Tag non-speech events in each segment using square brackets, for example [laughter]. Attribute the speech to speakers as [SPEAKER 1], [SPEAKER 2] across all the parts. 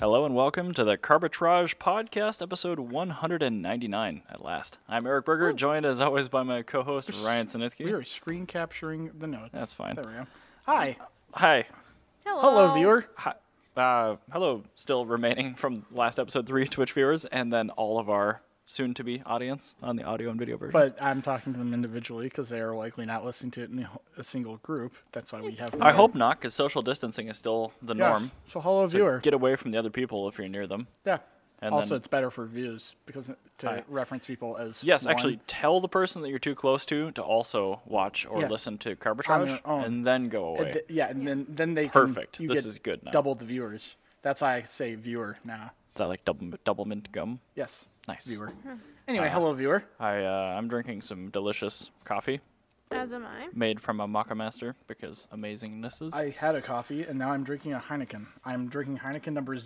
[SPEAKER 1] Hello and welcome to the Carbitrage Podcast, episode 199 at last. I'm Eric Berger, joined as always by my co host Ryan
[SPEAKER 2] We are
[SPEAKER 1] Sinitsky.
[SPEAKER 2] screen capturing the notes.
[SPEAKER 1] That's fine.
[SPEAKER 2] There we go. Hi.
[SPEAKER 1] Hi.
[SPEAKER 3] Hello.
[SPEAKER 2] Hello, viewer.
[SPEAKER 1] Hi. Uh, hello, still remaining from last episode three Twitch viewers, and then all of our soon to be audience on the audio and video version.
[SPEAKER 2] But I'm talking to them individually because they are likely not listening to it in a wh- a single group. That's why we have.
[SPEAKER 1] I hope not, because social distancing is still the
[SPEAKER 2] Yes.
[SPEAKER 1] norm.
[SPEAKER 2] So hello, viewer.
[SPEAKER 1] Get away from the other people if you're near them.
[SPEAKER 2] yeah.
[SPEAKER 1] and
[SPEAKER 2] also,
[SPEAKER 1] then-
[SPEAKER 2] it's better for views because to
[SPEAKER 1] Hi.
[SPEAKER 2] reference people as
[SPEAKER 1] Yes,
[SPEAKER 2] one.
[SPEAKER 1] actually, tell the person that you're too close to to also watch or
[SPEAKER 2] Yeah.
[SPEAKER 1] listen to Carbitrage,
[SPEAKER 2] their own.
[SPEAKER 1] and then go away.
[SPEAKER 2] And th- yeah, and then then they
[SPEAKER 1] Perfect.
[SPEAKER 2] Can, you
[SPEAKER 1] This
[SPEAKER 2] get
[SPEAKER 1] is good now.
[SPEAKER 2] Double the viewers. That's why I say viewer now.
[SPEAKER 1] Is that like double double mint gum?
[SPEAKER 2] Yes.
[SPEAKER 1] Nice.
[SPEAKER 2] Viewer. Anyway, hello, viewer.
[SPEAKER 1] I uh, I'm drinking some delicious coffee
[SPEAKER 3] As am I.
[SPEAKER 1] made from a maca master because amazingnesses.
[SPEAKER 2] I had a coffee and now I'm drinking a Heineken. I'm drinking Heineken number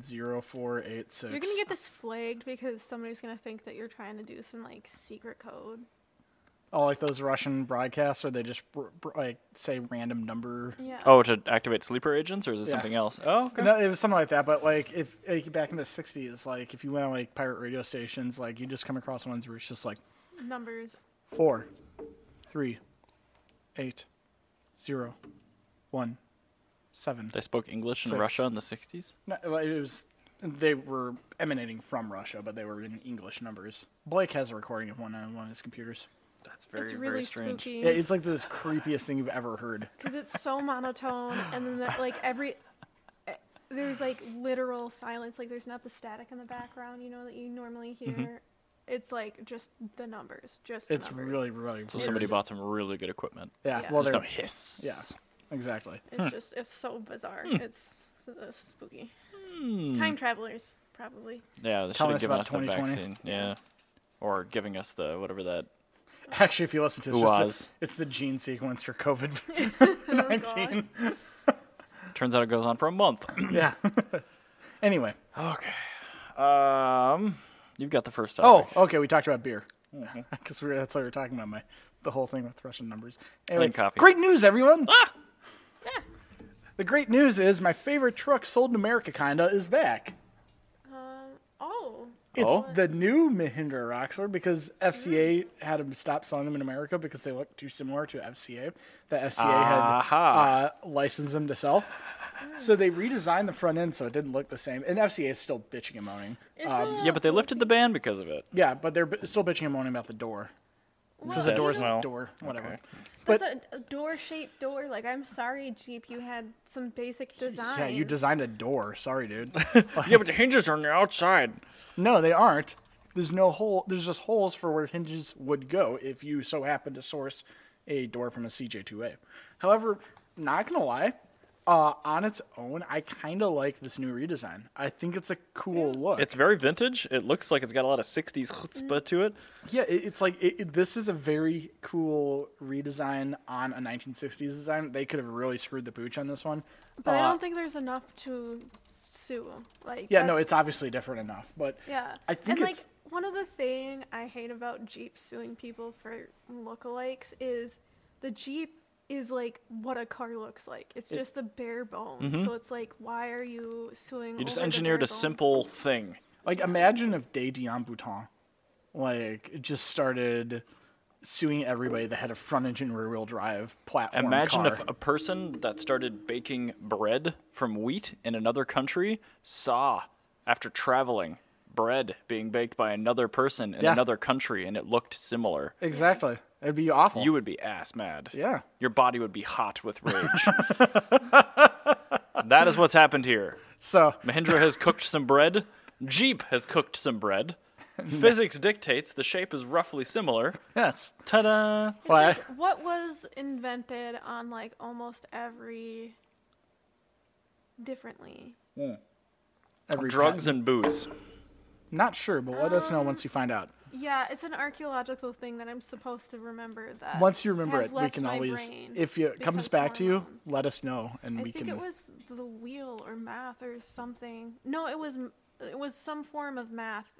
[SPEAKER 2] 0438046.
[SPEAKER 3] You're gonna get this flagged because somebody's gonna think that you're trying to do some like secret code.
[SPEAKER 2] Oh, like those Russian broadcasts where they just br- br- like say random number.
[SPEAKER 3] Yeah.
[SPEAKER 1] oh, to activate sleeper agents or is it
[SPEAKER 2] Yeah.
[SPEAKER 1] something else? Oh, okay.
[SPEAKER 2] No, it was something like that, but like if like, back in the '60s, like if you went on like pirate radio stations, like you just come across ones where it's just like
[SPEAKER 3] Numbers.
[SPEAKER 2] four, three, eight, zero, one, seven.
[SPEAKER 1] they spoke English in
[SPEAKER 2] Six.
[SPEAKER 1] Russia in the 60s.
[SPEAKER 2] No, well, it was they were emanating from Russia, but they were in English numbers. Blake has a recording of one on one of his computers.
[SPEAKER 1] That's very
[SPEAKER 3] it's really
[SPEAKER 1] very strange.
[SPEAKER 2] Yeah,
[SPEAKER 3] spooky
[SPEAKER 2] it's like the creepiest thing you've ever heard.
[SPEAKER 3] because it's
[SPEAKER 2] [sighs]
[SPEAKER 3] so monotone, and then there- like every eh, there's like literal silence. Like there's not the static in the background, you know, that you normally hear. It's like just the numbers, just the
[SPEAKER 2] Mm-hmm. It's
[SPEAKER 3] numbers.
[SPEAKER 2] really, really.
[SPEAKER 1] So
[SPEAKER 2] weird.
[SPEAKER 1] somebody
[SPEAKER 3] just-
[SPEAKER 1] bought some really good equipment.
[SPEAKER 2] yeah,
[SPEAKER 3] yeah.
[SPEAKER 2] Well,
[SPEAKER 1] There's no
[SPEAKER 2] they're
[SPEAKER 1] hiss.
[SPEAKER 2] yeah, exactly.
[SPEAKER 3] It's just it's so bizarre.
[SPEAKER 2] Hmm.
[SPEAKER 3] It's s- uh, spooky. Time travelers probably.
[SPEAKER 1] Hmm.
[SPEAKER 2] [laughs]
[SPEAKER 1] Yeah, they should
[SPEAKER 2] Telling
[SPEAKER 1] have
[SPEAKER 2] us
[SPEAKER 1] given
[SPEAKER 2] about
[SPEAKER 1] us the
[SPEAKER 2] 2020.
[SPEAKER 1] vaccine. Yeah. Or giving us the whatever that.
[SPEAKER 2] Actually, if you listen to it, it's, just
[SPEAKER 1] Was.
[SPEAKER 2] the- it's the gene sequence for
[SPEAKER 3] Oh
[SPEAKER 2] COVID nineteen. [laughs]
[SPEAKER 1] Turns out it goes on for a [clears throat] month.
[SPEAKER 2] yeah. [laughs] anyway.
[SPEAKER 1] okay. Um, you've got the first
[SPEAKER 2] Oh,
[SPEAKER 1] topic.
[SPEAKER 2] okay. We talked about beer
[SPEAKER 1] Mm-hmm.
[SPEAKER 2] [laughs] because we were, that's what we were talking about. My the whole thing with Russian numbers. Anyway,
[SPEAKER 1] And coffee. Ah!
[SPEAKER 2] Great news, everyone!
[SPEAKER 3] Yeah.
[SPEAKER 2] The great news is my favorite truck sold in America, kinda, is back.
[SPEAKER 3] Um. Oh.
[SPEAKER 2] It's
[SPEAKER 1] Oh?
[SPEAKER 2] the new Mahindra Rockstar because FCA had them stop selling them in America because they look too similar to FCA. The FCA
[SPEAKER 1] Aha.
[SPEAKER 2] had uh, licensed them to sell. So they redesigned the front end so it didn't look the same. And FCA is still bitching and moaning.
[SPEAKER 3] It's
[SPEAKER 1] yeah, but they lifted the ban because of it.
[SPEAKER 2] Yeah, but they're b- still bitching and moaning about the door. Because the
[SPEAKER 1] Well,
[SPEAKER 2] door's
[SPEAKER 1] you know-
[SPEAKER 2] a door, whatever.
[SPEAKER 1] Okay.
[SPEAKER 2] but-
[SPEAKER 3] That's a, a door-shaped door. Like, I'm sorry, Jeep, you had some basic design.
[SPEAKER 2] Yeah, you designed a door. Sorry, dude.
[SPEAKER 1] [laughs] Yeah, but the hinges are on the outside.
[SPEAKER 2] no, they aren't. There's no hole. There's just holes for where hinges would go if you so happen to source a door from a CJ2A. However, not gonna lie, uh, on its own, I kind of like this new redesign. I think it's a cool look.
[SPEAKER 1] It's very vintage. It looks like it's got a lot of 60s chutzpah to it.
[SPEAKER 2] yeah, it, it's like it, it- this is a very cool redesign on a 1960s design. They could have really screwed the pooch on this one.
[SPEAKER 3] But I
[SPEAKER 2] Uh,
[SPEAKER 3] don't think there's enough to sue. Like,
[SPEAKER 2] yeah, no,
[SPEAKER 3] that's-
[SPEAKER 2] it's obviously different enough, but
[SPEAKER 3] Yeah.
[SPEAKER 2] I think
[SPEAKER 3] and,
[SPEAKER 2] it's-
[SPEAKER 3] like, one of the thing I hate about Jeep suing people for lookalikes is the Jeep is like what a car looks like. It's just the bare bones.
[SPEAKER 2] Mm-hmm.
[SPEAKER 3] So it's like, why are you suing?
[SPEAKER 1] You just
[SPEAKER 3] over the
[SPEAKER 1] engineered
[SPEAKER 3] bare
[SPEAKER 1] a
[SPEAKER 3] bones?
[SPEAKER 1] simple thing.
[SPEAKER 2] Like, imagine if Day Dion Bouton, like, just started suing everybody that had a front engine rear wheel drive platform.
[SPEAKER 1] Imagine
[SPEAKER 2] car.
[SPEAKER 1] if a person that started baking bread from wheat in another country saw, after traveling, bread being baked by another person in
[SPEAKER 2] Yeah.
[SPEAKER 1] another country and it looked similar.
[SPEAKER 2] exactly. It'd be awful.
[SPEAKER 1] You would be ass mad.
[SPEAKER 2] yeah.
[SPEAKER 1] Your body would be hot with
[SPEAKER 2] [laughs]
[SPEAKER 1] rage. that is what's happened here.
[SPEAKER 2] So
[SPEAKER 1] Mahindra has cooked some bread. Jeep has cooked some
[SPEAKER 2] [laughs]
[SPEAKER 1] bread. Physics dictates the shape is roughly similar.
[SPEAKER 2] yes.
[SPEAKER 1] Ta-da!
[SPEAKER 3] It's
[SPEAKER 2] Well, I-
[SPEAKER 3] like what was invented on like almost every differently.
[SPEAKER 2] Every
[SPEAKER 1] Drugs
[SPEAKER 2] patent-
[SPEAKER 1] and booze.
[SPEAKER 2] Not sure, but let us know once you find out.
[SPEAKER 3] Yeah, it's an archaeological thing that I'm supposed to remember that.
[SPEAKER 2] Once you remember
[SPEAKER 3] Uh, has
[SPEAKER 2] it, we
[SPEAKER 3] left
[SPEAKER 2] can
[SPEAKER 3] my
[SPEAKER 2] always.
[SPEAKER 3] brain
[SPEAKER 2] If it comes
[SPEAKER 3] because
[SPEAKER 2] back to you,
[SPEAKER 3] hormones.
[SPEAKER 2] let us know, and
[SPEAKER 3] I
[SPEAKER 2] we
[SPEAKER 3] think
[SPEAKER 2] can.
[SPEAKER 3] it was the wheel or math or something. No, it was m- it was some form of math.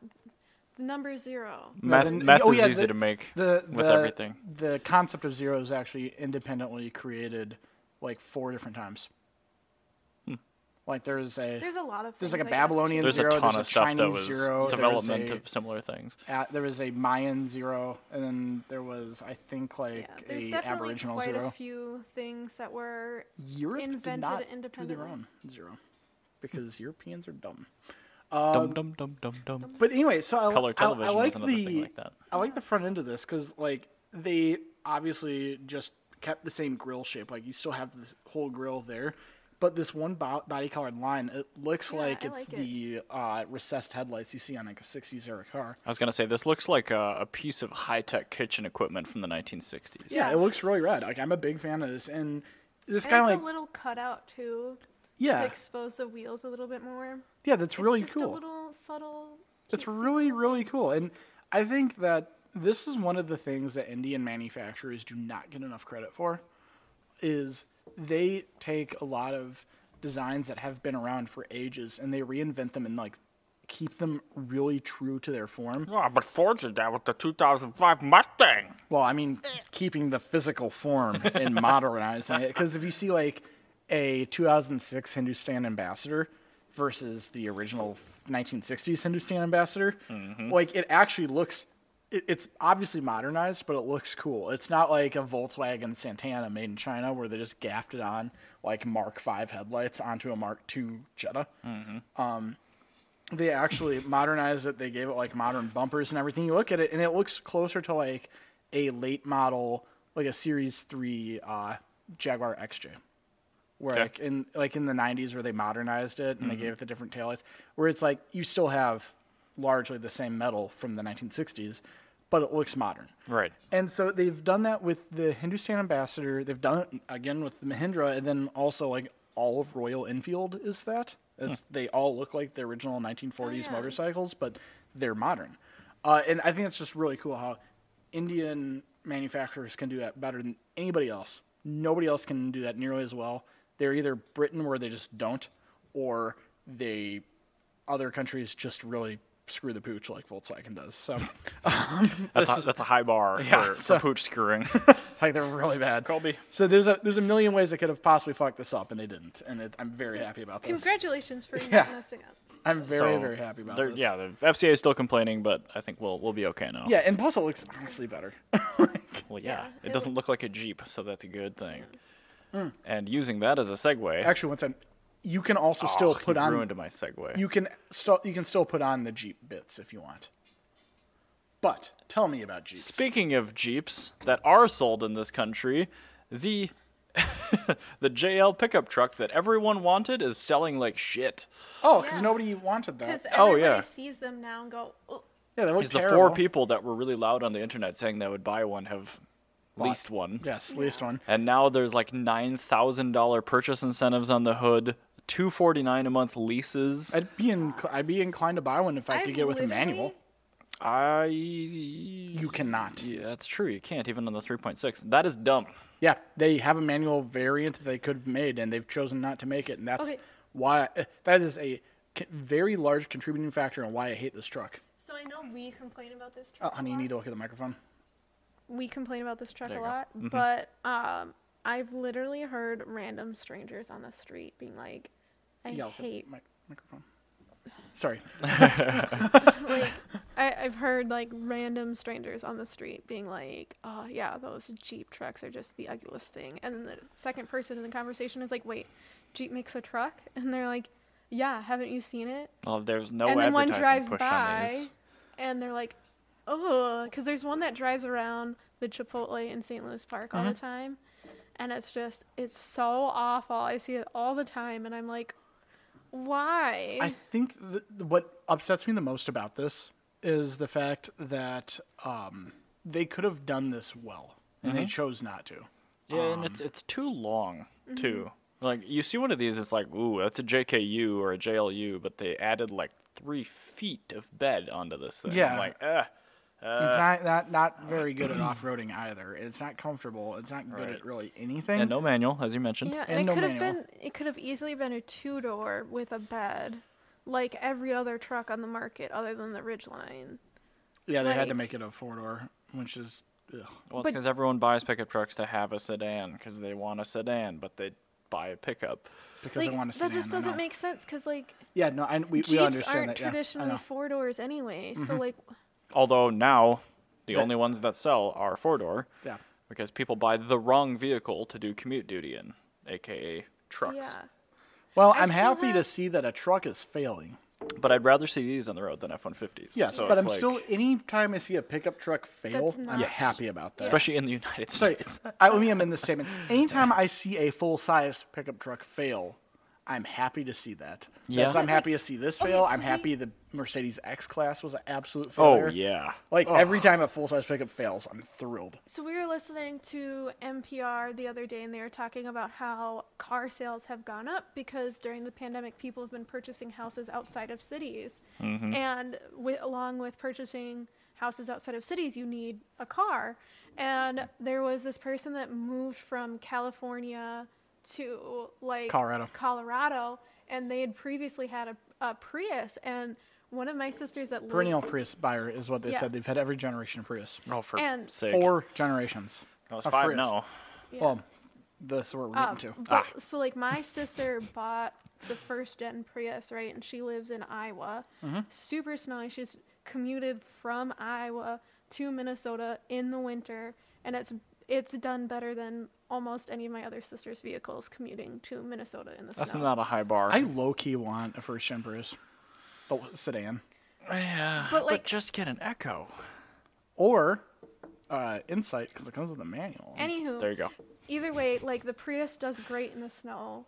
[SPEAKER 3] The number zero.
[SPEAKER 1] Meth,
[SPEAKER 2] then-
[SPEAKER 1] meth
[SPEAKER 2] oh,
[SPEAKER 1] is
[SPEAKER 2] yeah,
[SPEAKER 1] easy
[SPEAKER 2] the-
[SPEAKER 1] to make
[SPEAKER 2] the,
[SPEAKER 1] with
[SPEAKER 2] the-
[SPEAKER 1] everything.
[SPEAKER 2] The concept of zero
[SPEAKER 1] Hmm.
[SPEAKER 2] is actually independently created like four different times. Like there's a
[SPEAKER 3] There's a lot of
[SPEAKER 2] there's
[SPEAKER 3] things,
[SPEAKER 2] like a
[SPEAKER 3] I guess, too.
[SPEAKER 2] Babylonian
[SPEAKER 1] There's
[SPEAKER 2] zero,
[SPEAKER 1] a ton
[SPEAKER 2] there's
[SPEAKER 1] of
[SPEAKER 2] a
[SPEAKER 1] stuff
[SPEAKER 2] Chinese
[SPEAKER 1] that was
[SPEAKER 2] zero, there's
[SPEAKER 1] development
[SPEAKER 2] a-
[SPEAKER 1] of similar things.
[SPEAKER 2] a- there was a Mayan zero, and then there was I think like
[SPEAKER 3] yeah, there's
[SPEAKER 2] a
[SPEAKER 3] definitely
[SPEAKER 2] Aboriginal
[SPEAKER 3] quite
[SPEAKER 2] zero.
[SPEAKER 3] a few things that were
[SPEAKER 2] Europe did
[SPEAKER 3] invented
[SPEAKER 2] not do their
[SPEAKER 3] independently.
[SPEAKER 2] own zero because Europeans are dumb.
[SPEAKER 1] dum
[SPEAKER 2] Um,
[SPEAKER 1] dum dum dum dum.
[SPEAKER 2] But anyway, so I,
[SPEAKER 1] Color
[SPEAKER 2] I- I,
[SPEAKER 1] television was
[SPEAKER 2] like
[SPEAKER 1] another
[SPEAKER 2] the
[SPEAKER 1] thing like that.
[SPEAKER 2] I like the front end of this because like they obviously just kept the same grill shape. Like you still have this whole grill there, but this one bo- body colored line, it looks
[SPEAKER 3] Yeah,
[SPEAKER 2] like
[SPEAKER 3] I
[SPEAKER 2] it's
[SPEAKER 3] like it.
[SPEAKER 2] the uh, recessed headlights you see on like a '60s era car.
[SPEAKER 1] I was gonna say this looks like a, a piece of high-tech kitchen equipment from the 1960s.
[SPEAKER 2] Yeah, it looks really rad. Like I'm a big fan of this, and this
[SPEAKER 3] I
[SPEAKER 2] guy
[SPEAKER 3] like
[SPEAKER 2] like
[SPEAKER 3] the little cutout too to
[SPEAKER 2] yeah
[SPEAKER 3] expose the wheels a little bit more.
[SPEAKER 2] yeah that's really
[SPEAKER 3] it's just
[SPEAKER 2] cool.
[SPEAKER 3] A little subtle.
[SPEAKER 2] It's
[SPEAKER 3] cutesy
[SPEAKER 2] really,
[SPEAKER 3] little
[SPEAKER 2] really cool. And I think that this is one of the things that Indian manufacturers do not get enough credit for is they take a lot of designs that have been around for ages and they reinvent them and like keep them really true to their form.
[SPEAKER 4] Yeah, Oh, but Ford did that with the 2005 Mustang.
[SPEAKER 2] Well, I mean, keeping the physical form and modernizing it. Because if you see like a 2006 Hindustan Ambassador versus the original 1960s Hindustan Ambassador, like it actually looks. It, it's obviously modernized, but it looks cool. It's not like a Volkswagen Santana made in China where they just gaffed it on like Mark V headlights onto a Mark II Jetta they actually modernized it. They gave it like modern bumpers and everything. You look at it, and it looks closer to like a late model, like a Series Three uh, Jaguar XJ, where
[SPEAKER 1] Okay.
[SPEAKER 2] like in like in the '90s where they modernized it and they gave it the different taillights. Where it's like you still have largely the same metal from the 1960s, but it looks modern.
[SPEAKER 1] Right.
[SPEAKER 2] And so they've done that with the Hindustan Ambassador. They've done it again with the Mahindra, and then also like all of Royal Enfield is that. It's, They all look like the original 1940s
[SPEAKER 3] yeah.
[SPEAKER 2] motorcycles, but they're modern. Uh, and I think it's just really cool how Indian manufacturers can do that better than anybody else. Nobody else can do that nearly as well. They're either Britain where they just don't, or they other countries just really screw the pooch like Volkswagen does. So
[SPEAKER 1] That's a, that's a high bar
[SPEAKER 2] [laughs]
[SPEAKER 1] for,
[SPEAKER 2] so-
[SPEAKER 1] for pooch screwing.
[SPEAKER 2] like they're really bad.
[SPEAKER 1] Colby.
[SPEAKER 2] So there's a there's a million ways they could have possibly fucked this up, and they didn't. And it, I'm very happy about this.
[SPEAKER 3] Congratulations for not
[SPEAKER 2] [laughs] Yeah.
[SPEAKER 3] messing up.
[SPEAKER 2] I'm [laughs] very
[SPEAKER 1] So,
[SPEAKER 2] very happy about
[SPEAKER 1] they're-
[SPEAKER 2] this.
[SPEAKER 1] Yeah, the FCA is still complaining, but I think we'll we'll be okay now.
[SPEAKER 2] Yeah, and plus it looks honestly better. [laughs]
[SPEAKER 1] Well, yeah,
[SPEAKER 3] Yeah,
[SPEAKER 1] it,
[SPEAKER 3] it
[SPEAKER 1] doesn't look like a jeep, so that's a good thing.
[SPEAKER 2] Hmm.
[SPEAKER 1] And using that as a segue,
[SPEAKER 2] Actually, once I'm, you can also still
[SPEAKER 1] oh,
[SPEAKER 2] put
[SPEAKER 1] you
[SPEAKER 2] on
[SPEAKER 1] ruined my segue.
[SPEAKER 2] you can still you can still put on the Jeep bits if you want. But tell me about Jeeps.
[SPEAKER 1] Speaking of Jeeps that are sold in this country, the [laughs] the JL pickup truck that everyone wanted is selling like shit.
[SPEAKER 2] oh, because
[SPEAKER 3] Yeah.
[SPEAKER 2] nobody wanted that.
[SPEAKER 3] Because
[SPEAKER 1] Oh,
[SPEAKER 3] everybody
[SPEAKER 1] yeah.
[SPEAKER 3] sees them now and go, oh,
[SPEAKER 2] Yeah, that
[SPEAKER 1] Because
[SPEAKER 2] looks
[SPEAKER 1] the
[SPEAKER 2] terrible.
[SPEAKER 1] four people that were really loud on the internet saying they would buy one have leased one.
[SPEAKER 2] Yes, least one.
[SPEAKER 1] And now there's like nine thousand dollar purchase incentives on the hood, two forty nine a month leases.
[SPEAKER 2] I'd be in, I'd be inclined to buy one if I
[SPEAKER 3] I've
[SPEAKER 2] could get with a
[SPEAKER 3] literally-
[SPEAKER 2] manual.
[SPEAKER 1] I
[SPEAKER 2] You cannot.
[SPEAKER 1] yeah, that's true. You can't even on the three point six. That is dumb.
[SPEAKER 2] Yeah, they have a manual variant that they could have made, and they've chosen not to make it, and that's
[SPEAKER 3] Okay.
[SPEAKER 2] why eh, that is a c- very large contributing factor in why I hate this truck.
[SPEAKER 3] So I know we complain about this
[SPEAKER 2] Oh,
[SPEAKER 3] truck.
[SPEAKER 2] honey,
[SPEAKER 3] a
[SPEAKER 2] you
[SPEAKER 3] lot.
[SPEAKER 2] need to look at the microphone.
[SPEAKER 3] We complain about this truck
[SPEAKER 1] There
[SPEAKER 3] a
[SPEAKER 1] you go.
[SPEAKER 3] lot,
[SPEAKER 2] Mm-hmm.
[SPEAKER 3] but um, I've literally heard random strangers on the street being like, "I
[SPEAKER 2] Yeah, look at the
[SPEAKER 3] hate."
[SPEAKER 2] mic- microphone. Sorry.
[SPEAKER 3] like, I, I've heard like random strangers on the street being like, "Oh yeah, those Jeep trucks are just the ugliest thing." And then the second person in the conversation is like, "Wait, Jeep makes a truck?" And they're like, "Yeah, haven't you seen it?"
[SPEAKER 1] Well, there's no
[SPEAKER 3] and then one
[SPEAKER 1] advertising
[SPEAKER 3] drives
[SPEAKER 1] push on
[SPEAKER 3] by
[SPEAKER 1] these.
[SPEAKER 3] and they're like oh because there's one that drives around the chipotle in st louis park all
[SPEAKER 2] Mm-hmm.
[SPEAKER 3] the time and it's just it's so awful i see it all the time and i'm like why
[SPEAKER 2] I think th- what upsets me the most about this is the fact that um, they could have done this well, and
[SPEAKER 1] Mm-hmm.
[SPEAKER 2] they chose not to.
[SPEAKER 1] Yeah, and it's it's too long
[SPEAKER 3] Mm-hmm.
[SPEAKER 1] too. Like you see one of these, it's like, ooh, that's a JKU or a JLU, but they added like three feet of bed onto this thing. I'm
[SPEAKER 2] Yeah.
[SPEAKER 1] like, ugh. Uh,
[SPEAKER 2] it's not, not not
[SPEAKER 1] [clears throat]
[SPEAKER 2] very good at off-roading either. It's not comfortable. It's not good
[SPEAKER 1] Right.
[SPEAKER 2] at really anything.
[SPEAKER 1] And no manual, as you mentioned.
[SPEAKER 3] yeah
[SPEAKER 2] and
[SPEAKER 3] and it
[SPEAKER 2] no
[SPEAKER 3] could have
[SPEAKER 2] manual.
[SPEAKER 3] been it could have easily been a two door with a bed like every other truck on the market other than the ridgeline
[SPEAKER 2] yeah, they had to
[SPEAKER 3] like-
[SPEAKER 2] make it a four-door, which is. Ugh.
[SPEAKER 1] Well, it's
[SPEAKER 3] But-
[SPEAKER 1] because everyone buys pickup trucks to have a sedan because they want a sedan, but they buy a pickup.
[SPEAKER 2] because
[SPEAKER 3] Like,
[SPEAKER 2] I want to.
[SPEAKER 3] that just doesn't make sense because like
[SPEAKER 2] Yeah, no, I, we, we
[SPEAKER 3] Jeeps
[SPEAKER 2] understand
[SPEAKER 3] aren't
[SPEAKER 2] that.
[SPEAKER 3] traditionally
[SPEAKER 2] yeah, I know. Mm-hmm.
[SPEAKER 3] four doors anyway. So like,
[SPEAKER 1] Although now, the
[SPEAKER 2] Yeah.
[SPEAKER 1] only ones that sell are four door.
[SPEAKER 2] Yeah.
[SPEAKER 1] Because people buy the wrong vehicle to do commute duty in, aka trucks.
[SPEAKER 3] yeah,
[SPEAKER 2] Well,
[SPEAKER 3] I
[SPEAKER 2] I'm
[SPEAKER 3] still
[SPEAKER 2] happy to
[SPEAKER 3] have-
[SPEAKER 2] see that a truck is failing.
[SPEAKER 1] But I'd rather see these on the road than F 150s.
[SPEAKER 2] Yes,
[SPEAKER 1] so
[SPEAKER 2] but
[SPEAKER 1] it's
[SPEAKER 2] I'm
[SPEAKER 1] like-
[SPEAKER 2] still. Anytime I see a pickup truck fail,
[SPEAKER 3] That's
[SPEAKER 2] I'm
[SPEAKER 3] nice.
[SPEAKER 2] happy about that.
[SPEAKER 1] Especially in the United
[SPEAKER 2] Sorry,
[SPEAKER 1] States.
[SPEAKER 2] I I mean, I'm in this statement. Anytime I see a full size pickup truck fail, I'm happy to see that.
[SPEAKER 1] Yeah.
[SPEAKER 2] That's, I'm happy to see this fail.
[SPEAKER 3] Okay,
[SPEAKER 2] I'm
[SPEAKER 3] so
[SPEAKER 2] happy the Mercedes X Class was an absolute failure.
[SPEAKER 1] Oh, yeah.
[SPEAKER 2] Like every time a full size pickup fails, I'm thrilled.
[SPEAKER 3] So we were listening to NPR the other day, and they were talking about how car sales have gone up because during the pandemic, people have been purchasing houses outside of cities,
[SPEAKER 2] Mm-hmm.
[SPEAKER 3] and wi along with purchasing houses outside of cities, you need a car. And there was this person that moved from California to like
[SPEAKER 2] Colorado.
[SPEAKER 3] Colorado, and they had previously had a, a Prius, and one of my sisters that
[SPEAKER 2] Perennial
[SPEAKER 3] lives
[SPEAKER 2] Prius buyer is what they
[SPEAKER 3] Yeah.
[SPEAKER 2] said. They've had every generation of Prius.
[SPEAKER 1] Oh, for
[SPEAKER 3] And-
[SPEAKER 1] sake.
[SPEAKER 2] Four generations.
[SPEAKER 1] That was
[SPEAKER 2] of
[SPEAKER 1] five Ah,
[SPEAKER 2] Prius.
[SPEAKER 1] now.
[SPEAKER 3] Yeah.
[SPEAKER 2] Well, that's what we're
[SPEAKER 3] Um,
[SPEAKER 2] getting to.
[SPEAKER 3] but- So like my sister bought the first gen Prius, right? And she lives in Iowa.
[SPEAKER 1] Mm-hmm.
[SPEAKER 3] Super snowy. She's commuted from Iowa to Minnesota in the winter, and it's it's done better than almost any of my other sister's vehicles commuting to Minnesota in the
[SPEAKER 1] That's
[SPEAKER 3] snow.
[SPEAKER 1] not a high bar.
[SPEAKER 2] I low key want a first gen Prius, the sedan,
[SPEAKER 1] yeah.
[SPEAKER 3] But, like,
[SPEAKER 1] just get an Echo.
[SPEAKER 2] or uh, Insight because it comes with a manual.
[SPEAKER 3] Anywho,
[SPEAKER 1] There you go.
[SPEAKER 3] either way, like the Prius does great in the snow.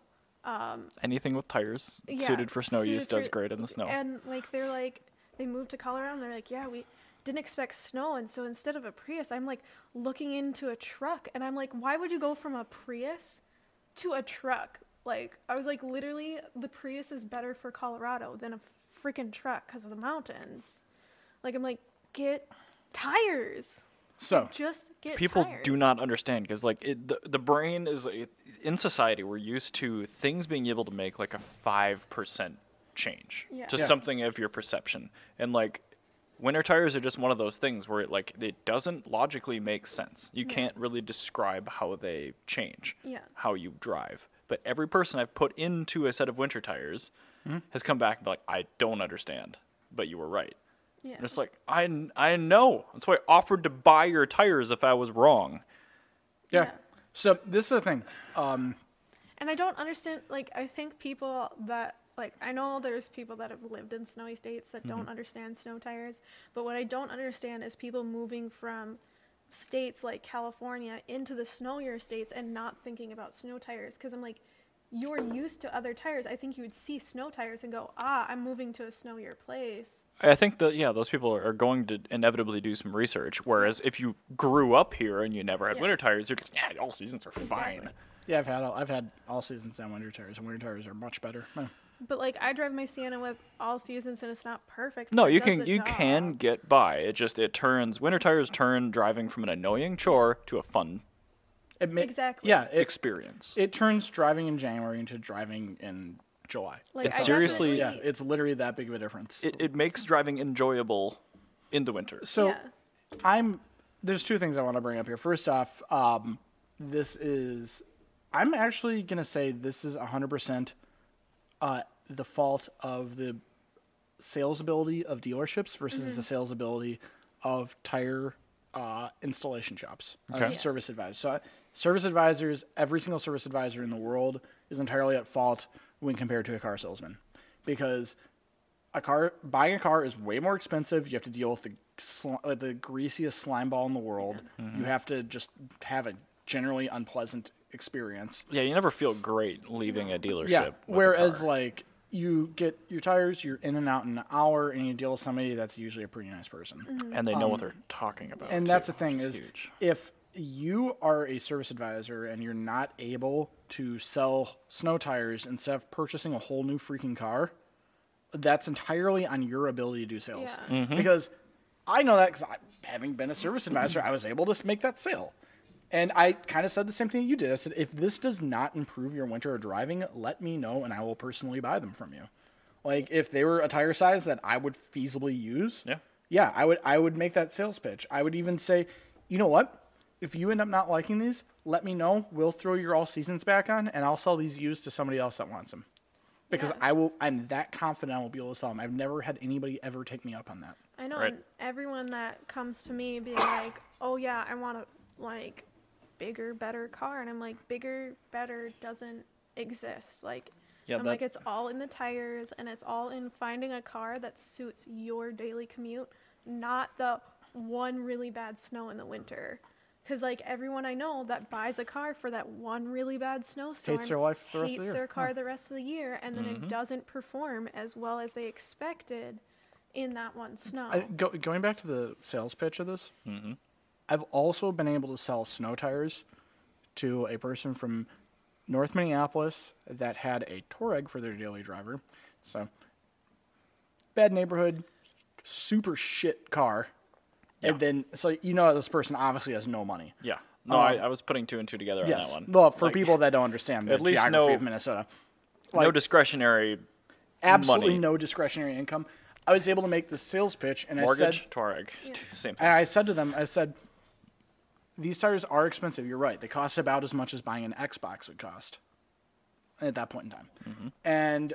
[SPEAKER 1] Anything with tires
[SPEAKER 3] Yeah,
[SPEAKER 1] suited for snow
[SPEAKER 3] suited
[SPEAKER 1] use does
[SPEAKER 3] for-
[SPEAKER 1] great in the snow.
[SPEAKER 3] And like they're like they moved to Colorado and they're like, yeah, we didn't expect snow, and so instead of a Prius, I'm like looking into a truck, and I'm like, why would you go from a Prius to a truck? Like I was like, literally, the Prius is better for Colorado than a freaking truck because of the mountains. Like I'm like, get tires.
[SPEAKER 2] so
[SPEAKER 3] Just get
[SPEAKER 1] people
[SPEAKER 3] tires.
[SPEAKER 1] do not understand because like it, the, the brain is it, in society we're used to things being able to make like a 5% change
[SPEAKER 3] Yeah.
[SPEAKER 1] to
[SPEAKER 2] Yeah.
[SPEAKER 1] something of your perception and like winter tires are just one of those things where it like it doesn't logically make sense you can't really describe how they change
[SPEAKER 3] Yeah.
[SPEAKER 1] how you drive but every person i've put into a set of winter tires has come back and be like i don't understand but you were right
[SPEAKER 3] Yeah.
[SPEAKER 1] and it's like, I, kn- I know. That's why I offered to buy your tires if I was wrong.
[SPEAKER 2] yeah.
[SPEAKER 3] Yeah.
[SPEAKER 2] So this is the thing. Um,
[SPEAKER 3] And I don't understand. Like, I think people that like I know there's people that have lived in snowy states that
[SPEAKER 1] Mm-hmm.
[SPEAKER 3] don't understand snow tires. But what I don't understand is people moving from states like California into the snowier states and not thinking about snow tires. Because I'm like, you're used to other tires. I think you would see snow tires and go, ah, I'm moving to a snowier place.
[SPEAKER 1] I think that, yeah, those people are going to inevitably do some research. Whereas if you grew up here and you never had
[SPEAKER 3] Yeah.
[SPEAKER 1] winter tires, you're just, yeah, all seasons are fine.
[SPEAKER 3] Exactly.
[SPEAKER 2] yeah, I've had all, I've had all seasons and winter tires, and winter tires are much better. Yeah.
[SPEAKER 3] But like, I drive my Sienna with all seasons and it's not perfect.
[SPEAKER 1] No,
[SPEAKER 3] but it
[SPEAKER 1] you
[SPEAKER 3] does
[SPEAKER 1] can
[SPEAKER 3] the
[SPEAKER 1] you can
[SPEAKER 3] job.
[SPEAKER 1] get by. It just it turns winter tires turn driving from an annoying chore to a fun
[SPEAKER 2] It ma-
[SPEAKER 3] Exactly.
[SPEAKER 2] Yeah, it,
[SPEAKER 1] experience.
[SPEAKER 2] it turns driving in January into driving in July.
[SPEAKER 3] Like,
[SPEAKER 1] It's
[SPEAKER 3] I
[SPEAKER 1] seriously-
[SPEAKER 2] yeah,
[SPEAKER 3] definitely-
[SPEAKER 2] it's literally that big of a difference.
[SPEAKER 1] It, it makes driving enjoyable in the winter.
[SPEAKER 2] so
[SPEAKER 3] Yeah.
[SPEAKER 2] I'm there's two things I want to bring up here. First off, um, this is I'm actually gonna say this is 100 percent uh, the fault of the sales ability of dealerships versus the sales ability of tire uh, installation shops of
[SPEAKER 1] Okay. Yeah.
[SPEAKER 2] service advisors. So, uh, service advisors, every single service advisor in the world is entirely at fault when compared to a car salesman, because a car buying a car is way more expensive. You have to deal with the sli- uh, the greasiest slime ball in the world. You have to just have a generally unpleasant experience.
[SPEAKER 1] Yeah, you never feel great leaving a dealership.
[SPEAKER 2] Yeah.
[SPEAKER 1] with a
[SPEAKER 2] Whereas
[SPEAKER 1] car.
[SPEAKER 2] like you get your tires, you're in and out in an hour, and you deal with somebody that's usually a pretty nice person.
[SPEAKER 1] and they know what they're talking about.
[SPEAKER 2] um, And that's
[SPEAKER 1] too,
[SPEAKER 2] the thing
[SPEAKER 1] which
[SPEAKER 2] is,
[SPEAKER 1] huge.
[SPEAKER 2] if you are a service advisor and you're not able to sell snow tires instead of purchasing a whole new freaking car, that's entirely on your ability to do sales.
[SPEAKER 3] Yeah.
[SPEAKER 1] Mm-hmm.
[SPEAKER 2] Because I know that because having been a service advisor, I was able to s- make that sale. And I kind of said the same thing you did. I said, if this does not improve your winter driving, let me know and I will personally buy them from you. Like if they were a tire size that I would feasibly use,
[SPEAKER 1] Yeah.
[SPEAKER 2] yeah, I would I would make that sales pitch. I would even say, you know what? if you end up not liking these, let me know. We'll throw your all seasons back on, and I'll sell these used to somebody else that wants them. Because I will, I'm that confident I will be able to sell them. I've never had anybody ever take me up on that.
[SPEAKER 3] I know
[SPEAKER 1] Right.
[SPEAKER 3] and everyone that comes to me being like, "Oh yeah, I want a like bigger, better car," and I'm like, "Bigger, better doesn't exist." Like,
[SPEAKER 1] Yeah,
[SPEAKER 3] I'm
[SPEAKER 1] that-
[SPEAKER 3] like, it's all in the tires, and it's all in finding a car that suits your daily commute, not the one really bad snow in the winter. Because like everyone I know that buys a car for that one really bad snowstorm
[SPEAKER 2] their life for the rest of the
[SPEAKER 3] hates
[SPEAKER 2] year. Mm-hmm.
[SPEAKER 3] their car the rest of the year, and then it doesn't perform as well as they expected in that one snow.
[SPEAKER 2] I, go, going back to the sales pitch of this,
[SPEAKER 1] Mm-hmm.
[SPEAKER 2] I've also been able to sell snow tires to a person from North Minneapolis that had a Touareg for their daily driver. So, bad neighborhood, super shit car.
[SPEAKER 1] Yeah.
[SPEAKER 2] And then, so you know, this person obviously has no money.
[SPEAKER 1] Yeah. No, I, I was putting two and two together
[SPEAKER 2] Um, Yes.
[SPEAKER 1] on that one.
[SPEAKER 2] Well, for
[SPEAKER 1] Like,
[SPEAKER 2] people that don't understand the
[SPEAKER 1] at least
[SPEAKER 2] geography
[SPEAKER 1] no-
[SPEAKER 2] of Minnesota,
[SPEAKER 1] no
[SPEAKER 2] like-
[SPEAKER 1] discretionary
[SPEAKER 2] absolutely
[SPEAKER 1] money.
[SPEAKER 2] no discretionary income. I was able to make the sales pitch, and I said,
[SPEAKER 1] mortgage, Touareg, same thing.
[SPEAKER 2] And I said to them, I said, these tires are expensive. You're right. They cost about as much as buying an Xbox would cost at that point in time. And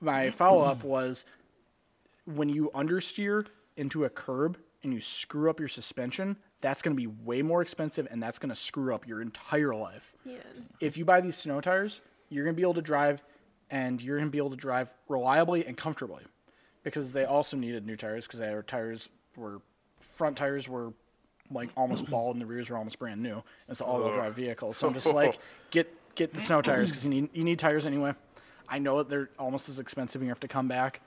[SPEAKER 2] my follow up was when you understeer into a curb and you screw up your suspension, that's going to be way more expensive and that's going to screw up your entire life.
[SPEAKER 3] yeah.
[SPEAKER 2] If you buy these snow tires, you're going to be able to drive and you're going to be able to drive reliably and comfortably because they also needed new tires because their tires were front tires were like
[SPEAKER 1] [clears throat]
[SPEAKER 2] almost bald and the rears were almost brand new. And it's an all-wheel drive vehicle. So I'm just like get get the snow tires because you need you need tires anyway. I know that they're almost as expensive and you have to come back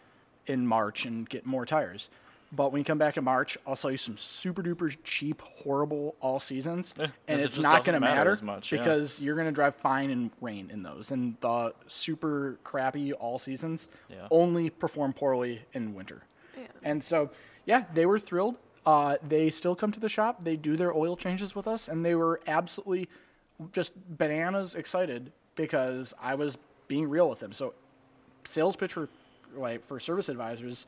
[SPEAKER 2] in March and get more tires. But when you come back in March, I'll sell you some super duper cheap, horrible all seasons, and
[SPEAKER 1] Eh, it
[SPEAKER 2] it's
[SPEAKER 1] just
[SPEAKER 2] not
[SPEAKER 1] doesn't
[SPEAKER 2] going to
[SPEAKER 1] matter
[SPEAKER 2] matter,
[SPEAKER 1] as much, yeah.
[SPEAKER 2] because you're going to drive fine in rain in those, and the super crappy all seasons
[SPEAKER 1] Yeah.
[SPEAKER 2] only perform poorly in winter.
[SPEAKER 3] Yeah.
[SPEAKER 2] And so, yeah, they were thrilled. Uh, they still come to the shop. They do their oil changes with us, and they were absolutely just bananas excited because I was being real with them. So, sales pitch for like for service advisors,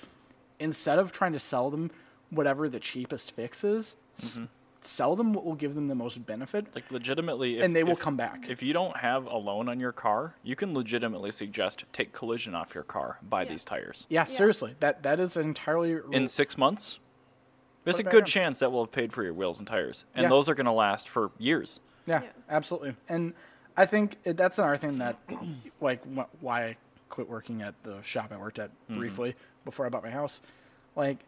[SPEAKER 2] instead of trying to sell them whatever the cheapest fix is, s- sell them what will give them the most benefit,
[SPEAKER 1] Mm-hmm. Like legitimately, if,
[SPEAKER 2] and they will
[SPEAKER 1] if-
[SPEAKER 2] come back.
[SPEAKER 1] If you don't have a loan on your car, you can legitimately suggest take collision off your car, buy
[SPEAKER 3] Yeah.
[SPEAKER 1] these tires.
[SPEAKER 2] yeah,
[SPEAKER 3] Yeah.
[SPEAKER 2] seriously, that that is entirely
[SPEAKER 1] In six months, there's a
[SPEAKER 2] Put it back
[SPEAKER 1] good
[SPEAKER 2] on.
[SPEAKER 1] chance that will have paid for your wheels and tires, and
[SPEAKER 2] Yeah.
[SPEAKER 1] those are going to last for years.
[SPEAKER 2] Yeah,
[SPEAKER 3] Yeah.
[SPEAKER 2] absolutely. And I think it, that's another thing that, [clears throat] like, wh- why I quit working at the shop I worked at briefly before I bought my house. Like,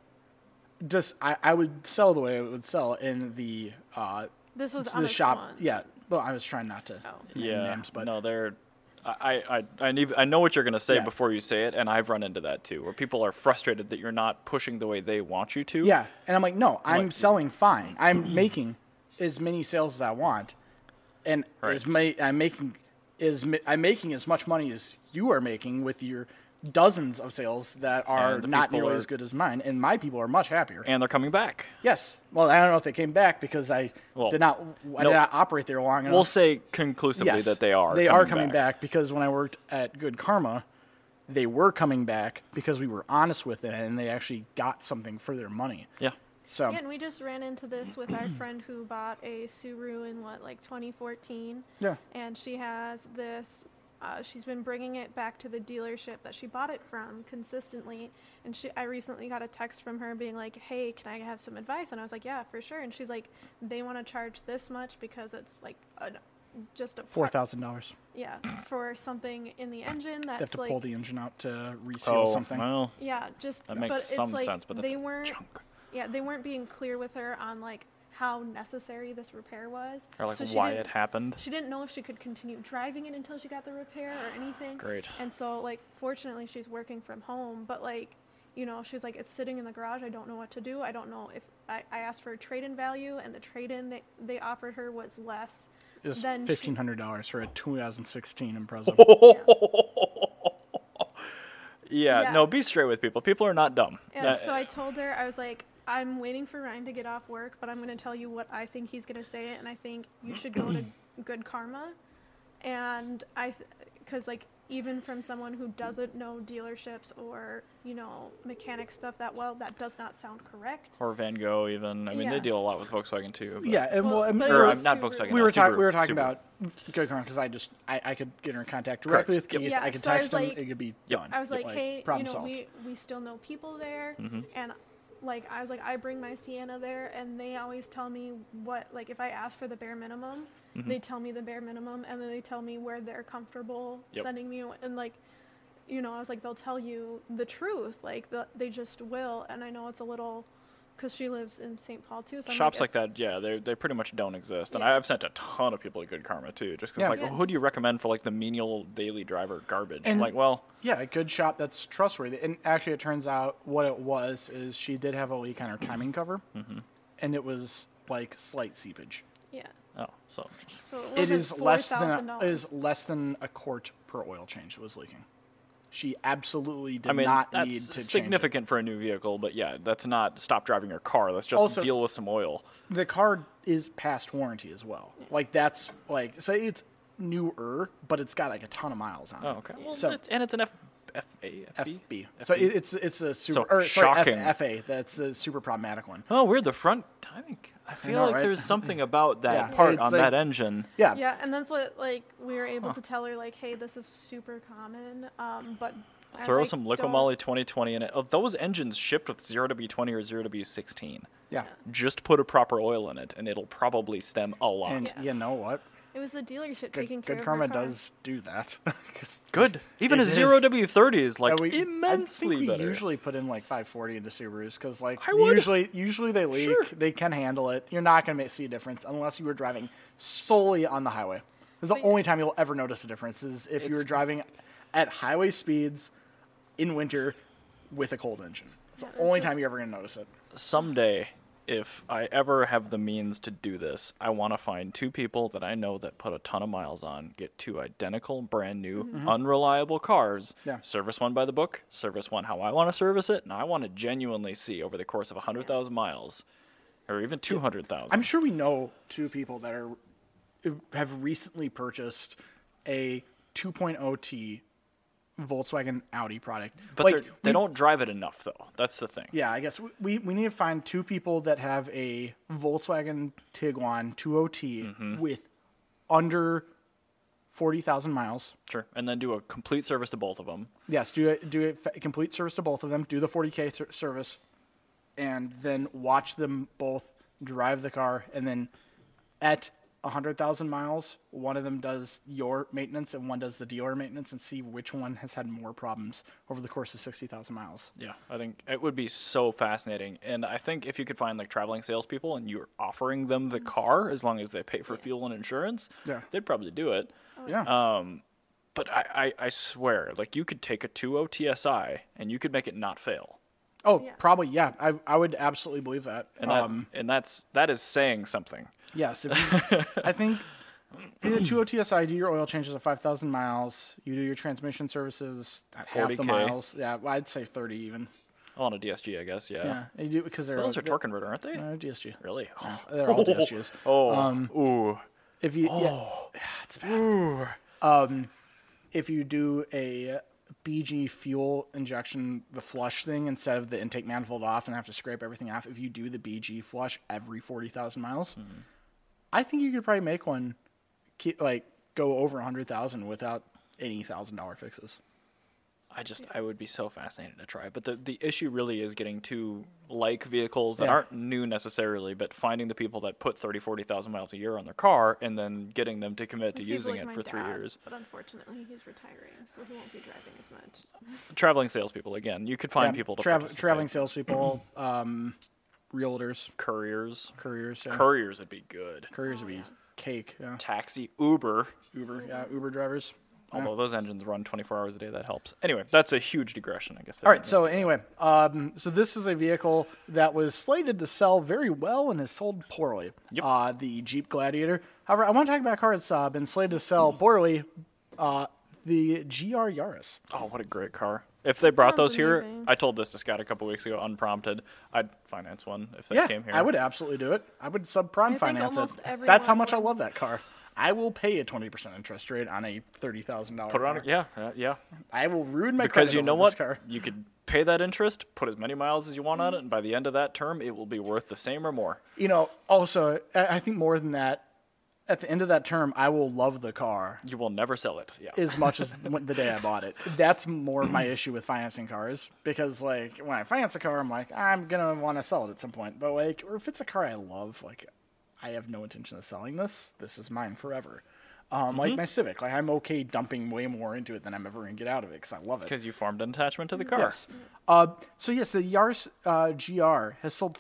[SPEAKER 2] just I, I would sell the way I would sell in the uh,
[SPEAKER 3] This was on
[SPEAKER 2] the
[SPEAKER 3] its
[SPEAKER 2] shop.
[SPEAKER 3] own.
[SPEAKER 2] Yeah. Well, I was trying not to
[SPEAKER 3] Oh.
[SPEAKER 2] name
[SPEAKER 1] yeah,
[SPEAKER 2] names, but
[SPEAKER 1] no, they're. I I- I I, need, I know what you're going to say
[SPEAKER 2] Yeah.
[SPEAKER 1] before you say it, and I've run into that too, where people are frustrated that you're not pushing the way they want you to.
[SPEAKER 2] yeah. And I'm like, no, I'm
[SPEAKER 1] Like-
[SPEAKER 2] selling fine. I'm making as many sales as I want, and
[SPEAKER 1] Right.
[SPEAKER 2] as ma- I'm making is I'm making as much money as you are making with your dozens of sales that are
[SPEAKER 1] And the
[SPEAKER 2] not
[SPEAKER 1] people
[SPEAKER 2] nearly
[SPEAKER 1] are-
[SPEAKER 2] as good as mine, and my people are much happier.
[SPEAKER 1] and they're coming back.
[SPEAKER 2] yes. Well, I don't know if they came back because I
[SPEAKER 1] Well,
[SPEAKER 2] did not I
[SPEAKER 1] no.
[SPEAKER 2] did not operate there long enough.
[SPEAKER 1] We'll say conclusively
[SPEAKER 2] yes,
[SPEAKER 1] that they are.
[SPEAKER 2] They are coming back. because when I worked at Good Karma, they were coming back because we were honest with them and they actually got something for their money.
[SPEAKER 1] Yeah.
[SPEAKER 2] So
[SPEAKER 3] Yeah, and we just ran into this with our friend who bought a Subaru in what, like 2014?
[SPEAKER 2] Yeah.
[SPEAKER 3] And she has this, uh, she's been bringing it back to the dealership that she bought it from consistently. And she, I recently got a text from her being like, hey, can I have some advice? And I was like, yeah, for sure. And she's like, they want to charge this much because it's like a, just a
[SPEAKER 2] four
[SPEAKER 3] part-
[SPEAKER 2] thousand dollars.
[SPEAKER 3] Yeah, for something in the engine
[SPEAKER 2] They have
[SPEAKER 3] that's
[SPEAKER 2] to
[SPEAKER 3] like.
[SPEAKER 2] pull the engine out to reseal
[SPEAKER 1] Oh,
[SPEAKER 2] something.
[SPEAKER 1] well,
[SPEAKER 3] yeah, just
[SPEAKER 1] that makes
[SPEAKER 3] but
[SPEAKER 1] some
[SPEAKER 3] it's like
[SPEAKER 1] sense, but that's
[SPEAKER 3] they
[SPEAKER 1] a
[SPEAKER 3] weren't
[SPEAKER 1] chunk.
[SPEAKER 3] Yeah, they weren't being clear with her on like how necessary this repair was.
[SPEAKER 1] Or like
[SPEAKER 3] So she
[SPEAKER 1] why it
[SPEAKER 3] didn't-
[SPEAKER 1] happened.
[SPEAKER 3] She didn't know if she could continue driving it until she got the repair or anything.
[SPEAKER 1] Great.
[SPEAKER 3] And so like fortunately she's working from home, but like you know, she's like, it's sitting in the garage. I don't know what to do. I don't know if I, I asked for a trade in value, and the trade in they, they offered her was less
[SPEAKER 2] It was
[SPEAKER 3] than she-
[SPEAKER 2] fifteen hundred dollars for a two thousand sixteen
[SPEAKER 1] [laughs]
[SPEAKER 2] Impreza.
[SPEAKER 1] Yeah,
[SPEAKER 3] Yeah.
[SPEAKER 1] no, be straight with people. People are not dumb.
[SPEAKER 3] And
[SPEAKER 1] That- eh,
[SPEAKER 3] so I told her, I was like, I'm waiting for Ryan to get off work, but I'm going to tell you what I think he's going to say, and I think you should go to Good Karma. And I, because like even from someone who doesn't know dealerships or you know mechanic stuff that well, that does not sound correct.
[SPEAKER 1] or Van Gogh even. I mean, they
[SPEAKER 3] Yeah.
[SPEAKER 1] deal a lot with Volkswagen too. but-
[SPEAKER 2] Yeah, and well,
[SPEAKER 3] Well,
[SPEAKER 2] and
[SPEAKER 3] but
[SPEAKER 2] we were-
[SPEAKER 1] or
[SPEAKER 3] It's a
[SPEAKER 1] I'm not
[SPEAKER 3] Subaru.
[SPEAKER 1] Volkswagen.
[SPEAKER 3] We
[SPEAKER 2] we
[SPEAKER 1] no,
[SPEAKER 2] were talking
[SPEAKER 1] Subaru,
[SPEAKER 2] we were talking
[SPEAKER 1] Subaru.
[SPEAKER 2] about good comment because I just I, I could get her in contact
[SPEAKER 1] Correct.
[SPEAKER 2] directly with
[SPEAKER 1] Yep.
[SPEAKER 2] Keith.
[SPEAKER 3] Yeah,
[SPEAKER 2] I could
[SPEAKER 3] so I was
[SPEAKER 2] text him.
[SPEAKER 3] like-
[SPEAKER 2] it could be
[SPEAKER 1] Yep.
[SPEAKER 2] done.
[SPEAKER 3] I was like, hey, you
[SPEAKER 2] problem
[SPEAKER 3] know,
[SPEAKER 2] solved.
[SPEAKER 3] we, we still know people there, and like I was like, I bring my Sienna there, and they always tell me what like if I ask for the bare minimum, they tell me the bare minimum, and then they tell me where they're comfortable
[SPEAKER 1] Yep.
[SPEAKER 3] sending me, and like, you know, I was like, they'll tell you the truth, like the, they just will, and I know it's a little, because she lives in St. Paul too. So I'm
[SPEAKER 1] Shops like
[SPEAKER 3] it's-
[SPEAKER 1] that, yeah, they they pretty much don't exist. And
[SPEAKER 3] Yeah.
[SPEAKER 1] I've sent a ton of people to Good Karma too, just 'cause
[SPEAKER 2] Yeah.
[SPEAKER 1] like,
[SPEAKER 3] Yeah,
[SPEAKER 1] well, who do you
[SPEAKER 3] just-
[SPEAKER 1] recommend for like the menial daily driver garbage?
[SPEAKER 2] And-
[SPEAKER 1] like, well,
[SPEAKER 2] Yeah, a good shop that's trustworthy. And actually, it turns out what it was is she did have a leak on her timing cover,
[SPEAKER 1] Mm-hmm.
[SPEAKER 2] and it was like slight seepage.
[SPEAKER 3] Yeah.
[SPEAKER 1] oh, so
[SPEAKER 3] So
[SPEAKER 2] It
[SPEAKER 3] it, wasn't
[SPEAKER 2] is less than a,
[SPEAKER 3] $4,000.
[SPEAKER 2] it is less than a quart per oil change was leaking. She absolutely did
[SPEAKER 1] I mean,
[SPEAKER 2] not
[SPEAKER 1] that's
[SPEAKER 2] need to change it.
[SPEAKER 1] significant for a new vehicle, but yeah, that's not stop driving your car. That's just
[SPEAKER 2] Also-
[SPEAKER 1] deal with some oil.
[SPEAKER 2] the car is past warranty as well. Like that's like say it's newer, but it's got like a ton of miles on
[SPEAKER 1] Oh,
[SPEAKER 2] it.
[SPEAKER 1] okay. Well,
[SPEAKER 2] so
[SPEAKER 1] it's, and it's an F, F, A, FB?
[SPEAKER 2] FB. So it, it's it's a super
[SPEAKER 1] So
[SPEAKER 2] or, sorry, F-
[SPEAKER 1] shocking.
[SPEAKER 2] FA. That's a super problematic one.
[SPEAKER 1] Oh, weird. The front timing. I feel
[SPEAKER 2] know,
[SPEAKER 1] like
[SPEAKER 2] right?
[SPEAKER 1] there's something about that
[SPEAKER 2] Yeah,
[SPEAKER 1] part
[SPEAKER 2] it's
[SPEAKER 1] on
[SPEAKER 2] like-
[SPEAKER 1] that engine.
[SPEAKER 2] Yeah.
[SPEAKER 3] Yeah, and that's what like we were able to tell her like, hey, this is super common, um, but I was
[SPEAKER 1] Throw
[SPEAKER 3] like,
[SPEAKER 1] some Liqui
[SPEAKER 3] "Don't-
[SPEAKER 1] Moly 2020 in it. Oh, those engines shipped with 0W20 or 0W16.
[SPEAKER 2] Yeah.
[SPEAKER 1] Just put a proper oil in it, and it'll probably stem a lot.
[SPEAKER 2] And
[SPEAKER 3] Yeah.
[SPEAKER 2] you know what?
[SPEAKER 3] It was the dealership
[SPEAKER 2] Good,
[SPEAKER 3] taking care
[SPEAKER 2] good
[SPEAKER 3] of her
[SPEAKER 2] karma
[SPEAKER 3] car.
[SPEAKER 2] does do that. [laughs] 'Cause
[SPEAKER 1] Good. Even
[SPEAKER 2] It
[SPEAKER 1] a
[SPEAKER 2] is.
[SPEAKER 1] 0W30 is like
[SPEAKER 2] we- I think
[SPEAKER 1] immensely
[SPEAKER 2] we
[SPEAKER 1] better.
[SPEAKER 2] usually put in like 540 into Subarus because like
[SPEAKER 1] I would.
[SPEAKER 2] usually usually they leak,
[SPEAKER 1] Sure.
[SPEAKER 2] they can handle it. You're not gonna ma- see a difference unless you were driving solely on the highway. This is the
[SPEAKER 3] Wait.
[SPEAKER 2] only time you'll ever notice a difference is if you were driving at highway speeds in winter with a cold engine. It's
[SPEAKER 3] Yeah,
[SPEAKER 2] the
[SPEAKER 3] it's
[SPEAKER 2] only time
[SPEAKER 3] just-
[SPEAKER 2] you're ever gonna notice it.
[SPEAKER 1] someday, if I ever have the means to do this, I want to find two people that I know that put a ton of miles on, get two identical, brand new, unreliable cars,
[SPEAKER 2] Mm-hmm. Yeah.
[SPEAKER 1] service one by the book, service one how I want to service it, and I want to genuinely see over the course of 100,000 miles or even 200,000.
[SPEAKER 2] I'm sure we know two people that are have recently purchased a 2.0 T Volkswagen Audi product,
[SPEAKER 1] but
[SPEAKER 2] Like,
[SPEAKER 1] they're- they don't drive it enough, though. That's the thing.
[SPEAKER 2] Yeah, I guess we- we, we need to find two people that have a Volkswagen Tiguan 2OT with under 40,000 miles.
[SPEAKER 1] Sure. And then do a complete service to both of them.
[SPEAKER 2] Yes, do a, do a fa- complete service to both of them, do the 40K ser- service, and then watch them both drive the car. And then at 100,000 miles, one of them does your maintenance and one does the dealer maintenance and see which one has had more problems over the course of 60,000 miles.
[SPEAKER 1] Yeah, I think it would be so fascinating. And I think if you could find like traveling salespeople and you're offering them the car as long as they pay for fuel and insurance,
[SPEAKER 2] Yeah.
[SPEAKER 1] they'd probably do it.
[SPEAKER 2] yeah.
[SPEAKER 1] But I, I, I swear, like you could take a 2.0 TSI and you could make it not fail.
[SPEAKER 2] oh,
[SPEAKER 3] Yeah.
[SPEAKER 2] probably, yeah. I, I would absolutely believe that.
[SPEAKER 1] And,
[SPEAKER 2] Um,
[SPEAKER 1] that- and that's that is saying something.
[SPEAKER 2] Yes, if you, I think in the two OTSI, do your oil changes at five thousand miles. You do your transmission services at half the
[SPEAKER 1] 40K.
[SPEAKER 2] miles. Yeah, well, I'd say thirty even.
[SPEAKER 1] Oh, on a DSG, I guess. Yeah.
[SPEAKER 2] Yeah, you do because they're
[SPEAKER 1] Those are
[SPEAKER 2] they're, uh,
[SPEAKER 1] torque converter, aren't they?
[SPEAKER 2] they're DSG.
[SPEAKER 1] Really?
[SPEAKER 2] They're all DSGs.
[SPEAKER 1] [laughs] Oh. Ooh. Oh.
[SPEAKER 2] If you yeah, it's bad. Um, if you do a BG fuel injection, the flush thing instead of the intake manifold off and have to scrape everything off. If you do the BG flush every forty thousand miles,
[SPEAKER 1] Hmm.
[SPEAKER 2] I think you could probably make one, ki- like go over a hundred thousand without any thousand dollar fixes.
[SPEAKER 1] I just I would be so fascinated to try. But the the issue really is getting to like vehicles that
[SPEAKER 2] Yeah.
[SPEAKER 1] aren't new necessarily, but finding the people that put 30, 40,000 miles a year on their car and then getting them to commit to
[SPEAKER 3] People
[SPEAKER 1] using
[SPEAKER 3] like
[SPEAKER 1] it
[SPEAKER 3] my
[SPEAKER 1] for 3
[SPEAKER 3] dad,
[SPEAKER 1] years.
[SPEAKER 3] But unfortunately, he's retiring, so he won't be driving as much.
[SPEAKER 1] Traveling salespeople again. You could find
[SPEAKER 2] Yeah,
[SPEAKER 1] people to
[SPEAKER 2] travel-
[SPEAKER 1] participate.
[SPEAKER 2] traveling salespeople, um, realtors,
[SPEAKER 1] couriers.
[SPEAKER 2] couriers, yeah.
[SPEAKER 1] Couriers would be good.
[SPEAKER 2] couriers would be cake. Yeah.
[SPEAKER 1] Taxi, Uber.
[SPEAKER 2] Uber, yeah, Uber drivers.
[SPEAKER 1] Although those engines run 24 hours a day, that helps. Anyway, that's a huge digression, I guess.
[SPEAKER 2] All right. So anyway, um, so this is a vehicle that was slated to sell very well and has sold poorly.
[SPEAKER 1] Yep.
[SPEAKER 2] Uh, the Jeep Gladiator. However, I want to talk about cars uh, been slated to sell poorly. Uh, the GR Yaris.
[SPEAKER 1] Oh, what a great car! If they brought
[SPEAKER 3] sounds
[SPEAKER 1] those here,
[SPEAKER 3] amazing.
[SPEAKER 1] I told this to Scott a couple weeks ago, unprompted. I'd finance one if they
[SPEAKER 2] yeah,
[SPEAKER 1] came here.
[SPEAKER 2] I would absolutely do it. I would subprime
[SPEAKER 3] I think
[SPEAKER 2] finance
[SPEAKER 3] almost
[SPEAKER 2] it.
[SPEAKER 3] everyone
[SPEAKER 2] That's how much I
[SPEAKER 3] would.
[SPEAKER 2] love that car. I will pay a 20% interest rate on a $30,000
[SPEAKER 1] Put it on.
[SPEAKER 2] car.
[SPEAKER 1] Yeah, uh, yeah.
[SPEAKER 2] I will ruin my
[SPEAKER 1] Because
[SPEAKER 2] credit
[SPEAKER 1] you
[SPEAKER 2] over
[SPEAKER 1] know
[SPEAKER 2] this
[SPEAKER 1] what?
[SPEAKER 2] car.
[SPEAKER 1] You could pay that interest, put as many miles as you want on it, and by the end of that term, it will be worth the same or more.
[SPEAKER 2] You know, also, I I think more than that, at the end of that term, I will love the car
[SPEAKER 1] You will never sell it. Yeah.
[SPEAKER 2] as much as the the day I bought it. That's more of my issue with financing cars because, like, when I finance a car, I'm like, I'm gonna want to sell it at some point. But like, or if it's a car I love, like, I have no intention of selling this. This is mine forever. Um,
[SPEAKER 1] Mm-hmm.
[SPEAKER 2] Like my Civic, like I'm okay dumping way more into it than I'm ever gonna get out of it because I love it.
[SPEAKER 1] Because you formed an attachment to the car.
[SPEAKER 2] Yes. Uh, so yes, the Yaris uh, GR has sold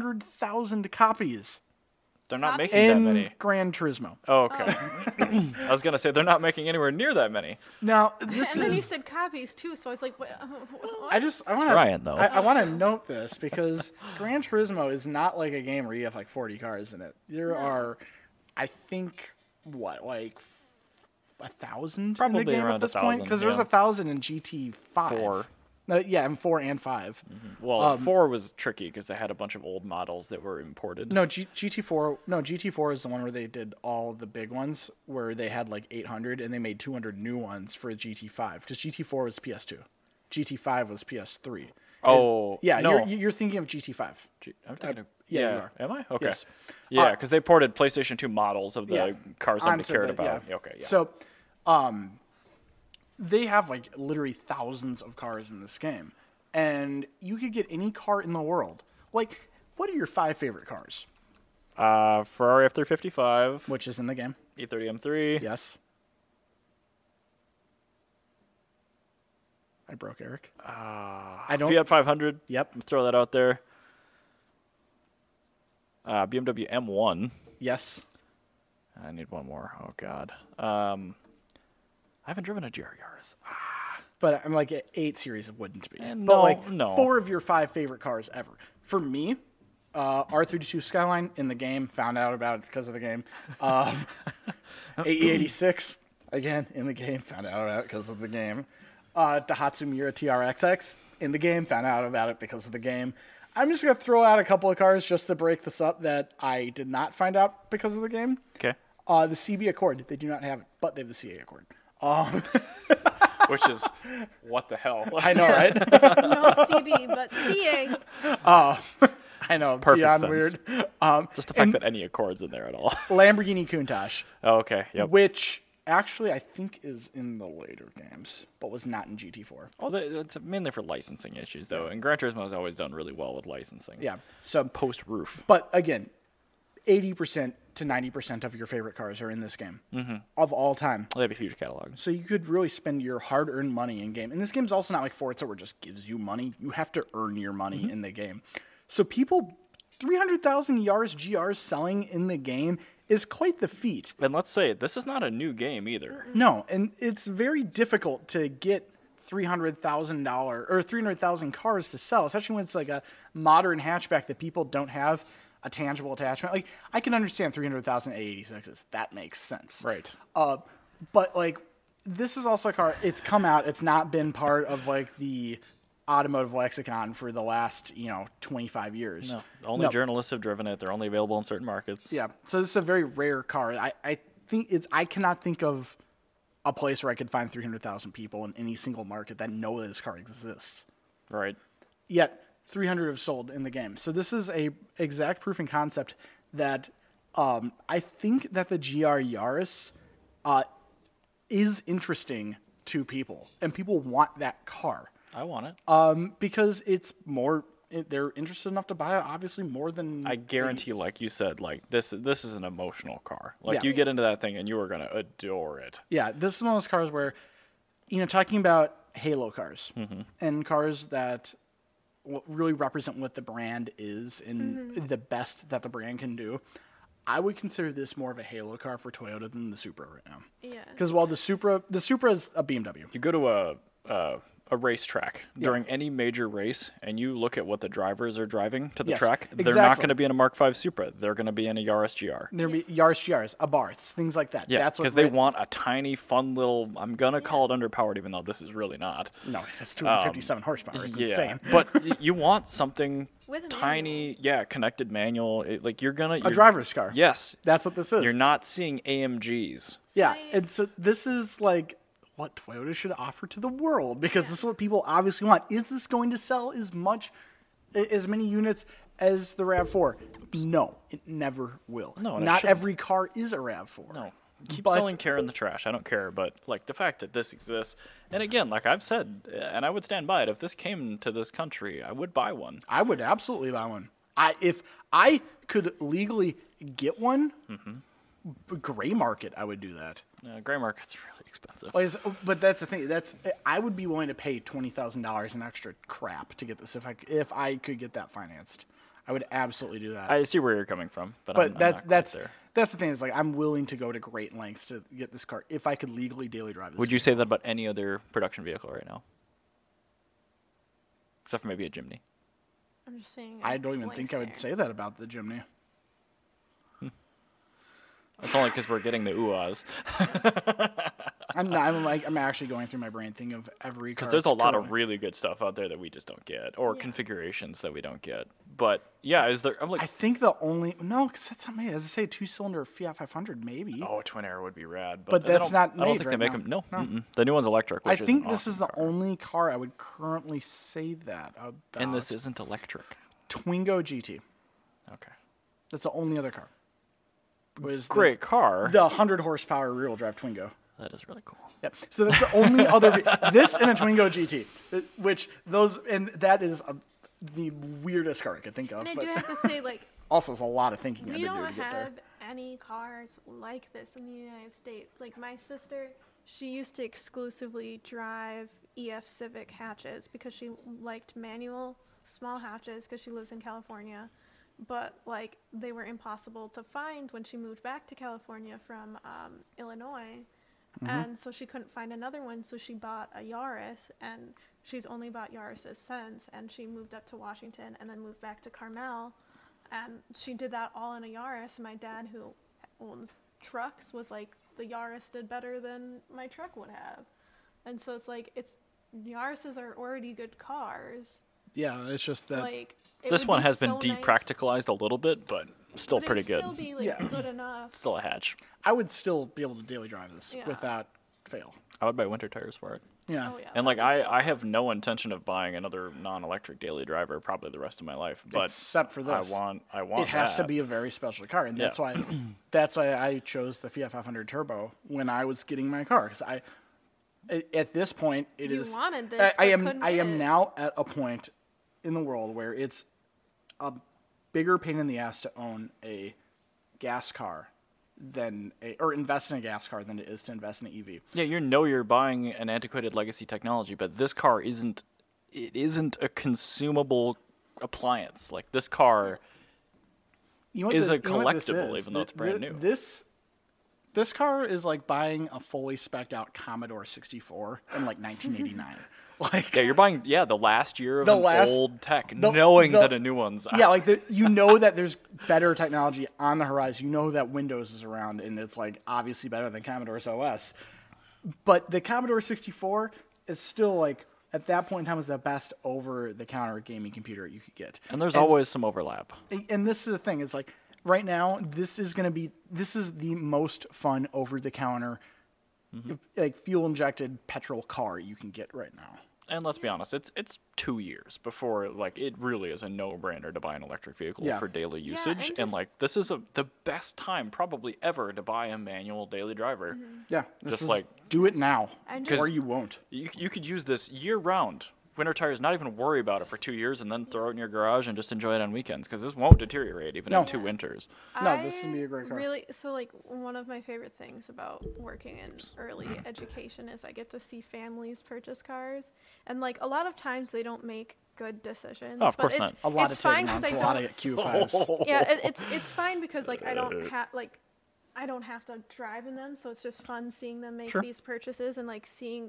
[SPEAKER 2] 300,000 copies
[SPEAKER 1] They're not making that
[SPEAKER 2] in
[SPEAKER 1] many.
[SPEAKER 2] Gran Turismo.
[SPEAKER 1] Oh, okay. [coughs] I was gonna say they're not making anywhere near that many.
[SPEAKER 2] Now this
[SPEAKER 3] [laughs] and then
[SPEAKER 2] is
[SPEAKER 3] you said copies too, so I was like, what?
[SPEAKER 2] [laughs]
[SPEAKER 3] what?
[SPEAKER 2] I just I want to
[SPEAKER 1] Ryan, though.
[SPEAKER 2] I, want to note this because Gran Turismo is not like a game where you have like 40 cars in it. There are, I think, what like a thousand
[SPEAKER 1] Probably
[SPEAKER 2] in the game
[SPEAKER 1] around
[SPEAKER 2] at
[SPEAKER 1] a
[SPEAKER 2] this point
[SPEAKER 1] thousand,
[SPEAKER 2] because there's
[SPEAKER 1] yeah.
[SPEAKER 2] a thousand in GT five.
[SPEAKER 1] Four. Mm-hmm.
[SPEAKER 2] No, yeah, and four and 5
[SPEAKER 1] Well,
[SPEAKER 2] Um,
[SPEAKER 1] four was tricky because they had a bunch of old models that were imported.
[SPEAKER 2] No, G- GT4. No, GT4 is the one where they did all the big ones, where they had like 800, and they made 200 new ones for GT5 because GT4 was PS2, GT5 was PS3.
[SPEAKER 1] Oh,
[SPEAKER 2] Yeah,
[SPEAKER 1] no.
[SPEAKER 2] you're, you're thinking of GT5.
[SPEAKER 1] Gee, I'm thinking of-
[SPEAKER 2] Uh, yeah, you are.
[SPEAKER 1] Am I? Okay.
[SPEAKER 2] Yes.
[SPEAKER 1] Yeah,
[SPEAKER 2] Uh,
[SPEAKER 1] because they ported PlayStation 2 models of the
[SPEAKER 2] yeah,
[SPEAKER 1] cars nobody
[SPEAKER 2] onto
[SPEAKER 1] cared
[SPEAKER 2] the-
[SPEAKER 1] about.
[SPEAKER 2] yeah.
[SPEAKER 1] Okay. Yeah.
[SPEAKER 2] So, um, they have like literally thousands of cars in this game, and you could get any car in the world. Like, what are your five favorite cars?
[SPEAKER 1] uh, Ferrari F355,
[SPEAKER 2] Which is in the game?
[SPEAKER 1] E30 M3.
[SPEAKER 2] Yes. I broke Eric. I don't.
[SPEAKER 1] Uh, Fiat 500.
[SPEAKER 2] Yep.
[SPEAKER 1] Throw that out there. Uh, BMW M1.
[SPEAKER 2] Yes.
[SPEAKER 1] I need one more. Oh God. Um, I haven't driven a GR Yaris. Ah,
[SPEAKER 2] But I'm like at eight series it wouldn't be.
[SPEAKER 1] Eh,
[SPEAKER 2] but
[SPEAKER 1] no,
[SPEAKER 2] like
[SPEAKER 1] no.
[SPEAKER 2] four of your five favorite cars ever. For me, uh, R32 Skyline in the game, found out about it because of the game.
[SPEAKER 1] [laughs]
[SPEAKER 2] Um, AE86 again in the game, found out about it because of the game. Uh, Daihatsu Mira TRXX in the game, found out about it because of the game. I'm just gonna throw out a couple of cars just to break this up that I did not find out because of the game.
[SPEAKER 1] Okay.
[SPEAKER 2] Uh, the CB Accord, they do not have it, but they have the CA Accord.
[SPEAKER 1] [laughs] Which is [laughs] what the hell?
[SPEAKER 2] I know,
[SPEAKER 1] [laughs]
[SPEAKER 2] right? [laughs]
[SPEAKER 3] no CB, but CA.
[SPEAKER 2] I know,
[SPEAKER 1] Perfect
[SPEAKER 2] beyond
[SPEAKER 1] sense.
[SPEAKER 2] weird. Um,
[SPEAKER 1] Just the fact that any Accord's in there at all. [laughs]
[SPEAKER 2] Lamborghini Countach,
[SPEAKER 1] oh, okay. Yep.
[SPEAKER 2] which actually I think is in the later games, but was not in GT4.
[SPEAKER 1] Well, they- it's mainly for licensing issues, though, and Gran Turismo has always done really well with licensing.
[SPEAKER 2] Yeah. So,
[SPEAKER 1] Post roof.
[SPEAKER 2] but again, 80% to 90% of your favorite cars are in this game of all time.
[SPEAKER 1] They have a huge catalog.
[SPEAKER 2] So you could really spend your hard-earned money in game. And this game's also not like Forza where it just gives you money. You have to earn your money in the game. So people 300,000 Yaris GRs selling in the game is quite the feat.
[SPEAKER 1] And let's say this is not a new game either.
[SPEAKER 2] No, and it's very difficult to get three hundred thousand dollar or three hundred thousand cars to sell, especially when it's like a modern hatchback that people don't have a tangible attachment. Like I can understand three hundred thousand A eighty sixes. That makes sense.
[SPEAKER 1] Right.
[SPEAKER 2] Uh, but like this is also a car. It's come out. It's not been part of like the automotive lexicon for the last you know twenty five years.
[SPEAKER 1] No, only journalists have driven it. They're only available in certain markets.
[SPEAKER 2] Yeah. So this is a very rare car. I, I think it's I cannot think of a place where I could find 300,000 people in any single market that know that this car exists.
[SPEAKER 1] Right.
[SPEAKER 2] Yet 300 have sold in the game. So this is a exact proof in concept that um, I think that the GR Yaris uh, is interesting to people and people want that car
[SPEAKER 1] I want it.
[SPEAKER 2] um, because it's more it, they're interested enough to buy it obviously more than
[SPEAKER 1] I guarantee, like you said, like this this is an emotional car. Like
[SPEAKER 2] Yeah.
[SPEAKER 1] you get into that thing and you are gonna adore it.
[SPEAKER 2] Yeah, this is one of those cars where, you know, talking about Halo cars
[SPEAKER 1] Mm-hmm.
[SPEAKER 2] and cars that w- really represent what the brand is and the best that the brand can do. I would consider this more of a Halo car for Toyota than the Supra right now.
[SPEAKER 3] Yeah.
[SPEAKER 2] Because while the Supra, the Supra is a BMW.
[SPEAKER 1] You go to a, a a racetrack during any major race and you look at what the drivers are driving to the
[SPEAKER 2] Yes,
[SPEAKER 1] track, they're not
[SPEAKER 2] exactly.
[SPEAKER 1] going to be in a Mark V Supra. They're going to be in a Yaris GR.
[SPEAKER 2] There'd be Yaris GRs, Abarths, things like that.
[SPEAKER 1] Yeah,
[SPEAKER 2] That's what
[SPEAKER 1] because they
[SPEAKER 2] ra-
[SPEAKER 1] want a tiny, fun little. I'm going to call it underpowered, even though this is really not.
[SPEAKER 2] No, it's just 257 horsepower. It's
[SPEAKER 1] um, yeah,
[SPEAKER 2] insane.
[SPEAKER 1] but
[SPEAKER 2] [laughs]
[SPEAKER 1] y- you want something
[SPEAKER 3] With a
[SPEAKER 1] tiny, yeah, connected manual. It, like you're gonna
[SPEAKER 2] A
[SPEAKER 1] you're-
[SPEAKER 2] driver's car.
[SPEAKER 1] Yes,
[SPEAKER 2] That's what this is.
[SPEAKER 1] you're not seeing AMGs.
[SPEAKER 2] Yeah,
[SPEAKER 3] Science.
[SPEAKER 2] and so this is like what Toyota should offer to the world because this is what people obviously want. Is this going to sell as much, a- as many units as the Rav Four? No, it never will.
[SPEAKER 1] No, and it
[SPEAKER 2] not
[SPEAKER 1] shouldn't.
[SPEAKER 2] every car is a Rav Four.
[SPEAKER 1] No. Keep
[SPEAKER 2] But-
[SPEAKER 1] selling care in the trash. I don't care, but like the fact that this exists, and again, like I've said, and I would stand by it. If this came to this country, I would buy one.
[SPEAKER 2] I would absolutely buy one. I if I could legally get one,
[SPEAKER 1] Mm-hmm.
[SPEAKER 2] b- gray market, I would do that.
[SPEAKER 1] Uh, gray market's [laughs] really expensive.
[SPEAKER 2] Like, it's- oh, But that's the thing. That's I would be willing to pay twenty thousand dollars in extra crap to get this if I if I could get that financed. I would absolutely do that.
[SPEAKER 1] I see where you're coming from, but, I'm,
[SPEAKER 2] but
[SPEAKER 1] I'm
[SPEAKER 2] that
[SPEAKER 1] not quite
[SPEAKER 2] that's
[SPEAKER 1] there.
[SPEAKER 2] that's the thing is like I'm willing to go to great lengths to get this car if I could legally daily drive this.
[SPEAKER 1] Would you say that about any other production vehicle right now? Except for maybe a Jimny.
[SPEAKER 3] I'm just saying.
[SPEAKER 2] I don't even think I would say that about the Jimny.
[SPEAKER 1] It's only because we're getting the UAs.
[SPEAKER 2] I'm not, I'm like I'm actually going through my brain thinking of every car.
[SPEAKER 1] Because there's a
[SPEAKER 2] that's
[SPEAKER 1] lot of
[SPEAKER 2] currently-
[SPEAKER 1] really good stuff out there that we just don't get, or
[SPEAKER 3] Yeah.
[SPEAKER 1] configurations that we don't get. But yeah, is there? I'm like,
[SPEAKER 2] I think the only no, because that's not made. As I say, two cylinder Fiat 500 maybe.
[SPEAKER 1] oh, a twin air would be rad, but,
[SPEAKER 2] But
[SPEAKER 1] they
[SPEAKER 2] that's
[SPEAKER 1] don't-
[SPEAKER 2] not
[SPEAKER 1] I don't
[SPEAKER 2] made
[SPEAKER 1] think they
[SPEAKER 2] right
[SPEAKER 1] make
[SPEAKER 2] now.
[SPEAKER 1] them. No, mm-mm. the new one's electric.
[SPEAKER 2] I
[SPEAKER 1] Which
[SPEAKER 2] think
[SPEAKER 1] an
[SPEAKER 2] this is
[SPEAKER 1] awesome
[SPEAKER 2] the
[SPEAKER 1] car.
[SPEAKER 2] only car I would currently say that about.
[SPEAKER 1] And this isn't electric.
[SPEAKER 2] Twingo GT.
[SPEAKER 1] Okay.
[SPEAKER 2] That's the only other car. Was the-
[SPEAKER 1] Great car.
[SPEAKER 2] The 100 horsepower rear wheel drive Twingo.
[SPEAKER 1] that is really cool.
[SPEAKER 2] Yep. So that's the only other [laughs] this and a Twingo GT, th- which those and that is a, the weirdest car I could think of.
[SPEAKER 3] And I
[SPEAKER 2] but
[SPEAKER 3] do have to say, like,
[SPEAKER 2] also, it's a lot of thinking I had
[SPEAKER 3] we
[SPEAKER 2] to do
[SPEAKER 3] don't
[SPEAKER 2] to get there.
[SPEAKER 3] have any cars like this in the United States. Like my sister, she used to exclusively drive EF Civic hatches because she liked manual small hatches because she lives in California. But like they were impossible to find when she moved back to California from um, Illinois.
[SPEAKER 1] Mm-hmm.
[SPEAKER 3] And so she couldn't find another one, so she bought a Yaris, and she's only bought Yaris's since. And she moved up to Washington and then moved back to Carmel, and she did that all in a Yaris. My dad, who owns trucks, was like, the Yaris did better than my truck would have. And so it's like, it's Yarises are already good cars.
[SPEAKER 2] Yeah, it's just that.
[SPEAKER 3] Like it
[SPEAKER 1] Uh, This
[SPEAKER 3] would
[SPEAKER 1] one
[SPEAKER 3] be
[SPEAKER 1] has
[SPEAKER 3] so
[SPEAKER 1] been
[SPEAKER 3] nice,
[SPEAKER 1] depracticalized a little bit, but still
[SPEAKER 3] but it'd
[SPEAKER 1] pretty good.
[SPEAKER 3] Still be like
[SPEAKER 2] Yeah.
[SPEAKER 3] good enough.
[SPEAKER 1] still a hatch.
[SPEAKER 2] I would still be able to daily drive this
[SPEAKER 3] Yeah.
[SPEAKER 2] without fail.
[SPEAKER 1] I would buy winter tires for it.
[SPEAKER 2] Yeah.
[SPEAKER 3] Oh yeah.
[SPEAKER 1] And like
[SPEAKER 3] that
[SPEAKER 1] I,
[SPEAKER 3] was so
[SPEAKER 1] I have no intention of buying another non-electric daily driver probably the rest of my life. But
[SPEAKER 2] Except for
[SPEAKER 1] I
[SPEAKER 2] this.
[SPEAKER 1] want I want
[SPEAKER 2] It has to
[SPEAKER 1] that.
[SPEAKER 2] be a very special car, and that's
[SPEAKER 1] Yeah.
[SPEAKER 2] why [clears throat] that's why I chose the Fiat 500 Turbo when I was getting my car because I a- at this point it is
[SPEAKER 3] You wanted this,
[SPEAKER 2] I, I
[SPEAKER 3] but
[SPEAKER 2] am
[SPEAKER 3] couldn't
[SPEAKER 2] I
[SPEAKER 3] get
[SPEAKER 2] am
[SPEAKER 3] it.
[SPEAKER 2] now at a point in the world where it's a bigger pain in the ass to own a gas car than a, or invest in a gas car than it is to invest in an E EV.
[SPEAKER 1] Yeah, you know you're buying an antiquated legacy technology, but this car isn't it isn't a consumable appliance. Like this car
[SPEAKER 2] You know what
[SPEAKER 1] is
[SPEAKER 2] the-
[SPEAKER 1] a
[SPEAKER 2] you know what this
[SPEAKER 1] collectible,
[SPEAKER 2] is?
[SPEAKER 1] even though
[SPEAKER 2] Th-
[SPEAKER 1] it's brand
[SPEAKER 2] th-
[SPEAKER 1] new.
[SPEAKER 2] This this car is like buying a fully spec'd out Commodore 64 in like
[SPEAKER 1] [laughs]
[SPEAKER 2] 1989. like
[SPEAKER 1] Yeah, you're buying yeah, the last year of
[SPEAKER 2] The
[SPEAKER 1] an
[SPEAKER 2] last-
[SPEAKER 1] old tech,
[SPEAKER 2] the-
[SPEAKER 1] knowing
[SPEAKER 2] the-
[SPEAKER 1] that a new one's out.
[SPEAKER 2] yeah, like the, you know that there's better technology on the horizon. You know that Windows is around, and it's like obviously better than Commodore's OS. But the Commodore 64 is still like at that point in time was the best over-the-counter gaming computer you could get.
[SPEAKER 1] and there's always some overlap.
[SPEAKER 2] And- and this is the thing it's like right now this is going to be this is the most fun over the counter
[SPEAKER 1] Mm-hmm.
[SPEAKER 2] like fuel injected petrol car you can get right now
[SPEAKER 1] And let's be honest, it's it's two years before like it really is a no brainer to buy an electric vehicle
[SPEAKER 2] Yeah.
[SPEAKER 1] for daily
[SPEAKER 3] Yeah,
[SPEAKER 1] usage. and,
[SPEAKER 3] and just-
[SPEAKER 1] like this is a the best time probably ever to buy a manual daily driver.
[SPEAKER 3] Mm-hmm.
[SPEAKER 2] yeah this
[SPEAKER 1] Just
[SPEAKER 2] is
[SPEAKER 1] like-
[SPEAKER 2] do it now
[SPEAKER 3] And
[SPEAKER 2] or
[SPEAKER 3] just-
[SPEAKER 2] you won't
[SPEAKER 1] You, you could use this year round. Winter tires, not even worry about it for two years, and then throw it in your garage and just enjoy it on weekends because this won't deteriorate even
[SPEAKER 2] No.
[SPEAKER 1] in two winters.
[SPEAKER 2] No, this is gonna be a great car.
[SPEAKER 3] Really, so like one of my favorite things about working in
[SPEAKER 2] [laughs]
[SPEAKER 3] early education is I get to see families purchase cars, and like a lot of times they don't make good decisions.
[SPEAKER 1] Oh, of
[SPEAKER 3] but
[SPEAKER 1] course
[SPEAKER 3] it's,
[SPEAKER 1] not.
[SPEAKER 2] a lot
[SPEAKER 3] it's
[SPEAKER 2] of
[SPEAKER 3] fine because I
[SPEAKER 2] Tiguan's, a
[SPEAKER 3] don't.
[SPEAKER 2] lot of
[SPEAKER 1] [laughs]
[SPEAKER 2] q5s
[SPEAKER 3] yeah, it, it's it's fine because like I don't have
[SPEAKER 1] Uh.
[SPEAKER 3] like I don't have to drive in them, so it's just fun seeing them make
[SPEAKER 1] Sure.
[SPEAKER 3] these purchases and like seeing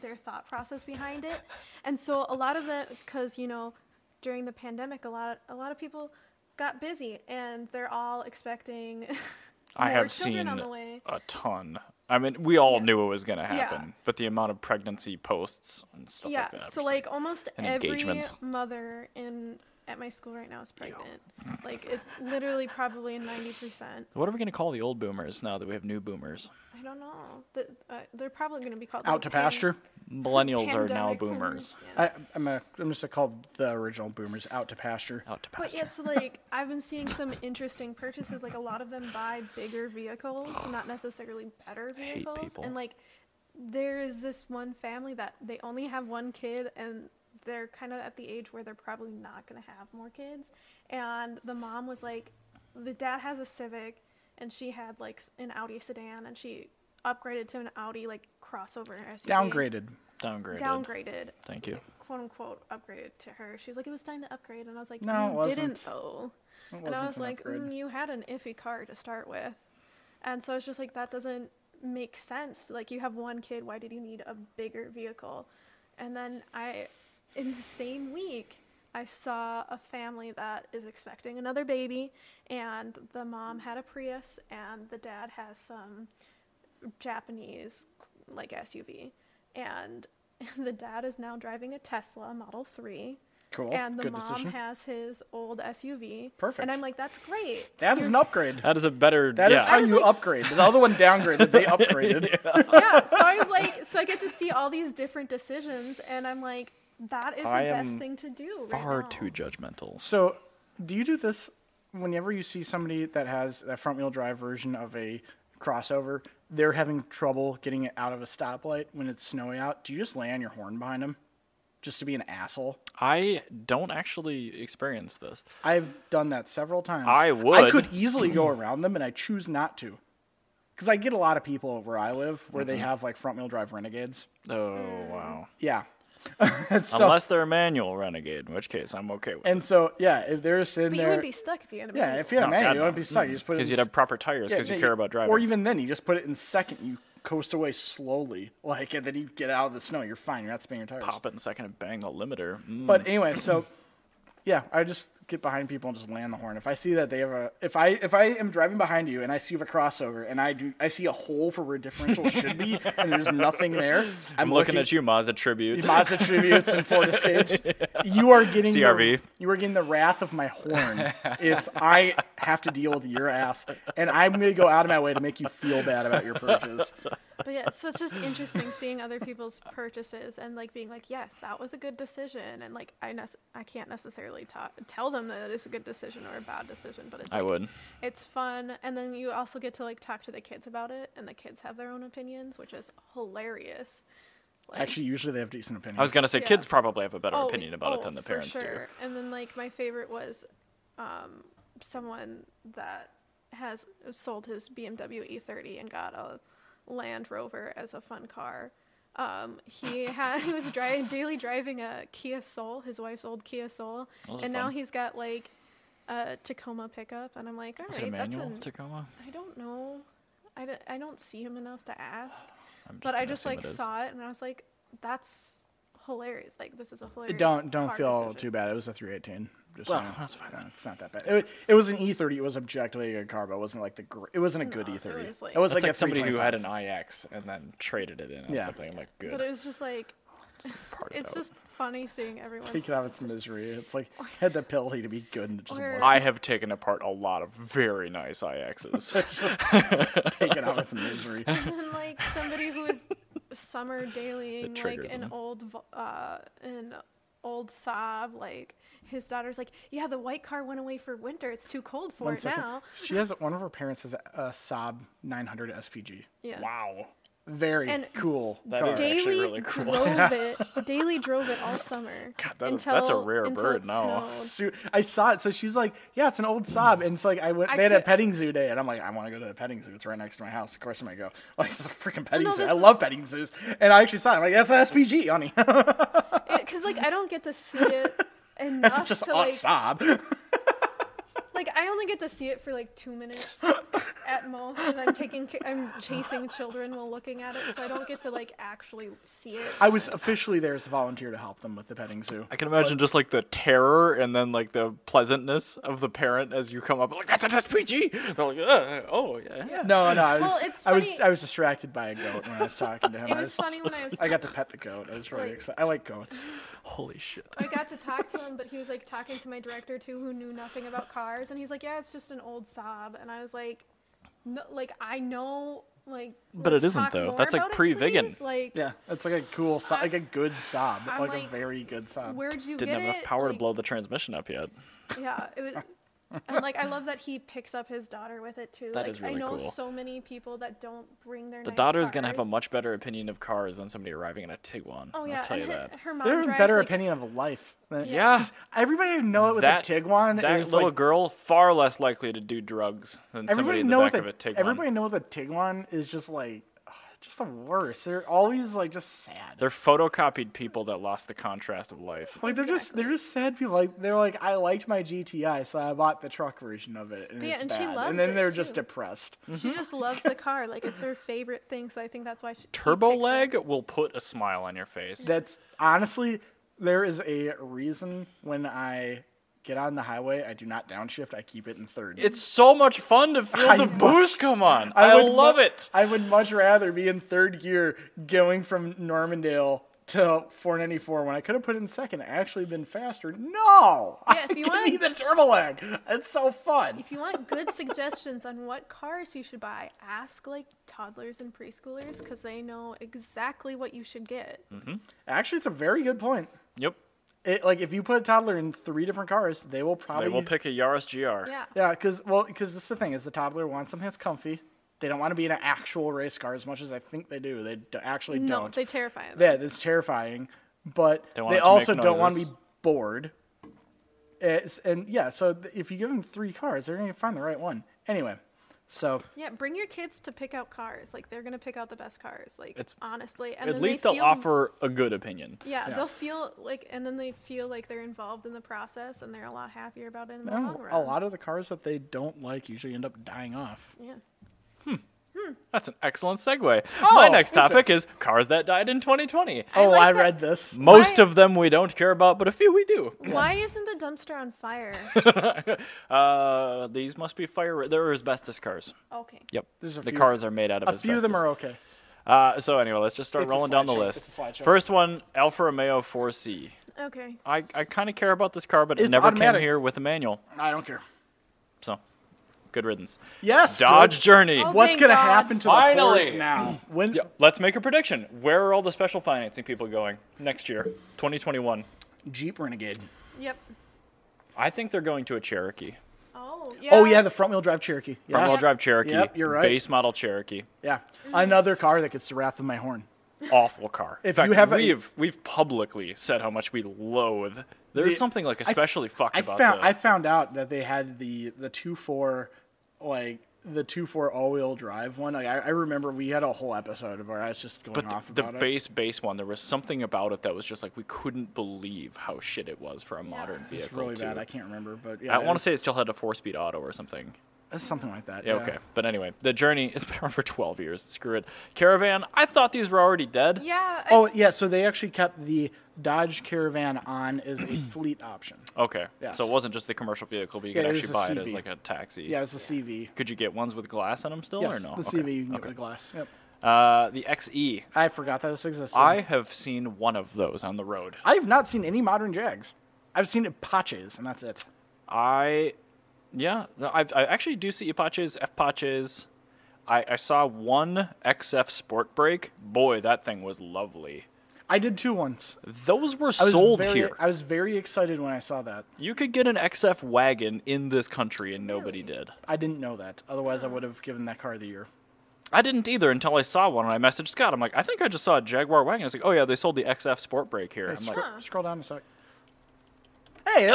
[SPEAKER 3] their thought process behind it. And so a lot of the because you know during the pandemic, a lot a lot of people got busy and they're all expecting. [laughs]
[SPEAKER 1] I
[SPEAKER 3] more
[SPEAKER 1] have
[SPEAKER 3] children
[SPEAKER 1] seen
[SPEAKER 3] on the way.
[SPEAKER 1] a ton. I mean, we all
[SPEAKER 3] Yeah.
[SPEAKER 1] knew it was going to
[SPEAKER 3] Yeah.
[SPEAKER 1] happen, but the amount of pregnancy posts and stuff
[SPEAKER 3] yeah,
[SPEAKER 1] like that.
[SPEAKER 3] so
[SPEAKER 1] just
[SPEAKER 3] like almost
[SPEAKER 1] and
[SPEAKER 3] every
[SPEAKER 1] engagements.
[SPEAKER 3] mother in at my school right now is pregnant. Like it's literally probably ninety percent.
[SPEAKER 1] what are we going to call the old boomers now that we have new boomers?
[SPEAKER 3] I don't know. The, uh, they're probably going to be called
[SPEAKER 2] Out to pasture.
[SPEAKER 1] Millennials are
[SPEAKER 3] Pandemic
[SPEAKER 1] now boomers.
[SPEAKER 3] yeah.
[SPEAKER 2] I, I'm a, I'm just called the original boomers out to pasture.
[SPEAKER 1] Out to
[SPEAKER 3] But
[SPEAKER 1] pasture.
[SPEAKER 3] yeah, so like I've been seeing some interesting purchases. Like a lot of them buy bigger vehicles, not necessarily better vehicles.
[SPEAKER 1] people.
[SPEAKER 3] And like there is this one family that they only have one kid and they're kind of at the age where they're probably not going to have more kids. And the mom was like the dad has a Civic and she had like s- an Audi sedan and she upgraded to an Audi like crossover SUV.
[SPEAKER 2] Downgraded.
[SPEAKER 1] Downgraded.
[SPEAKER 3] Downgraded
[SPEAKER 1] Thank you.
[SPEAKER 3] quote unquote upgraded to her. She was like, it was time to upgrade, and I was like,
[SPEAKER 2] No,
[SPEAKER 3] you
[SPEAKER 2] it wasn't.
[SPEAKER 3] didn't though. and
[SPEAKER 2] wasn't
[SPEAKER 3] I was
[SPEAKER 2] an
[SPEAKER 3] like,
[SPEAKER 2] upgrade.
[SPEAKER 3] mm, you had an iffy car to start with, and so I was just like, that doesn't make sense. Like you have one kid, why did you need a bigger vehicle? And then I, in the same week. I saw a family that is expecting another baby, and the mom had a Prius, and the dad has some Japanese like SUV, and [laughs] the dad is now driving a Tesla Model Three,
[SPEAKER 2] Cool.
[SPEAKER 3] and the
[SPEAKER 2] Good
[SPEAKER 3] mom
[SPEAKER 2] decision.
[SPEAKER 3] has his old SUV.
[SPEAKER 2] Perfect.
[SPEAKER 3] And I'm like, that's
[SPEAKER 2] [laughs]
[SPEAKER 3] great.
[SPEAKER 2] that is
[SPEAKER 1] [laughs]
[SPEAKER 2] an upgrade.
[SPEAKER 1] That is a better.
[SPEAKER 2] That is
[SPEAKER 1] yeah.
[SPEAKER 2] how
[SPEAKER 3] was
[SPEAKER 2] you
[SPEAKER 3] like-
[SPEAKER 2] upgrade. The other one
[SPEAKER 1] [laughs]
[SPEAKER 2] downgraded. They upgraded.
[SPEAKER 3] yeah. So I was like, so I get to see all these different decisions, and I'm like, that is the
[SPEAKER 1] I
[SPEAKER 3] best
[SPEAKER 1] am
[SPEAKER 3] thing to do. right
[SPEAKER 1] far
[SPEAKER 3] now.
[SPEAKER 1] too judgmental.
[SPEAKER 2] So, do you do this whenever you see somebody that has that front wheel drive version of a crossover? They're having trouble getting it out of a stoplight when it's snowy out. Do you just lay on your horn behind them just to be an asshole?
[SPEAKER 1] I don't actually experience this.
[SPEAKER 2] I've done that several times.
[SPEAKER 1] I
[SPEAKER 2] I
[SPEAKER 1] would.
[SPEAKER 2] could easily
[SPEAKER 1] [clears throat]
[SPEAKER 2] go around them, and I choose not to. Because I get a lot of people where I live where
[SPEAKER 1] Mm-hmm.
[SPEAKER 2] they have like front wheel drive renegades.
[SPEAKER 1] Oh
[SPEAKER 3] Mm.
[SPEAKER 1] wow!
[SPEAKER 2] Yeah. [laughs] and so,
[SPEAKER 1] Unless they're a manual renegade, in which case I'm okay with. it.
[SPEAKER 2] and so, yeah, if they're just in
[SPEAKER 3] But you
[SPEAKER 2] there.
[SPEAKER 3] wouldn't be stuck if you had a
[SPEAKER 2] yeah,
[SPEAKER 3] manual.
[SPEAKER 2] if you had a
[SPEAKER 1] No,
[SPEAKER 2] manual,
[SPEAKER 1] God,
[SPEAKER 2] you
[SPEAKER 1] no.
[SPEAKER 2] wouldn't be stuck. You just put it
[SPEAKER 1] Because Mm-hmm.
[SPEAKER 2] in
[SPEAKER 1] you'd
[SPEAKER 2] s-
[SPEAKER 1] have proper tires
[SPEAKER 2] Yeah,
[SPEAKER 1] because
[SPEAKER 2] yeah,
[SPEAKER 1] you care about driving.
[SPEAKER 2] Or even then, you just put it in second. You coast away slowly, like, and then you get out of the snow. You're fine. You're not spinning your tires.
[SPEAKER 1] pop it in second and bang the limiter. Mm.
[SPEAKER 2] But anyway, so yeah, I just get behind people and just land the horn. If I see that they have a, if I if I am driving behind you and I see you have a crossover and I do I see a hole for where differential should be and there's nothing there,
[SPEAKER 1] [laughs] I'm looking, at you, Mazda Tribute.
[SPEAKER 2] Mazda tributes and
[SPEAKER 1] [laughs]
[SPEAKER 2] Ford escapes. You are getting
[SPEAKER 1] CRV.
[SPEAKER 2] The, you are getting the wrath of my horn if I have to deal with your ass, and I'm gonna go out of my way to make you feel bad about your purchase.
[SPEAKER 3] But yeah, so
[SPEAKER 2] [laughs]
[SPEAKER 3] it's just interesting seeing other people's purchases and like being like, yes, that was a good decision, and like I nec- I can't necessarily ta- tell them that it's a good decision or a bad decision, but it's
[SPEAKER 1] I
[SPEAKER 3] like,
[SPEAKER 1] would.
[SPEAKER 3] it's fun, and then you also get to like talk to the kids about it, and the kids have their own opinions, which is hilarious. Like,
[SPEAKER 2] Actually, usually they have decent opinions.
[SPEAKER 1] I was gonna say
[SPEAKER 3] Yeah.
[SPEAKER 1] kids probably have a better
[SPEAKER 3] oh,
[SPEAKER 1] opinion about
[SPEAKER 3] oh,
[SPEAKER 1] it than the
[SPEAKER 3] for
[SPEAKER 1] parents
[SPEAKER 3] sure. And then like my favorite was, um, someone that has sold his BMW E30 E and got a Land Rover as a fun car. Um,
[SPEAKER 1] [laughs]
[SPEAKER 3] he had he was dri- daily driving a Kia Soul, his wife's old Kia Soul,
[SPEAKER 1] Those are
[SPEAKER 3] and now
[SPEAKER 1] fun.
[SPEAKER 3] he's got like a Tacoma pickup, and I'm like, all
[SPEAKER 1] do. Is
[SPEAKER 3] right,
[SPEAKER 1] it a manual
[SPEAKER 3] that's an,
[SPEAKER 1] Tacoma?
[SPEAKER 3] I don't know. I don't, I don't see him enough to ask.
[SPEAKER 1] I'm just
[SPEAKER 3] But I
[SPEAKER 1] gonna
[SPEAKER 3] just
[SPEAKER 1] assume
[SPEAKER 3] like
[SPEAKER 1] it is.
[SPEAKER 3] saw it and I was like, that's hilarious. Like this is a hilarious.
[SPEAKER 2] Don't don't
[SPEAKER 3] car
[SPEAKER 2] feel
[SPEAKER 3] decision.
[SPEAKER 2] too bad. It was a 318. Just so
[SPEAKER 1] Well,
[SPEAKER 2] you know.
[SPEAKER 1] that's fine.
[SPEAKER 2] No, It's not that bad. It, wa- it was an E30. It was objectively a good car, but it wasn't like the. Gr- it wasn't a good
[SPEAKER 3] No, Oh, it
[SPEAKER 2] E30.
[SPEAKER 3] was like-
[SPEAKER 2] it was
[SPEAKER 1] That's
[SPEAKER 2] like,
[SPEAKER 1] like,
[SPEAKER 2] a
[SPEAKER 1] somebody who had
[SPEAKER 2] 325.
[SPEAKER 1] an IX and then traded it in on
[SPEAKER 2] Yeah.
[SPEAKER 1] something. I'm like, good.
[SPEAKER 3] But it was just like
[SPEAKER 1] part it
[SPEAKER 3] it's
[SPEAKER 1] out.
[SPEAKER 3] just funny seeing everyone.
[SPEAKER 2] Take it out of its misery. It's like had the ability to be good and it just
[SPEAKER 3] Or-
[SPEAKER 2] wasn't [laughs]
[SPEAKER 1] I have taken apart a lot of very nice
[SPEAKER 3] [laughs]
[SPEAKER 1] IXs.
[SPEAKER 2] taken out of its misery.
[SPEAKER 3] And then [laughs] like somebody who is summer dailying like
[SPEAKER 1] triggers
[SPEAKER 3] an
[SPEAKER 1] them.
[SPEAKER 3] old vo- uh an old sob like his daughter's like yeah the white car went away for winter it's too cold for
[SPEAKER 2] One
[SPEAKER 3] it
[SPEAKER 2] second.
[SPEAKER 3] now
[SPEAKER 2] She has one of her parents has a, a Saab 900 SPG.
[SPEAKER 3] yeah
[SPEAKER 1] wow.
[SPEAKER 2] Very
[SPEAKER 3] And
[SPEAKER 2] cool.
[SPEAKER 1] That
[SPEAKER 2] car.
[SPEAKER 1] is actually
[SPEAKER 3] Daily
[SPEAKER 1] really cool.
[SPEAKER 3] drove it. Daily
[SPEAKER 1] [laughs]
[SPEAKER 3] drove it all summer. God,
[SPEAKER 1] that is- that's a rare bird now.
[SPEAKER 2] Su- I saw it, so she's like, "Yeah, it's an old Saab," and it's like I went.
[SPEAKER 3] I
[SPEAKER 2] they had a
[SPEAKER 3] could-
[SPEAKER 2] petting zoo day, and I'm like, "I want to go to the petting zoo. It's right next to my house. Of course, I'm gonna go. [laughs] Like, it's a freaking petting
[SPEAKER 3] no,
[SPEAKER 2] zoo.
[SPEAKER 3] this
[SPEAKER 2] I
[SPEAKER 3] is-
[SPEAKER 2] love petting zoos." And I actually saw it. I'm like, "That's an SPG, honey. [laughs]
[SPEAKER 3] [laughs] Because like I don't get to see it enough
[SPEAKER 2] That's just a
[SPEAKER 3] to like
[SPEAKER 2] Saab." [laughs] [laughs]
[SPEAKER 3] like I only get to see it for like two minutes at most, and I'm taking, ca- I'm chasing children while looking at it, so I don't get to like actually see it.
[SPEAKER 2] I was officially there as a volunteer to help them with the petting zoo.
[SPEAKER 1] I can imagine just like the terror and then like the pleasantness of the parent as you come up like that's an SPG. They're like, uh, oh yeah.
[SPEAKER 2] No, no, I was,
[SPEAKER 3] Well, it's
[SPEAKER 2] I was,
[SPEAKER 3] funny-
[SPEAKER 2] I was distracted by a goat when I was talking to him.
[SPEAKER 3] [laughs] It
[SPEAKER 2] I,
[SPEAKER 3] was funny when I was.
[SPEAKER 2] I got to pet the goat. I was really
[SPEAKER 3] Like-
[SPEAKER 2] excited. I like goats.
[SPEAKER 1] Holy shit.
[SPEAKER 3] I got to talk to him, but he was like talking to my director too, who knew nothing about cars, and he's like, "Yeah, it's just an old Saab," and I was like, "No, like I know, like."
[SPEAKER 1] But it
[SPEAKER 3] let's
[SPEAKER 1] isn't,
[SPEAKER 3] talk
[SPEAKER 1] though.
[SPEAKER 3] more
[SPEAKER 1] That's, like,
[SPEAKER 3] about it,
[SPEAKER 1] pre-Vigan.
[SPEAKER 3] please." Like,
[SPEAKER 2] Yeah, it's like a cool, so-
[SPEAKER 3] I-
[SPEAKER 2] like a good sob,
[SPEAKER 3] I'm
[SPEAKER 2] like, a
[SPEAKER 3] like,
[SPEAKER 2] very good sob.
[SPEAKER 3] where'd you
[SPEAKER 1] Didn't
[SPEAKER 3] get
[SPEAKER 1] have enough
[SPEAKER 3] it?
[SPEAKER 1] power to
[SPEAKER 3] Like,
[SPEAKER 1] blow the transmission up yet.
[SPEAKER 3] Yeah, it was. And like, I love that he picks up his daughter with it too.
[SPEAKER 1] That
[SPEAKER 3] like,
[SPEAKER 1] is really
[SPEAKER 3] I know
[SPEAKER 1] cool.
[SPEAKER 3] so many people that don't bring their.
[SPEAKER 1] The
[SPEAKER 3] nice
[SPEAKER 1] daughter's gonna have a
[SPEAKER 3] cars.
[SPEAKER 1] much better opinion of cars than somebody arriving in a Tiguan.
[SPEAKER 3] Oh yeah,
[SPEAKER 1] I'll tell
[SPEAKER 3] and
[SPEAKER 1] you
[SPEAKER 3] her, [laughs]
[SPEAKER 1] that.
[SPEAKER 3] her mom
[SPEAKER 2] They have a
[SPEAKER 3] drives,
[SPEAKER 2] better
[SPEAKER 3] like,
[SPEAKER 2] opinion of life. than-
[SPEAKER 1] Yeah.
[SPEAKER 2] Just- everybody I know it with
[SPEAKER 1] that
[SPEAKER 2] a Tiguan
[SPEAKER 1] that
[SPEAKER 2] is
[SPEAKER 1] little
[SPEAKER 2] like
[SPEAKER 1] girl far less likely to do drugs than somebody
[SPEAKER 2] everybody
[SPEAKER 1] in the
[SPEAKER 2] know
[SPEAKER 1] back
[SPEAKER 2] with
[SPEAKER 1] of
[SPEAKER 2] a,
[SPEAKER 1] a Tiguan.
[SPEAKER 2] everybody know with a Tiguan is just like ugh, just the worst. They're always like just sad.
[SPEAKER 1] They're photocopied people that lost the contrast of life.
[SPEAKER 2] like they're just they're just sad people. Like they're like I liked my GTI, so I bought the truck version of it, and
[SPEAKER 3] But yeah,
[SPEAKER 2] it's
[SPEAKER 3] and she
[SPEAKER 2] bad.
[SPEAKER 3] loves
[SPEAKER 2] and then
[SPEAKER 3] it,
[SPEAKER 2] they're just
[SPEAKER 3] too.
[SPEAKER 2] depressed.
[SPEAKER 3] She just loves the car. Like it's her favorite thing. So I think that's why she. he
[SPEAKER 1] Turbo
[SPEAKER 3] picks it.
[SPEAKER 1] leg will put a smile on your face.
[SPEAKER 2] That's honestly there is a reason when I get on the highway, I do not downshift. I keep it in third.
[SPEAKER 1] It's so much fun to feel
[SPEAKER 2] [laughs] I
[SPEAKER 1] the
[SPEAKER 2] know.
[SPEAKER 1] boost come on. I,
[SPEAKER 2] would mu-
[SPEAKER 1] love it.
[SPEAKER 2] I would much rather be in third gear going from Normandale to 494 when I could have put it in second. I actually been faster. No, [laughs]
[SPEAKER 3] Yeah, if
[SPEAKER 2] I
[SPEAKER 3] you
[SPEAKER 2] can
[SPEAKER 3] wanna-
[SPEAKER 2] need the turbo lag. It's so fun.
[SPEAKER 3] If you want good suggestions on what cars you should buy, ask like toddlers and preschoolers because they know exactly what you should get.
[SPEAKER 1] Mm.
[SPEAKER 2] Actually, it's a very good point.
[SPEAKER 1] Yep.
[SPEAKER 2] It, like if you put a toddler in three different cars, they will probably
[SPEAKER 1] They will pick a Yaris GR.
[SPEAKER 3] Yeah.
[SPEAKER 2] Yeah, because well, because this is the thing is the toddler wants something that's comfy. They don't want to be in an actual race car as much as I think they do. They d- actually
[SPEAKER 3] No,
[SPEAKER 2] don't.
[SPEAKER 3] they terrify them.
[SPEAKER 2] Yeah, that's terrifying. But
[SPEAKER 1] Don't want
[SPEAKER 2] they
[SPEAKER 1] it to make
[SPEAKER 2] also don't want to be
[SPEAKER 1] noises.
[SPEAKER 2] bored. It's, and yeah, so th- if you give them three cars, they're going to find the right one. Anyway, so
[SPEAKER 3] Yeah, bring your kids to pick out cars. Like they're gonna pick out the best cars. Like
[SPEAKER 1] It's-
[SPEAKER 3] honestly, and
[SPEAKER 1] At
[SPEAKER 3] then they
[SPEAKER 1] least they'll
[SPEAKER 3] feel-
[SPEAKER 1] offer a good opinion.
[SPEAKER 3] Yeah,
[SPEAKER 2] Yeah.
[SPEAKER 3] they'll feel like, and then they feel like they're involved in the process, and they're a lot happier about it in the
[SPEAKER 2] um,
[SPEAKER 3] long run.
[SPEAKER 2] a lot of the cars that they don't like usually end up dying off.
[SPEAKER 3] Yeah.
[SPEAKER 1] That's an excellent segue.
[SPEAKER 2] Oh,
[SPEAKER 1] My next
[SPEAKER 2] is
[SPEAKER 1] topic
[SPEAKER 2] it?
[SPEAKER 1] is cars that died in 2020.
[SPEAKER 2] oh,
[SPEAKER 3] like
[SPEAKER 2] I
[SPEAKER 3] that-
[SPEAKER 2] read this.
[SPEAKER 1] Most
[SPEAKER 3] Why-
[SPEAKER 1] of them we don't care about, but a few we do.
[SPEAKER 3] Why isn't the dumpster on fire?
[SPEAKER 2] [laughs]
[SPEAKER 1] Uh, these must be fire. They're asbestos cars.
[SPEAKER 3] okay.
[SPEAKER 1] Yep.
[SPEAKER 2] There's a
[SPEAKER 1] the
[SPEAKER 2] few-
[SPEAKER 1] cars are made out of
[SPEAKER 2] A
[SPEAKER 1] asbestos.
[SPEAKER 2] few of them are okay.
[SPEAKER 1] Uh, so anyway, let's just start
[SPEAKER 2] It's a
[SPEAKER 1] rolling down the
[SPEAKER 2] slideshow.
[SPEAKER 1] list.
[SPEAKER 2] It's a slideshow.
[SPEAKER 1] First one, Alfa Romeo 4C.
[SPEAKER 3] Okay.
[SPEAKER 1] I, I kind of care about this car, but it
[SPEAKER 2] It's
[SPEAKER 1] never
[SPEAKER 2] automatic.
[SPEAKER 1] came here with a manual.
[SPEAKER 2] I don't care.
[SPEAKER 1] So, good riddance.
[SPEAKER 2] Yes,
[SPEAKER 1] Dodge
[SPEAKER 2] good.
[SPEAKER 1] Journey.
[SPEAKER 3] Oh,
[SPEAKER 2] What's
[SPEAKER 3] thank
[SPEAKER 2] going to
[SPEAKER 3] God.
[SPEAKER 2] happen to
[SPEAKER 1] Finally.
[SPEAKER 2] the
[SPEAKER 1] [clears throat]
[SPEAKER 2] Taurus now? When
[SPEAKER 1] Yeah, let's make a prediction. Where are all the special financing people going next year, 2021?
[SPEAKER 2] Jeep Renegade.
[SPEAKER 3] Yep.
[SPEAKER 1] I think they're going to a Cherokee,
[SPEAKER 3] Oh yeah.
[SPEAKER 2] Oh yeah, the front wheel drive Cherokee. Yeah.
[SPEAKER 1] front-wheel drive Cherokee,
[SPEAKER 2] Yep, you're right.
[SPEAKER 1] base model Cherokee.
[SPEAKER 2] Yeah, another car that gets the wrath of my horn.
[SPEAKER 1] Awful car. In
[SPEAKER 2] If
[SPEAKER 1] fact,
[SPEAKER 2] you have a-
[SPEAKER 1] we've we've publicly said how much we loathe. There's
[SPEAKER 2] The-
[SPEAKER 1] something like especially fucked
[SPEAKER 2] I
[SPEAKER 1] about
[SPEAKER 2] found
[SPEAKER 1] the-
[SPEAKER 2] I found out that they had the the two four like the two four all wheel drive one. Like I, I remember we had a whole episode where I was just going
[SPEAKER 1] But
[SPEAKER 2] off
[SPEAKER 1] the, the
[SPEAKER 2] about it.
[SPEAKER 1] base base one, there was something about it that was just like we couldn't believe how shit it was for a modern
[SPEAKER 2] It's
[SPEAKER 1] vehicle.
[SPEAKER 2] really
[SPEAKER 1] too.
[SPEAKER 2] bad. I can't remember, but yeah,
[SPEAKER 1] I want to say it
[SPEAKER 2] it's,
[SPEAKER 1] still had a four speed auto or something.
[SPEAKER 2] it's something like that.
[SPEAKER 1] Yeah, okay. But anyway, the journey [laughs] it's been around for twelve years. Screw it. Caravan, I thought these were already dead.
[SPEAKER 3] Yeah. I-
[SPEAKER 2] Oh yeah, so they actually kept the Dodge Caravan on as
[SPEAKER 1] [clears throat]
[SPEAKER 2] a fleet option.
[SPEAKER 1] Okay.
[SPEAKER 2] Yes.
[SPEAKER 1] So it wasn't just the commercial vehicle, but you
[SPEAKER 2] Yeah,
[SPEAKER 1] could
[SPEAKER 2] it was
[SPEAKER 1] actually
[SPEAKER 2] a
[SPEAKER 1] buy it as
[SPEAKER 2] CV.
[SPEAKER 1] like a taxi.
[SPEAKER 2] Yeah, it was the CV.
[SPEAKER 1] Could you get ones with glass in them still
[SPEAKER 2] Yes,
[SPEAKER 1] or no?
[SPEAKER 2] the
[SPEAKER 1] Oh, Okay,
[SPEAKER 2] CV you can get
[SPEAKER 1] okay.
[SPEAKER 2] with glass. Yep.
[SPEAKER 1] Uh, the XE.
[SPEAKER 2] I forgot that this existed.
[SPEAKER 1] I have seen one of those on the road.
[SPEAKER 2] I've not seen any modern Jags. I've seen Apaches, and that's it.
[SPEAKER 1] I, yeah, no, I, I actually do see Apaches, F-Paches. I, I saw one XF Sport Break. Boy, that thing was lovely.
[SPEAKER 2] I did two once.
[SPEAKER 1] Those were
[SPEAKER 2] I was
[SPEAKER 1] sold
[SPEAKER 2] very,
[SPEAKER 1] here.
[SPEAKER 2] I was very excited when I saw that.
[SPEAKER 1] you could get an XF wagon in this country, and nobody did.
[SPEAKER 2] I didn't know that. Otherwise, I would have given that car the year.
[SPEAKER 1] I didn't either until I saw one, and I messaged Scott. I'm like, I think I just saw a Jaguar wagon. I was like, oh yeah, they sold the XF Sport Break here. I'm like,
[SPEAKER 2] Uh, Scroll, scroll down a sec. Hey, there we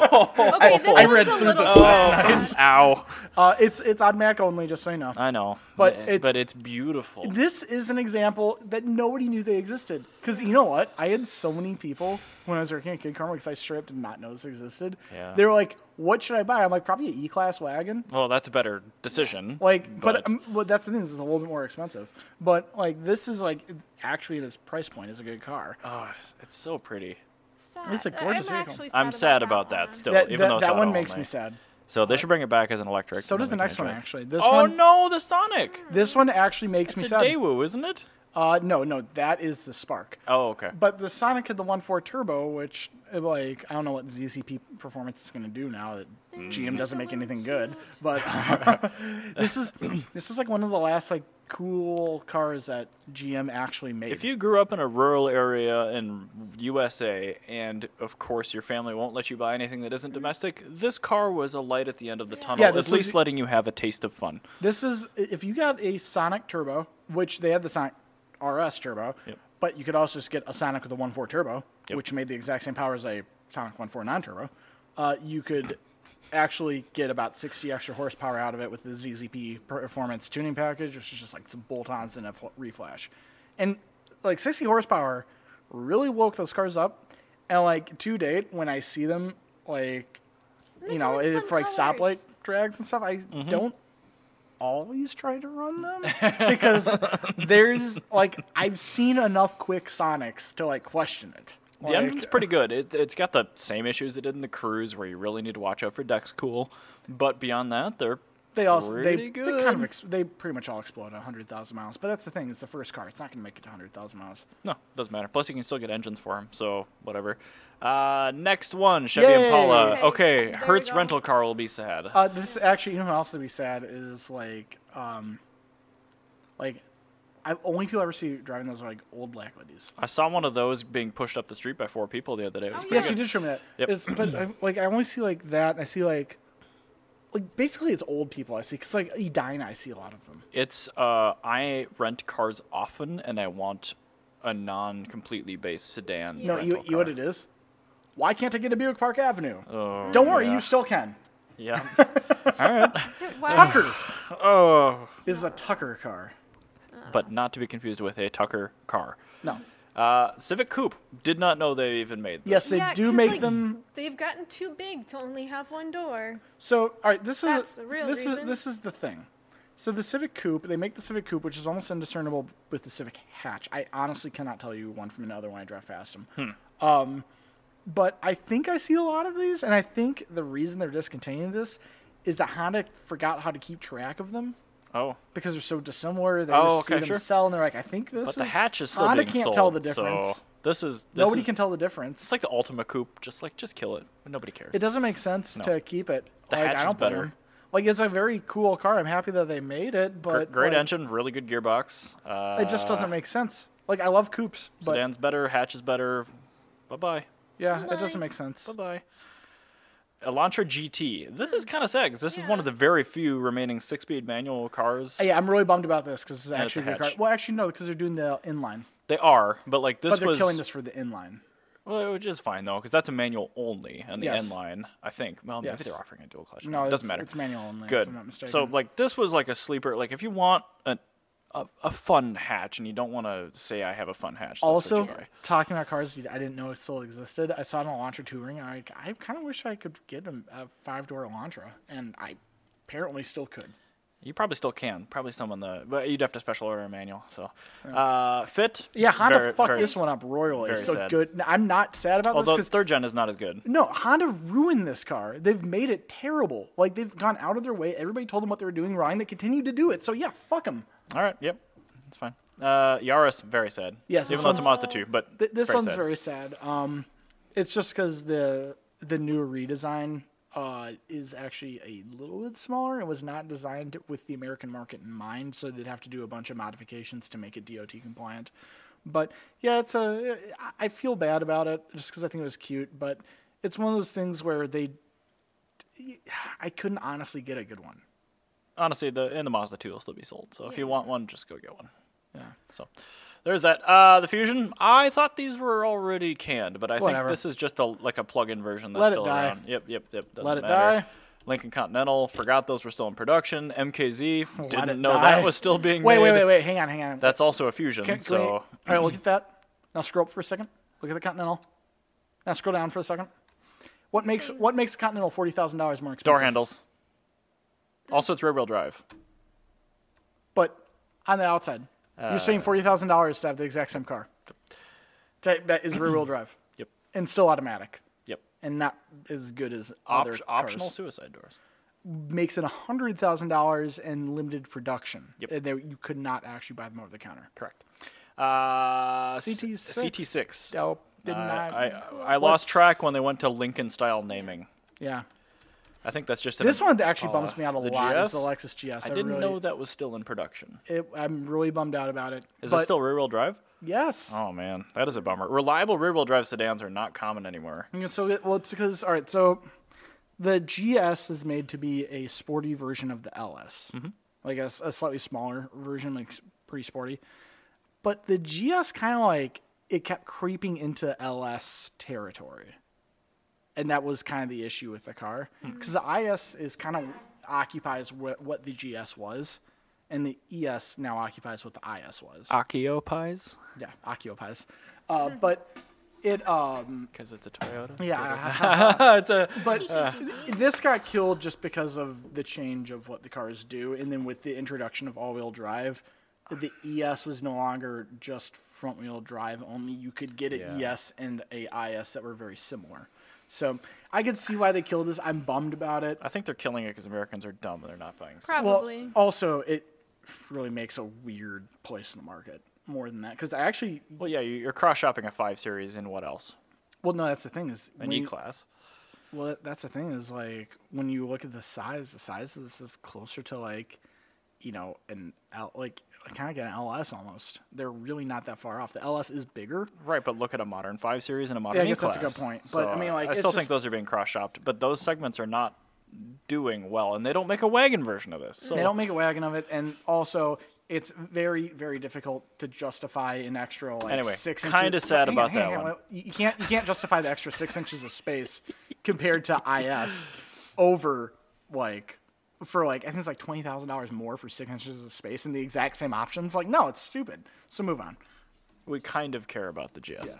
[SPEAKER 2] go.
[SPEAKER 3] Okay, this
[SPEAKER 2] Oh, I
[SPEAKER 3] one's
[SPEAKER 2] read
[SPEAKER 3] a
[SPEAKER 2] through
[SPEAKER 3] little
[SPEAKER 2] this
[SPEAKER 3] bit
[SPEAKER 2] last [laughs]
[SPEAKER 3] bad.
[SPEAKER 1] Ow.
[SPEAKER 2] Uh, it's it's on Mac only, just so you know.
[SPEAKER 1] I know.
[SPEAKER 2] But
[SPEAKER 1] Eh,
[SPEAKER 2] it's-
[SPEAKER 1] but it's beautiful.
[SPEAKER 2] This is an example that nobody knew they existed. Because you know what? I had so many people when I was working at Kid Karma because I straight up did not know this existed.
[SPEAKER 1] Yeah.
[SPEAKER 2] They were like, what should I buy? I'm like, probably an E Class wagon.
[SPEAKER 1] Well, that's a better decision.
[SPEAKER 2] Like, but, um, well, that's the thing. This is a little bit more expensive. But, like, this is, like, actually, this price point is a good car.
[SPEAKER 1] oh, it's- it's so pretty.
[SPEAKER 2] [laughs]
[SPEAKER 3] Sad.
[SPEAKER 2] It's a gorgeous
[SPEAKER 3] I'm
[SPEAKER 2] vehicle.
[SPEAKER 3] actually Sad
[SPEAKER 1] I'm sad about
[SPEAKER 3] about
[SPEAKER 1] that,
[SPEAKER 3] one.
[SPEAKER 1] still,
[SPEAKER 2] that
[SPEAKER 1] even
[SPEAKER 2] that,
[SPEAKER 1] though it's
[SPEAKER 2] that
[SPEAKER 1] out
[SPEAKER 2] one
[SPEAKER 1] all
[SPEAKER 2] makes
[SPEAKER 1] night.
[SPEAKER 2] me sad.
[SPEAKER 1] So they should bring it back as an electric.
[SPEAKER 2] So
[SPEAKER 1] and
[SPEAKER 2] does the
[SPEAKER 1] then we can
[SPEAKER 2] next one,
[SPEAKER 1] enjoy it.
[SPEAKER 2] actually. This
[SPEAKER 1] Oh
[SPEAKER 2] one,
[SPEAKER 1] no, the Sonic.
[SPEAKER 2] This one actually makes me
[SPEAKER 1] It's a
[SPEAKER 2] sad.
[SPEAKER 1] Daewoo, isn't it?
[SPEAKER 2] Uh, no, no, that is the Spark.
[SPEAKER 1] Oh, okay.
[SPEAKER 2] But the Sonic had the 1.4 turbo, which uh, like I don't know what ZCP performance is going to do now that
[SPEAKER 1] Mm.
[SPEAKER 2] GM doesn't make anything good. But [laughs] this is this is like one of the last like cool cars that GM actually made.
[SPEAKER 1] If you grew up in a rural area in USA, and of course your family won't let you buy anything that isn't domestic, this car was a light at the end of the tunnel,
[SPEAKER 2] Yeah,
[SPEAKER 1] at
[SPEAKER 2] this
[SPEAKER 1] least
[SPEAKER 2] was-
[SPEAKER 1] letting you have a taste of fun.
[SPEAKER 2] this is if you got a Sonic turbo, which they had the Sonic RS turbo,
[SPEAKER 1] Yep.
[SPEAKER 2] but you could also just get a Sonic with a 1.4 turbo,
[SPEAKER 1] Yep.
[SPEAKER 2] which made the exact same power as a Sonic 1.4 non-turbo. Uh, you could actually get about 60 extra horsepower out of it with the ZZP performance tuning package, which is just like some bolt-ons and a fl- reflash. And like 60 horsepower really woke those cars up. And like to date, when I see them like you
[SPEAKER 3] come
[SPEAKER 2] know,
[SPEAKER 3] with
[SPEAKER 2] it,
[SPEAKER 3] fun
[SPEAKER 2] for like
[SPEAKER 3] colours.
[SPEAKER 2] stoplight drags and stuff, I
[SPEAKER 1] Mm-hmm.
[SPEAKER 2] don't always try to run
[SPEAKER 1] [laughs]
[SPEAKER 2] them because there's like I've seen enough quick Sonics to like question it.
[SPEAKER 1] the
[SPEAKER 2] Like,
[SPEAKER 1] engine's pretty good. It, it's got the same issues it did in the Cruise, where you really need to watch out for Dex Cool. But beyond that, they're
[SPEAKER 2] they also
[SPEAKER 1] pretty
[SPEAKER 2] they, they
[SPEAKER 1] good.
[SPEAKER 2] kind of ex- they pretty much all explode at 100,000 miles. But that's the thing; it's the first car; it's not going to make it to 100,000 miles.
[SPEAKER 1] No, doesn't matter. Plus, you can still get engines for them, so whatever. Uh, next one, Chevy
[SPEAKER 2] Yay.
[SPEAKER 1] Impala.
[SPEAKER 3] Okay,
[SPEAKER 1] Okay,
[SPEAKER 3] there we
[SPEAKER 1] Hertz
[SPEAKER 3] go.
[SPEAKER 1] rental car will be sad.
[SPEAKER 2] Uh, this actually, you know, what else would be sad is like, um, like, I've only people I ever see driving those are like old black ladies.
[SPEAKER 1] I saw one of those being pushed up the street by four people the other day. It was
[SPEAKER 3] Oh,
[SPEAKER 1] pretty
[SPEAKER 2] Yes,
[SPEAKER 3] Yeah.
[SPEAKER 2] you did show me that.
[SPEAKER 1] Yep.
[SPEAKER 2] It's, but I, like, I only see like that. And I see like, like basically it's old people I see because like Edina, I see a lot of them.
[SPEAKER 1] It's uh, I rent cars often, and I want a non-completely based sedan.
[SPEAKER 3] Yeah.
[SPEAKER 2] No, you,
[SPEAKER 1] rental
[SPEAKER 2] you what
[SPEAKER 1] car.
[SPEAKER 2] it is? Why can't I get a Buick Park Avenue?
[SPEAKER 1] Oh,
[SPEAKER 2] Don't worry,
[SPEAKER 1] yeah.
[SPEAKER 2] you still can.
[SPEAKER 1] Yeah. All
[SPEAKER 2] [laughs]
[SPEAKER 1] right, [laughs]
[SPEAKER 3] Wow.
[SPEAKER 2] Tucker
[SPEAKER 4] Oh.
[SPEAKER 2] this is a Tucker car.
[SPEAKER 1] but not to be confused with a Tucker car.
[SPEAKER 2] No.
[SPEAKER 1] Uh, Civic Coupe. Did not know they even made. This.
[SPEAKER 2] Yes, they
[SPEAKER 3] Yeah,
[SPEAKER 2] do
[SPEAKER 3] 'cause,
[SPEAKER 2] make
[SPEAKER 3] like,
[SPEAKER 2] them.
[SPEAKER 3] They've gotten too big to only have one door.
[SPEAKER 2] So, all right, this is
[SPEAKER 3] That's the real
[SPEAKER 2] this
[SPEAKER 3] reason.
[SPEAKER 2] is this is the thing. So the Civic Coupe, they make the Civic Coupe, which is almost indiscernible with the Civic Hatch. I honestly cannot tell you one from another when I drive past them. Um, but I think I see a lot of these, and I think the reason they're discontinuing this is that Honda forgot how to keep track of them
[SPEAKER 1] Oh,
[SPEAKER 2] because they're so dissimilar. They
[SPEAKER 1] Oh,
[SPEAKER 2] just see
[SPEAKER 1] okay,
[SPEAKER 2] them
[SPEAKER 1] sure.
[SPEAKER 2] sell, and they're like, I think this.
[SPEAKER 1] but the
[SPEAKER 2] is-
[SPEAKER 1] hatch is still
[SPEAKER 2] Honda
[SPEAKER 1] being
[SPEAKER 2] can't
[SPEAKER 1] sold,
[SPEAKER 2] tell the difference.
[SPEAKER 1] So this is this
[SPEAKER 2] Nobody
[SPEAKER 1] is-
[SPEAKER 2] can tell the difference.
[SPEAKER 1] It's like the Ultima Coupe. Just like just kill it. Nobody cares.
[SPEAKER 2] It doesn't make sense
[SPEAKER 1] No.
[SPEAKER 2] to keep it.
[SPEAKER 1] The
[SPEAKER 2] like,
[SPEAKER 1] hatch
[SPEAKER 2] I
[SPEAKER 1] is
[SPEAKER 2] don't blame
[SPEAKER 1] better.
[SPEAKER 2] them. Like it's a very cool car. I'm happy that they made it,
[SPEAKER 1] Gr-
[SPEAKER 2] but
[SPEAKER 1] great
[SPEAKER 2] like,
[SPEAKER 1] engine, really good gearbox. Uh,
[SPEAKER 2] It just doesn't make sense. Like I love coupes, but
[SPEAKER 1] Sedan's better, hatch is better. Bye bye.
[SPEAKER 2] yeah,
[SPEAKER 3] Bye.
[SPEAKER 2] it doesn't make sense.
[SPEAKER 1] Bye bye. Elantra GT. This
[SPEAKER 2] Hmm.
[SPEAKER 1] is kind of sad because this is one of
[SPEAKER 3] Yeah.
[SPEAKER 1] the very few remaining six-speed manual cars.
[SPEAKER 2] Yeah, I'm really bummed about this because it's
[SPEAKER 1] And it's
[SPEAKER 2] actually
[SPEAKER 1] a
[SPEAKER 2] a good car.
[SPEAKER 1] hatch.
[SPEAKER 2] Well, actually no, because they're doing the inline,
[SPEAKER 1] They are, but like this
[SPEAKER 2] but they're
[SPEAKER 1] was
[SPEAKER 2] killing this for the inline.
[SPEAKER 1] well, which is fine though because that's a manual only and the
[SPEAKER 2] Yes.
[SPEAKER 1] end line. I think. Well, maybe
[SPEAKER 2] Yes.
[SPEAKER 1] they're offering a dual clutch.
[SPEAKER 2] No,
[SPEAKER 1] it doesn't
[SPEAKER 2] it's-
[SPEAKER 1] matter.
[SPEAKER 2] It's manual only.
[SPEAKER 1] good.
[SPEAKER 2] If I'm not mistaken.
[SPEAKER 1] So like this was like a sleeper. Like if you want a a, a fun hatch and you don't want to say I have a fun hatch. that's what
[SPEAKER 2] also
[SPEAKER 1] you buy.
[SPEAKER 2] talking about cars I didn't know it still existed. I saw an Elantra touring. and I like, I kind of wish I could get a, a five door Elantra, and I apparently still could.
[SPEAKER 1] You probably still can. Probably some on the, but you'd have to special order a manual. So, uh, fit.
[SPEAKER 2] Yeah, Honda
[SPEAKER 1] very-
[SPEAKER 2] fucked
[SPEAKER 1] very-
[SPEAKER 2] this one up royally.
[SPEAKER 1] very
[SPEAKER 2] So
[SPEAKER 1] sad.
[SPEAKER 2] good. n- I'm not sad about
[SPEAKER 1] Although
[SPEAKER 2] this because
[SPEAKER 1] third gen is not as good.
[SPEAKER 2] no, Honda ruined this car. They've made it terrible. Like they've gone out of their way. Everybody told them what they were doing wrong. They continue to do it. So yeah, fuck them.
[SPEAKER 1] All right, yep, that's fine. Uh, Yaris, very sad.
[SPEAKER 2] Yes,
[SPEAKER 1] even
[SPEAKER 2] this
[SPEAKER 1] though it's a
[SPEAKER 2] one's-
[SPEAKER 1] Mazda two, but
[SPEAKER 2] Th-
[SPEAKER 1] it's
[SPEAKER 2] this
[SPEAKER 1] very
[SPEAKER 2] one's
[SPEAKER 1] sad.
[SPEAKER 2] very sad. Um, it's just because the the new redesign uh, is actually a little bit smaller and was not designed with the American market in mind. So they'd have to do a bunch of modifications to make it DOT compliant. But yeah, it's a. I- I feel bad about it just because I think it was cute, but it's one of those things where they. I couldn't honestly get a good one.
[SPEAKER 1] honestly the and the Mazda two will still be sold. So if you want one, just go get one.
[SPEAKER 2] Yeah.
[SPEAKER 1] So, there's that. Uh, the Fusion. I thought these were already canned, but I
[SPEAKER 2] Whatever.
[SPEAKER 1] think this is just a like a plug-in version that's
[SPEAKER 2] Let it
[SPEAKER 1] still
[SPEAKER 2] die.
[SPEAKER 1] around. Yep, yep, yep. doesn't
[SPEAKER 2] Let it
[SPEAKER 1] matter.
[SPEAKER 2] die.
[SPEAKER 1] Lincoln Continental. Forgot those were still in production. MKZ.
[SPEAKER 2] Let it
[SPEAKER 1] Didn't know
[SPEAKER 2] die.
[SPEAKER 1] that was still being
[SPEAKER 2] [laughs] wait,
[SPEAKER 1] made.
[SPEAKER 2] Wait, wait, wait. Hang on, hang on.
[SPEAKER 1] That's also a Fusion.
[SPEAKER 2] Can- can we-
[SPEAKER 1] so mm-hmm.
[SPEAKER 2] all right, look at that. Now scroll up for a second. Look at the Continental. Now scroll down for a second. What makes what makes a Continental forty thousand dollars more expensive?
[SPEAKER 1] door handles. Also, it's rear wheel drive.
[SPEAKER 2] But on the outside, you're
[SPEAKER 1] Uh,
[SPEAKER 2] saying forty thousand dollars to have the exact same car. That, that is
[SPEAKER 1] [clears throat]
[SPEAKER 2] rear wheel drive
[SPEAKER 1] Yep,
[SPEAKER 2] and still automatic
[SPEAKER 1] yep.
[SPEAKER 2] and not as good as
[SPEAKER 1] Op-
[SPEAKER 2] other
[SPEAKER 1] optional
[SPEAKER 2] cars.
[SPEAKER 1] suicide doors.
[SPEAKER 2] Makes it hundred thousand dollars in limited production,
[SPEAKER 1] Yep.
[SPEAKER 2] and they, you could not actually buy them over the counter.
[SPEAKER 1] Correct. Uh,
[SPEAKER 2] CT6.
[SPEAKER 1] CT six. Uh,
[SPEAKER 2] Dope. Didn't
[SPEAKER 1] I,
[SPEAKER 2] I?
[SPEAKER 1] I, I lost
[SPEAKER 2] What's-
[SPEAKER 1] track when they went to Lincoln style naming.
[SPEAKER 2] Yeah.
[SPEAKER 1] I think that's just an-
[SPEAKER 2] This one actually
[SPEAKER 1] uh,
[SPEAKER 2] bumps me out a
[SPEAKER 1] the
[SPEAKER 2] lot. Is
[SPEAKER 1] GS?
[SPEAKER 2] the Lexus GS.
[SPEAKER 1] I didn't
[SPEAKER 2] really,
[SPEAKER 1] know that was still in production.
[SPEAKER 2] It, I'm really bummed out about it.
[SPEAKER 1] Is
[SPEAKER 2] but
[SPEAKER 1] it still rear wheel drive?
[SPEAKER 2] Yes.
[SPEAKER 1] Oh man, that is a bummer. Reliable rear wheel drive sedans are not common anymore.
[SPEAKER 2] And So it, well, it's because all right. So the GS is made to be a sporty version of the LS,
[SPEAKER 1] Mm-hmm.
[SPEAKER 2] like a, s- a slightly smaller version, like s- pretty sporty. But the GS kind of like it kept creeping into LS territory, and that was kind of the issue with the car
[SPEAKER 1] Hmm.
[SPEAKER 2] because the IS is kind of occupies what, what the GS was, and the ES now occupies what the IS was.
[SPEAKER 1] Akio pies,
[SPEAKER 2] yeah, occupies. Uh, but it um
[SPEAKER 1] because it's a Toyota. [laughs]
[SPEAKER 2] yeah. [laughs]
[SPEAKER 1] it's a
[SPEAKER 2] But uh, [laughs] this got killed just because of the change of what the cars do, and then with the introduction of all-wheel drive, the ES was no longer just front-wheel drive only. You could get an
[SPEAKER 1] Yeah.
[SPEAKER 2] ES and a IS that were very similar. So I could see why they killed this. I'm bummed about it.
[SPEAKER 1] I think they're killing it because Americans are dumb. and They're not buying. stuff.
[SPEAKER 3] [laughs] Probably.
[SPEAKER 2] Well, also it really makes a weird place in the market. More than that, because I actually,
[SPEAKER 1] Well, yeah, you- you're cross shopping a five series and what else?
[SPEAKER 2] well, no, that's the thing is,
[SPEAKER 1] An
[SPEAKER 2] when-
[SPEAKER 1] E class.
[SPEAKER 2] Well, that- that's the thing is like when you look at the size, the size of this is closer to like, you know, an L, like kind of like an LS almost. They're really not that far off. The LS is bigger.
[SPEAKER 1] Right, but look at a modern five series and a
[SPEAKER 2] Yeah, I
[SPEAKER 1] modern E
[SPEAKER 2] guess
[SPEAKER 1] class.
[SPEAKER 2] that's a good point. But, I mean, like,
[SPEAKER 1] I
[SPEAKER 2] it's
[SPEAKER 1] still think
[SPEAKER 2] just-
[SPEAKER 1] those are being cross shopped, but those segments are not doing well, and they don't make a wagon version of this. So
[SPEAKER 2] They don't make a wagon of it, and also it's very very difficult to justify an extra like
[SPEAKER 1] Anyway,
[SPEAKER 2] six.
[SPEAKER 1] kinda
[SPEAKER 2] inches-
[SPEAKER 1] sad
[SPEAKER 2] Hang on,
[SPEAKER 1] about
[SPEAKER 2] hang
[SPEAKER 1] that
[SPEAKER 2] on, hang on.
[SPEAKER 1] one.
[SPEAKER 2] You you can't you can't justify the extra six inches of space compared to IS over like for like I think it's like twenty thousand dollars more for six inches of space and the exact same options. Like no, it's stupid. So move on.
[SPEAKER 1] we kind of care about the GS.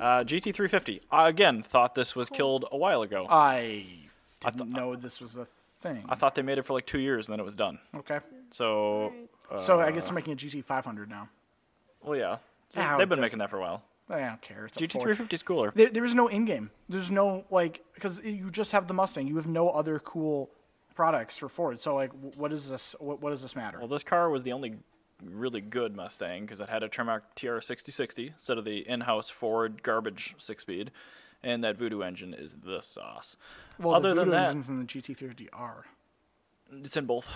[SPEAKER 1] Uh, GT350. I, again, thought this was killed a while ago.
[SPEAKER 2] Uh, I didn't know this was a thing.
[SPEAKER 1] I thought they made it for like two years and then it was done.
[SPEAKER 2] okay,
[SPEAKER 1] So,
[SPEAKER 2] so I
[SPEAKER 1] Uh,
[SPEAKER 2] guess they're making a GT five hundred now.
[SPEAKER 1] well, yeah.
[SPEAKER 2] Now
[SPEAKER 1] They've been
[SPEAKER 2] it doesn't-
[SPEAKER 1] making that for a while.
[SPEAKER 2] I don't care. It's a Ford.
[SPEAKER 1] GT350 is cooler.
[SPEAKER 2] There, there is no in game. There's no like because you just have the Mustang. You have no other cool products for Ford. So like, wh- what is this? What, what does this matter?
[SPEAKER 1] Well, this car was the only really good Mustang because it had a Tremor TR6060 instead of the in-house Ford garbage six-speed, and that Voodoo engine is the sauce.
[SPEAKER 2] Well,
[SPEAKER 1] Other
[SPEAKER 2] the
[SPEAKER 1] than
[SPEAKER 2] Voodoo
[SPEAKER 1] that,
[SPEAKER 2] engines and the GT350 are
[SPEAKER 1] it's in both.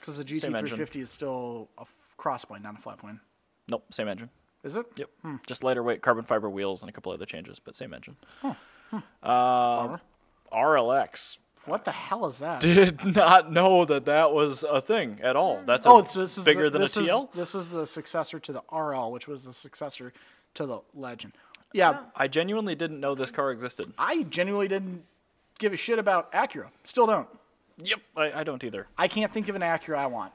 [SPEAKER 2] because the
[SPEAKER 1] Same engine.
[SPEAKER 2] GT350 is still a f- crossplane, not a flatplane.
[SPEAKER 1] Nope, same engine.
[SPEAKER 2] Is it?
[SPEAKER 1] Yep, just lighter weight carbon fiber wheels and a couple other changes, but same engine.
[SPEAKER 2] Hmm.
[SPEAKER 1] Uh,
[SPEAKER 2] Bummer.
[SPEAKER 1] RLX
[SPEAKER 2] What the hell is
[SPEAKER 1] [laughs]
[SPEAKER 2] that?
[SPEAKER 1] did not know that that was a thing at all. That's a
[SPEAKER 2] oh, so this is
[SPEAKER 1] bigger
[SPEAKER 2] the,
[SPEAKER 1] than
[SPEAKER 2] this
[SPEAKER 1] a TL.
[SPEAKER 2] Is, this is the successor to the RL, which was the successor to the Legend. Yeah,
[SPEAKER 1] I genuinely didn't know this car existed.
[SPEAKER 2] I genuinely didn't give a shit about Acura. Still don't.
[SPEAKER 1] Yep, I, I don't either.
[SPEAKER 2] I can't think of an Acura I want.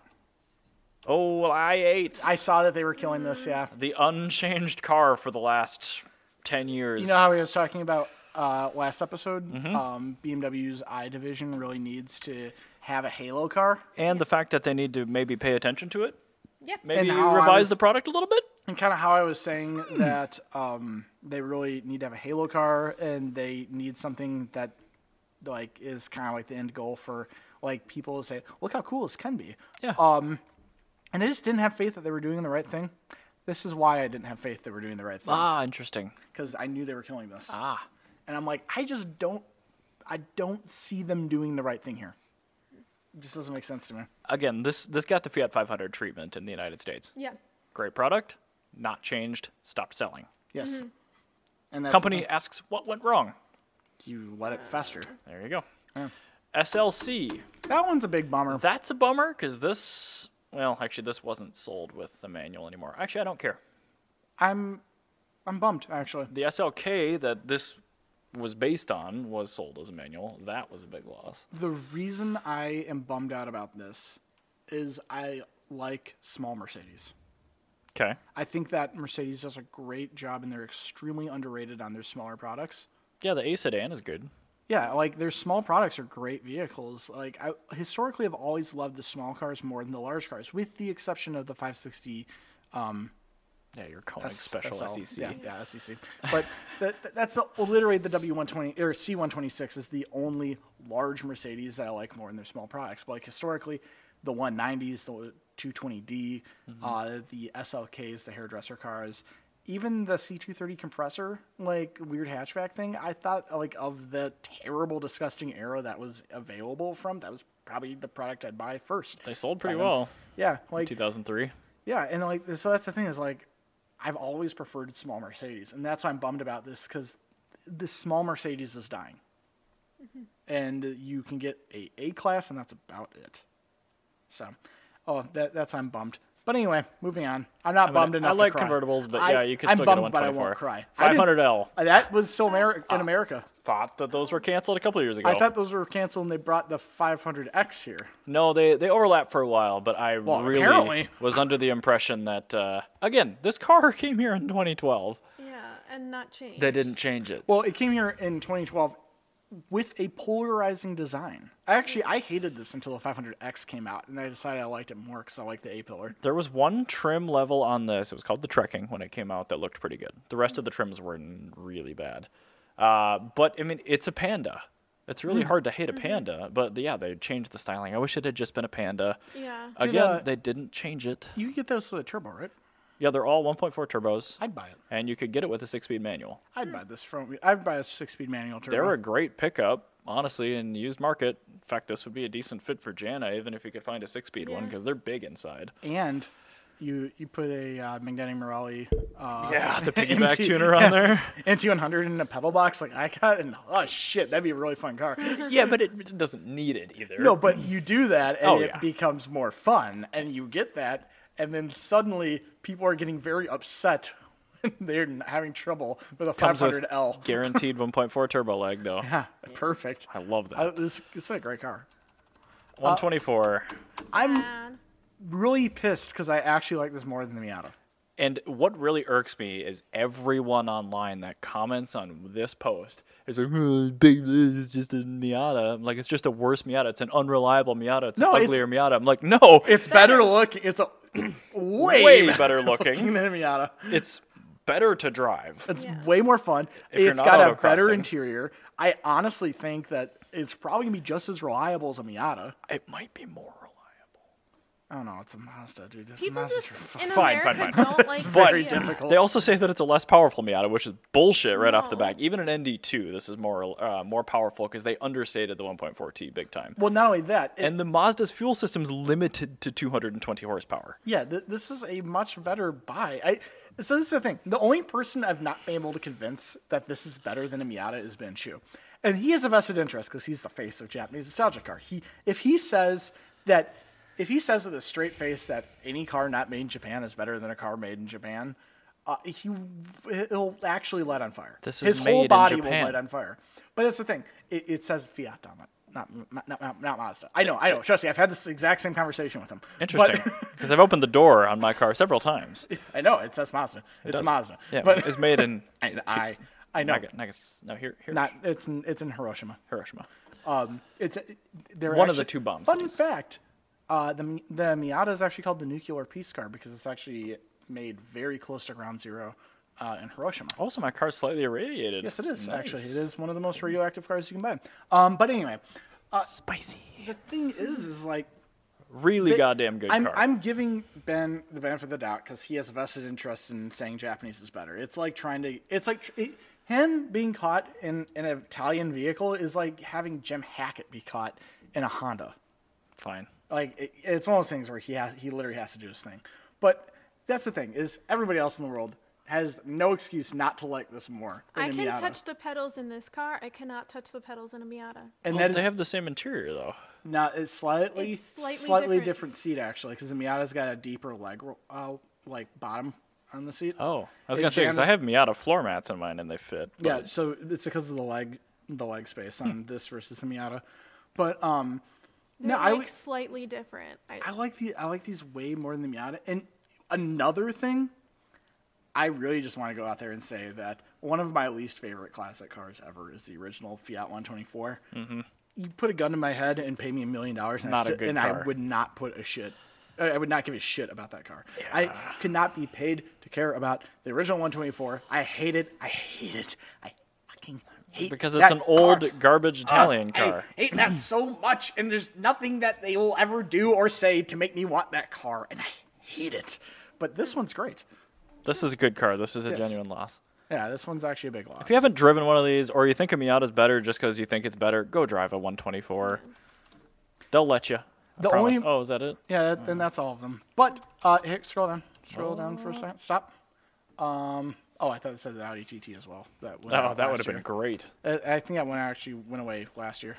[SPEAKER 1] Oh, well, I ate
[SPEAKER 2] I saw that they were killing this. Yeah.
[SPEAKER 1] the unchanged car for the last 10 years.
[SPEAKER 2] You know how we was talking about uh, last episode? Um, BMW's i division really needs to have a Halo car.
[SPEAKER 1] and the fact that they need to maybe pay attention to it,
[SPEAKER 3] yeah.
[SPEAKER 1] maybe
[SPEAKER 2] And how I
[SPEAKER 1] revise
[SPEAKER 2] was-
[SPEAKER 1] the product a little bit.
[SPEAKER 2] And kind of how I was saying that um, they really need to have a Halo car, and they need something that like is kind of like the end goal for like people to say, "Look how cool this can be."
[SPEAKER 1] Yeah.
[SPEAKER 2] Um, and I just didn't have faith that they were doing the right thing. This is why I didn't have faith they were doing the right thing
[SPEAKER 1] ah, interesting.
[SPEAKER 2] because I knew they were killing this.
[SPEAKER 1] Ah,
[SPEAKER 2] and I'm like, I just don't, I don't see them doing the right thing here. It just doesn't make sense to me.
[SPEAKER 1] again, this this got the Fiat 500 treatment in the United States.
[SPEAKER 3] Yeah.
[SPEAKER 1] Great product, not changed, stopped selling.
[SPEAKER 2] Yes. And that's the
[SPEAKER 1] Company
[SPEAKER 2] thing.
[SPEAKER 1] asks what went wrong.
[SPEAKER 2] you let it fester.
[SPEAKER 1] There you go. SLC.
[SPEAKER 2] That one's a big bummer.
[SPEAKER 1] That's a bummer because this, well, actually, this wasn't sold with the manual anymore. Actually, I don't care.
[SPEAKER 2] I'm I'm bummed actually.
[SPEAKER 1] The SLK that this was based on was sold as a manual. That was a big loss.
[SPEAKER 2] The reason I am bummed out about this is I like small Mercedes.
[SPEAKER 1] Okay.
[SPEAKER 2] I think that Mercedes does a great job and they're extremely underrated on their smaller products.
[SPEAKER 1] Yeah, the A sedan is good.
[SPEAKER 2] Yeah, like their small products are great vehicles. Like I historically have always loved the small cars more than the large cars, with the exception of the 560
[SPEAKER 1] Yeah, your Koenig
[SPEAKER 2] S-
[SPEAKER 1] Special E
[SPEAKER 2] SL.
[SPEAKER 1] SEC.
[SPEAKER 2] Yeah, yeah, SEC. But that, that's the, literally the W120 or C126 is the only large Mercedes that I like more in their small products. But like historically, the 190s, the 220D,
[SPEAKER 1] Mm-hmm.
[SPEAKER 2] uh, the SLKs, the hairdresser cars, even the C230 compressor, like weird hatchback thing. I thought like of the terrible, disgusting era that was available from. That was probably the product I'd buy first.
[SPEAKER 1] They sold pretty
[SPEAKER 2] Buy them.
[SPEAKER 1] well.
[SPEAKER 2] Yeah, like
[SPEAKER 1] 2003.
[SPEAKER 2] yeah, and like so that's the thing is like I've always preferred small Mercedes, and that's why I'm bummed about this because this small Mercedes is dying,
[SPEAKER 1] Mm-hmm.
[SPEAKER 2] and you can get a A class, and that's about it. So, oh, that that's why I'm bummed. But anyway, moving on. I'm not
[SPEAKER 1] mean,
[SPEAKER 2] bummed
[SPEAKER 1] I
[SPEAKER 2] enough. to
[SPEAKER 1] like
[SPEAKER 2] cry.
[SPEAKER 1] convertibles, but
[SPEAKER 2] I-
[SPEAKER 1] yeah, you can
[SPEAKER 2] I'm
[SPEAKER 1] still get a
[SPEAKER 2] bummed, but I
[SPEAKER 1] 124.
[SPEAKER 2] won't cry. I didn't-
[SPEAKER 1] 500L.
[SPEAKER 2] uh, That was still Ameri- in America.
[SPEAKER 1] Thought that those were canceled a couple years ago.
[SPEAKER 2] I thought those were canceled, and they brought the 500X here.
[SPEAKER 1] No, they they overlap for a while, but I
[SPEAKER 2] Well,
[SPEAKER 1] really
[SPEAKER 2] apparently.
[SPEAKER 1] was under the impression that uh, again, this car [laughs] came here in 2012.
[SPEAKER 3] Yeah, and not change.
[SPEAKER 1] They didn't change it.
[SPEAKER 2] Well, it came here in 2012 with a polarizing design. Actually, I hated this until the 500X came out, and I decided I liked it more because I like the A pillar.
[SPEAKER 1] There was one trim level on this. It was called the trekking when it came out that looked pretty good. The rest of the trims were n- really bad. Uh, but I mean, it's a panda. It's really hard to hate
[SPEAKER 3] Mm-hmm.
[SPEAKER 1] a panda, but yeah, they changed the styling. I wish it had just been a panda.
[SPEAKER 3] Yeah.
[SPEAKER 1] Again,
[SPEAKER 2] uh,
[SPEAKER 1] they didn't change it.
[SPEAKER 2] You could get those with a turbo, right?
[SPEAKER 1] Yeah, they're all 1.4 turbos,
[SPEAKER 2] I'd buy it.
[SPEAKER 1] and you could get it with a six-speed manual.
[SPEAKER 2] I'd buy this from. I'd buy a six-speed manual turbo.
[SPEAKER 1] They're a great pickup, honestly, in the used market. In fact, this would be a decent fit for Jana, even if you could find a six-speed one,
[SPEAKER 3] Yeah.
[SPEAKER 1] because they're big inside.
[SPEAKER 2] and you you put a uh, Magneti Morelli uh,
[SPEAKER 1] Yeah,
[SPEAKER 2] [laughs]
[SPEAKER 1] the piggyback
[SPEAKER 2] MT
[SPEAKER 1] tuner on
[SPEAKER 2] [laughs]
[SPEAKER 1] there.
[SPEAKER 2] NT100 in a pedal box like I got, and oh shit, that'd be a really fun car.
[SPEAKER 1] yeah, but it doesn't need it either.
[SPEAKER 2] No, but you do that and
[SPEAKER 1] Oh,
[SPEAKER 2] it
[SPEAKER 1] yeah.
[SPEAKER 2] becomes more fun and you get that and then suddenly people are getting very upset when [laughs] they're n- having trouble with a
[SPEAKER 1] Comes with
[SPEAKER 2] [laughs] 500L.
[SPEAKER 1] guaranteed 1.4 turbo lag though.
[SPEAKER 2] Yeah, Uh, perfect.
[SPEAKER 1] I love that.
[SPEAKER 2] I, this, it's a great car.
[SPEAKER 1] 124.
[SPEAKER 2] I'm
[SPEAKER 3] Sad.
[SPEAKER 2] really pissed because I actually like this more than the Miata.
[SPEAKER 1] And what really irks me is everyone online that comments on this post is like, "Oh, big, it's just a Miata. I'm like, it's just a worse Miata. It's an unreliable Miata. It's
[SPEAKER 2] No,
[SPEAKER 1] an
[SPEAKER 2] it's-
[SPEAKER 1] uglier Miata. I'm like, no,
[SPEAKER 2] It's better looking. It's a [clears throat] way,
[SPEAKER 1] Way
[SPEAKER 2] [laughs]
[SPEAKER 1] better looking.
[SPEAKER 2] than the Miata.
[SPEAKER 1] it's better to drive.
[SPEAKER 2] It's
[SPEAKER 3] Yeah.
[SPEAKER 2] way more fun.
[SPEAKER 1] you're
[SPEAKER 2] It's
[SPEAKER 1] not
[SPEAKER 2] got a better
[SPEAKER 1] autocrossing.
[SPEAKER 2] interior. I honestly think that it's probably gonna be just as reliable as a Miata.
[SPEAKER 1] It might be more reliable.
[SPEAKER 2] I don't know. It's a Mazda, dude. It's
[SPEAKER 3] People
[SPEAKER 2] Mazdas
[SPEAKER 3] just
[SPEAKER 2] are
[SPEAKER 1] Fine,
[SPEAKER 3] in
[SPEAKER 1] fine,
[SPEAKER 3] America
[SPEAKER 1] fine.
[SPEAKER 3] don't like
[SPEAKER 1] very
[SPEAKER 3] Fiat.
[SPEAKER 2] difficult.
[SPEAKER 1] They also say that it's a less powerful Miata, which is bullshit right off the
[SPEAKER 3] No.
[SPEAKER 1] back. Even an ND2, this is more uh, more powerful because they understated the 1.4T big time.
[SPEAKER 2] Well, not only that, it,
[SPEAKER 1] and the Mazda's fuel system's limited to 220 horsepower.
[SPEAKER 2] yeah, th- this is a much better buy. I so this is the thing. The only person I've not been able to convince that this is better than a Miata is Ben Shu, and he has a vested interest because he's the face of Japanese nostalgia car. He if he says that if he says with a straight face that any car not made in Japan is better than a car made in Japan, uh, he he'll actually light on fire.
[SPEAKER 1] This is
[SPEAKER 2] His whole
[SPEAKER 1] made in
[SPEAKER 2] body
[SPEAKER 1] Japan.
[SPEAKER 2] will light on fire. But that's the thing. It, it says Fiat on it. Not, not, not, not Mazda. I know, I know. Trust me, I've had this exact same conversation with him. But-
[SPEAKER 1] Interesting,
[SPEAKER 2] [laughs]
[SPEAKER 1] because I've opened the door on my car several times.
[SPEAKER 2] I know it says Mazda. it's
[SPEAKER 1] does.
[SPEAKER 2] Mazda.
[SPEAKER 1] Yeah,
[SPEAKER 2] but
[SPEAKER 1] it's made
[SPEAKER 2] [laughs]
[SPEAKER 1] in
[SPEAKER 2] I, I, I know.
[SPEAKER 1] Naga, Nagas, no here, here
[SPEAKER 2] Not it's in, it's in Hiroshima.
[SPEAKER 1] Hiroshima.
[SPEAKER 2] Um, it's they're
[SPEAKER 1] One of
[SPEAKER 2] actually-
[SPEAKER 1] the two bomb
[SPEAKER 2] Fun
[SPEAKER 1] cities.
[SPEAKER 2] fact: uh, the Mi- the Miata is actually called the nuclear peace car because it's actually made very close to ground zero uh, in Hiroshima.
[SPEAKER 1] Also, my car's slightly irradiated.
[SPEAKER 2] Yes, it is
[SPEAKER 1] Nice.
[SPEAKER 2] actually. It is one of the most radioactive cars you can buy. Um, but anyway, uh,
[SPEAKER 1] spicy.
[SPEAKER 2] the thing is, is like
[SPEAKER 1] Really
[SPEAKER 2] They-
[SPEAKER 1] goddamn good
[SPEAKER 2] I'm,
[SPEAKER 1] car.
[SPEAKER 2] I'm giving Ben the benefit of the doubt because he has a vested interest in saying Japanese is better. It's like trying to. It's like tr- it- him being caught in, in an Italian vehicle is like having Jim Hackett be caught in a Honda.
[SPEAKER 1] Fine.
[SPEAKER 2] Like it, it's one of those things where he has he literally has to do his thing. But that's the thing is everybody else in the world has no excuse not to like this more. Than
[SPEAKER 3] I
[SPEAKER 2] a
[SPEAKER 3] can
[SPEAKER 2] Miata.
[SPEAKER 3] touch the pedals in this car. I cannot touch the pedals in a Miata.
[SPEAKER 2] and
[SPEAKER 1] Well,
[SPEAKER 2] that is
[SPEAKER 1] Oh, they have the same interior though.
[SPEAKER 2] not it's slightly
[SPEAKER 3] It's
[SPEAKER 2] slightly,
[SPEAKER 3] slightly
[SPEAKER 2] different.
[SPEAKER 3] different.
[SPEAKER 2] seat actually because the Miata's got a deeper leg ro- uh, like bottom on the seat.
[SPEAKER 1] Oh, I was
[SPEAKER 2] It
[SPEAKER 1] gonna say because I have
[SPEAKER 2] jams-
[SPEAKER 1] Miata floor mats in mine and they fit. but-
[SPEAKER 2] Yeah, so it's because of the leg, the leg space on this versus the Miata, but um, no,
[SPEAKER 3] They're
[SPEAKER 2] I
[SPEAKER 3] like
[SPEAKER 2] would-
[SPEAKER 3] slightly different. I,
[SPEAKER 2] I like the I like these way more than the Miata. And another thing, I really just want to go out there and say that one of my least favorite classic cars ever is the original Fiat 124. Mm-hmm. You put a gun to my head and pay me a million dollars, and, I,
[SPEAKER 1] Not a
[SPEAKER 2] sti-
[SPEAKER 1] good
[SPEAKER 2] and
[SPEAKER 1] car.
[SPEAKER 2] I would not put a shit. I I would not give a shit about that car. I could not be paid to care about the original 124. I hate it. I hate it. I fucking hate
[SPEAKER 1] because it's
[SPEAKER 2] that
[SPEAKER 1] an
[SPEAKER 2] car. Ah,
[SPEAKER 1] old garbage Italian
[SPEAKER 2] I
[SPEAKER 1] car.
[SPEAKER 2] hate that so much, and there's nothing that they will ever do or say to make me want that car, and I hate it. But this one's great.
[SPEAKER 1] This is a good car. This is a
[SPEAKER 2] Yes.
[SPEAKER 1] genuine loss.
[SPEAKER 2] Yeah, this one's actually a big loss.
[SPEAKER 1] If you haven't driven one of these, or you think a Miata's better just because you think it's better, go drive a 124. They'll let you.
[SPEAKER 2] The
[SPEAKER 1] the promise.
[SPEAKER 2] only-
[SPEAKER 1] Oh, is that it?
[SPEAKER 2] yeah, that- then that's all of them. But uh, here, scroll down, scroll down for a second. Stop. Um. Oh, I thought it said the Audi GT as well. That went
[SPEAKER 1] Oh,
[SPEAKER 2] out
[SPEAKER 1] that would
[SPEAKER 2] last
[SPEAKER 1] have been
[SPEAKER 2] year.
[SPEAKER 1] great.
[SPEAKER 2] Uh, I think that one actually went away last year.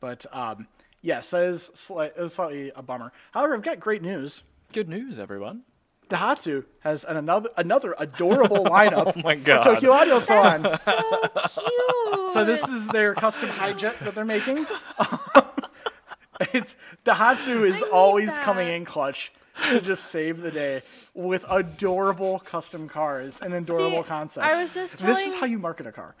[SPEAKER 2] But um, yeah, so it's sli- it was slightly a bummer. However, I've got great news.
[SPEAKER 1] Good news, everyone.
[SPEAKER 2] Daihatsu has an another another
[SPEAKER 1] [laughs]
[SPEAKER 2] adorable lineup
[SPEAKER 1] Oh my
[SPEAKER 2] for
[SPEAKER 1] God.
[SPEAKER 2] Tokyo
[SPEAKER 1] [laughs]
[SPEAKER 2] Auto Salon. [laughs]
[SPEAKER 3] so cute.
[SPEAKER 2] so this is their custom hijet that
[SPEAKER 1] [laughs]
[SPEAKER 2] they're making. [laughs] it's Daihatsu is
[SPEAKER 3] need
[SPEAKER 2] always
[SPEAKER 3] that.
[SPEAKER 2] coming in clutch to just save the day with adorable custom cars and adorable
[SPEAKER 3] I
[SPEAKER 2] concepts.
[SPEAKER 3] was just
[SPEAKER 2] This is
[SPEAKER 3] telling-
[SPEAKER 2] how you market a car.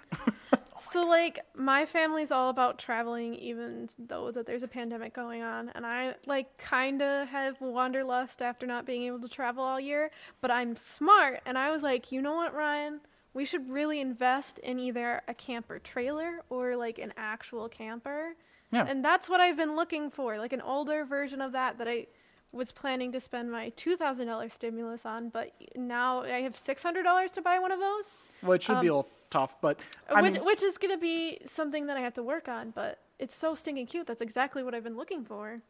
[SPEAKER 3] So like my family's all about traveling even though that there's a pandemic going on and I like kind of have wanderlust after not being able to travel all year, but I'm smart and I was like, "You know what, Ryan? We should really invest in either a camper trailer or like an actual camper."
[SPEAKER 2] Yeah.
[SPEAKER 3] And that's what I've been looking for, like an older version of that that I was planning to spend my $2,000 stimulus on, but now I have $600 to buy one of those.
[SPEAKER 2] Which would be a
[SPEAKER 3] Um,
[SPEAKER 2] little tough, but I
[SPEAKER 3] Which,
[SPEAKER 2] mean,
[SPEAKER 3] which is going to be something that I have to work on, but it's so stinking cute. That's exactly what I've been looking for.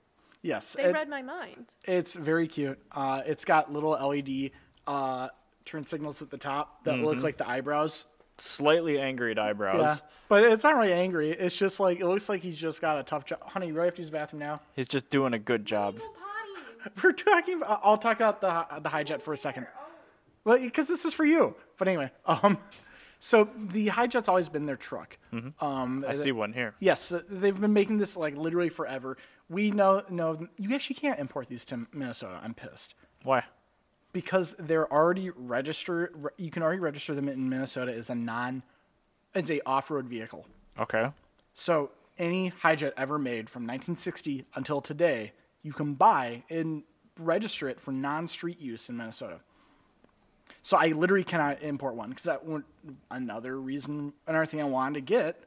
[SPEAKER 2] yes,
[SPEAKER 3] They
[SPEAKER 2] it-
[SPEAKER 3] read my mind.
[SPEAKER 2] It's very cute. Uh, it's got little LED uh, turn signals at the top that
[SPEAKER 1] Mm-hmm.
[SPEAKER 2] look like the eyebrows.
[SPEAKER 1] Slightly angry eyebrows.
[SPEAKER 2] But it's not really angry. It's just like it looks like he's just got a tough job. Honey, you really have to use the bathroom now. [laughs]
[SPEAKER 1] He's just doing a good job.
[SPEAKER 2] We're talking. About, I'll talk about the hi- the hijet for a second. Well, because this is for you. But anyway, [laughs] um, so the hijet's always been their truck. Um,
[SPEAKER 1] Mm-hmm. I see one here.
[SPEAKER 2] Yes, uh, they've been making this like literally forever. We know know you actually can't import these to Minnesota. I'm pissed
[SPEAKER 1] Why?
[SPEAKER 2] because they're already registered. re- You can already register them in Minnesota as a non, as a off road vehicle.
[SPEAKER 1] Okay.
[SPEAKER 2] So any hijet ever made from 1960 until today, you can buy and register it for non-street use in Minnesota. So I literally cannot import one because that won't another reason, another thing I wanted to get.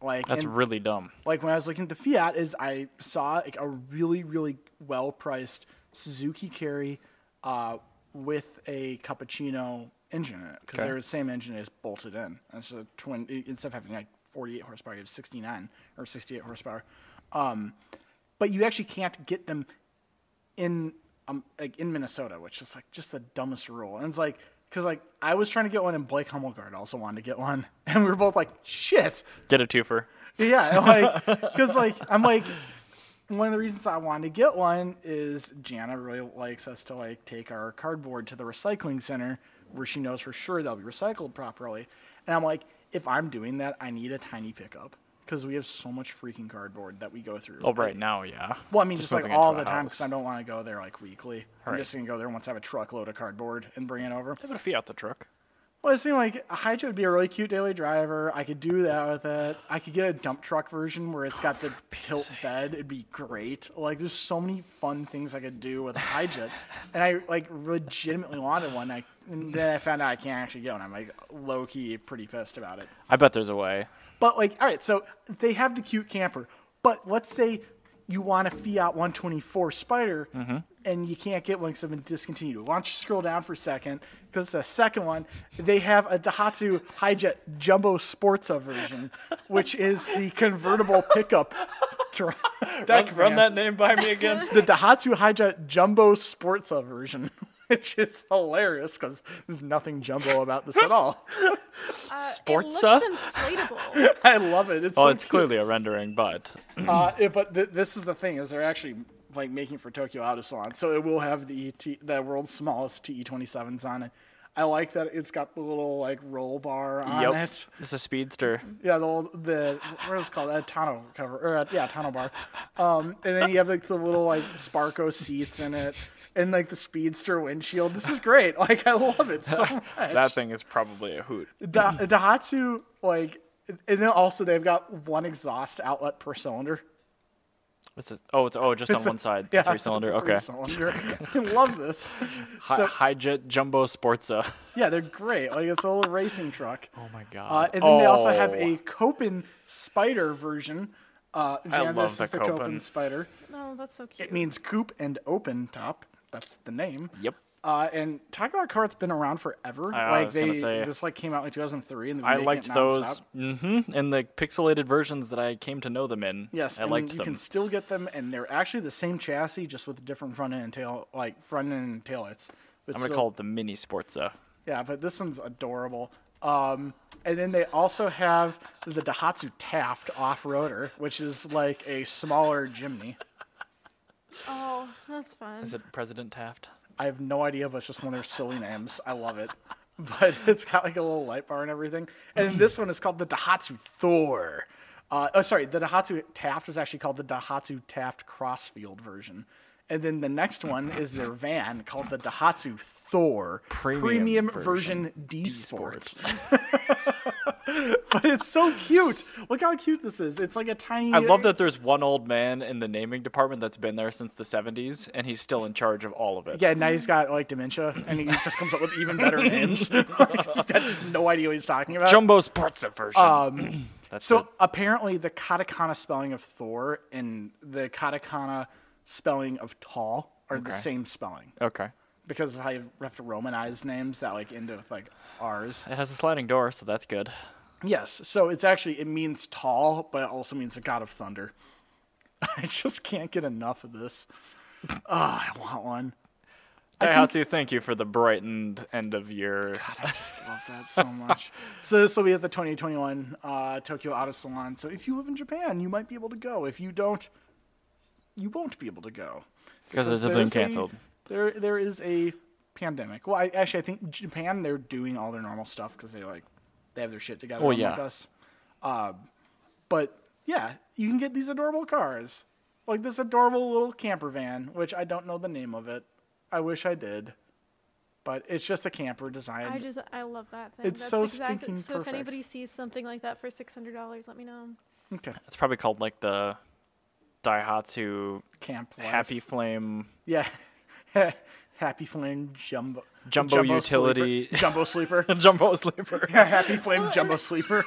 [SPEAKER 2] Like
[SPEAKER 1] That's
[SPEAKER 2] and-
[SPEAKER 1] really dumb.
[SPEAKER 2] like when I was looking at the Fiat is I saw like a really really well priced Suzuki Carry uh, with a cappuccino engine in it because
[SPEAKER 1] Okay.
[SPEAKER 2] they're the same engine is bolted in. And so twin instead of having like 48 horsepower, you have 69 or 68 horsepower. Um, but you actually can't get them in um, like in Minnesota, which is like just the dumbest rule. And it's like because like I was trying to get one, and Blake Hummelgard also wanted to get one, [laughs] and we were both like, shit.
[SPEAKER 1] Get a twofer.
[SPEAKER 2] Yeah,
[SPEAKER 1] [laughs]
[SPEAKER 2] like because like I'm like one of the reasons I wanted to get one is Jana really likes us to like take our cardboard to the recycling center where she knows for sure they'll be recycled properly, and I'm like if I'm doing that I need a tiny pickup because we have so much freaking cardboard that we go through.
[SPEAKER 1] Oh, right now, yeah.
[SPEAKER 2] Well, I mean, just, like
[SPEAKER 1] moving
[SPEAKER 2] all
[SPEAKER 1] into
[SPEAKER 2] the
[SPEAKER 1] a
[SPEAKER 2] time
[SPEAKER 1] house.
[SPEAKER 2] because I don't want to go there like weekly. I'm
[SPEAKER 1] Right.
[SPEAKER 2] just gonna go there once I have a truckload of cardboard and bring it over.
[SPEAKER 1] How about a Fiat the truck?
[SPEAKER 2] Well, it seemed like a Hydra would be a really cute daily driver. I could do that with it. I could get a dump truck version where it's got the tilt bed. It'd be great. Like, there's so many fun things I could do with a Hydra, and I like legitimately wanted one. I, and then I found out I can't actually get one. I'm like low key pretty pissed about it.
[SPEAKER 1] I bet there's a way.
[SPEAKER 2] But like, all right, so they have the cute camper. But let's say you want a Fiat 124 Spider, and you can't get one because they've been discontinued. Why don't you scroll down for a second? Because the second one, they have a Daihatsu Hijet Jumbo Sportsa version, which is the convertible pickup. [laughs] dr- deck van
[SPEAKER 1] name by me
[SPEAKER 2] [laughs]
[SPEAKER 1] again.
[SPEAKER 2] the Daihatsu Hijet Jumbo Sportsa version, [laughs] which is hilarious because there's nothing jumbo about this at all. [laughs]
[SPEAKER 3] Uh,
[SPEAKER 1] Sportsa?
[SPEAKER 3] It looks
[SPEAKER 1] [laughs]
[SPEAKER 3] inflatable.
[SPEAKER 2] I love it. It's
[SPEAKER 1] well,
[SPEAKER 2] so
[SPEAKER 1] Oh, it's
[SPEAKER 2] cute.
[SPEAKER 1] clearly a rendering, but
[SPEAKER 2] Uh, yeah, but th- this is the thing: is they're actually like making for Tokyo Auto Salon, so it will have the E T, the world's smallest TE27s on it. I like that it's got the little like roll bar on
[SPEAKER 1] Yep.
[SPEAKER 2] it.
[SPEAKER 1] It's a speedster.
[SPEAKER 2] Yeah, the old, the what is it called a tonneau cover or a, yeah tonneau bar, um, and then you have like the little like Sparko seats in it, and like the speedster windshield. This is great. [laughs] Like I love it so much.
[SPEAKER 1] That thing is probably a hoot.
[SPEAKER 2] Da- Daihatsu like, and then also they've got one exhaust outlet per cylinder.
[SPEAKER 1] It's a, oh, it's oh, just on
[SPEAKER 2] It's a-
[SPEAKER 1] one side.
[SPEAKER 2] yeah,
[SPEAKER 1] Yeah, three cylinder.
[SPEAKER 2] it's a
[SPEAKER 1] Okay.
[SPEAKER 2] three-cylinder. [laughs] I love this.
[SPEAKER 1] [laughs] Hi,
[SPEAKER 2] So
[SPEAKER 1] high jet jumbo [laughs] sportsa.
[SPEAKER 2] yeah, they're great. Like it's a little racing truck.
[SPEAKER 1] Oh my god.
[SPEAKER 2] Uh, and then they also have
[SPEAKER 1] Oh.
[SPEAKER 2] a Copen spider version. Uh, Jan,
[SPEAKER 1] love
[SPEAKER 2] this
[SPEAKER 1] the
[SPEAKER 2] is the Copen.
[SPEAKER 1] Copen.
[SPEAKER 2] spider.
[SPEAKER 3] Oh, that's so cute.
[SPEAKER 2] It means coop and open top. That's the name.
[SPEAKER 1] Yep.
[SPEAKER 2] Uh, and Takara Kart's been around forever.
[SPEAKER 1] I
[SPEAKER 2] like
[SPEAKER 1] was
[SPEAKER 2] they,
[SPEAKER 1] gonna say-
[SPEAKER 2] this like came out in 2003, and they've been
[SPEAKER 1] I
[SPEAKER 2] making
[SPEAKER 1] liked
[SPEAKER 2] it
[SPEAKER 1] those
[SPEAKER 2] nonstop.
[SPEAKER 1] hmm and the pixelated versions that I came to know them in.
[SPEAKER 2] Yes,
[SPEAKER 1] I
[SPEAKER 2] and
[SPEAKER 1] liked
[SPEAKER 2] you
[SPEAKER 1] them.
[SPEAKER 2] can still get them, and they're actually the same chassis, just with different front end and tail, like front end and taillights. But
[SPEAKER 1] I'm gonna
[SPEAKER 2] still-
[SPEAKER 1] call it the mini sportsa.
[SPEAKER 2] Yeah, but this one's adorable. Um, and then they also have the Daihatsu Taft off roader, which is like a smaller Jimny.
[SPEAKER 3] Oh, that's fun.
[SPEAKER 1] Is it President Taft?
[SPEAKER 2] I have no idea, but it's just one of their silly names. I love it. [laughs] But it's got like a little light bar and everything. And then this one is called the Daihatsu Thor. Uh, oh, sorry, the Daihatsu Taft is actually called the Daihatsu Taft Crossfield version. And then the next one is their van called the Daihatsu Thor
[SPEAKER 1] Premium
[SPEAKER 2] version,
[SPEAKER 1] version
[SPEAKER 2] D Sport. [laughs] but it's so cute. Look how cute this is. It's like a tiny.
[SPEAKER 1] I love that there's one old man in the naming department that's been there since the 70s, and he's still in charge of all of it.
[SPEAKER 2] Yeah, now he's got like dementia, and he just comes up with even better names. [laughs] Like, he's got no idea what he's talking about. Um,
[SPEAKER 1] Jumbo Sportsa version.
[SPEAKER 4] Ah.
[SPEAKER 1] [clears throat] that's
[SPEAKER 2] so
[SPEAKER 1] it.
[SPEAKER 2] apparently, the katakana spelling of Thor and the katakana spelling of Tall are the
[SPEAKER 1] Okay.
[SPEAKER 2] same spelling
[SPEAKER 1] okay.
[SPEAKER 2] because of how you have to Romanize names that like end with like R's.
[SPEAKER 1] It has a sliding door, so that's good.
[SPEAKER 2] Yes, so it's actually it means tall, but it also means the god of thunder. [laughs] I just can't get enough of this. Ah, I want one.
[SPEAKER 1] Daihatsu, thank you for the brightened end of year.
[SPEAKER 2] I just love that so much. [laughs] so this will be at the 2021 uh, Tokyo Auto Salon. So if you live in Japan, you might be able to go. If you don't, you won't be able to go
[SPEAKER 1] Because it's been
[SPEAKER 2] there's a-
[SPEAKER 1] canceled.
[SPEAKER 2] there, there is a pandemic. Well, I, actually, I think Japan they're doing all their normal stuff because they like they have their shit together.
[SPEAKER 1] Well,
[SPEAKER 2] unlike
[SPEAKER 1] yeah.
[SPEAKER 2] us. Um, but yeah, you can get these adorable cars, like this adorable little camper van, which I don't know the name of it. I wish I did, but it's just a camper designed.
[SPEAKER 3] I just I love that thing.
[SPEAKER 2] It's
[SPEAKER 3] That's
[SPEAKER 2] so
[SPEAKER 3] exactly,
[SPEAKER 2] stinking
[SPEAKER 3] So if
[SPEAKER 2] perfect.
[SPEAKER 3] anybody sees something like that for six hundred dollars, let me know.
[SPEAKER 2] okay,
[SPEAKER 1] It's probably called like the Daihatsu
[SPEAKER 2] camp life.
[SPEAKER 1] Happy [laughs] Flame.
[SPEAKER 2] Yeah. [laughs] Happy Flame Jumbo.
[SPEAKER 1] Jumbo utility.
[SPEAKER 2] Sleeper. [laughs]
[SPEAKER 1] [laughs]
[SPEAKER 2] Jumbo Sleeper.
[SPEAKER 1] Jumbo
[SPEAKER 2] [laughs]
[SPEAKER 1] Sleeper.
[SPEAKER 2] Happy Flame
[SPEAKER 1] [laughs]
[SPEAKER 2] Jumbo Sleeper.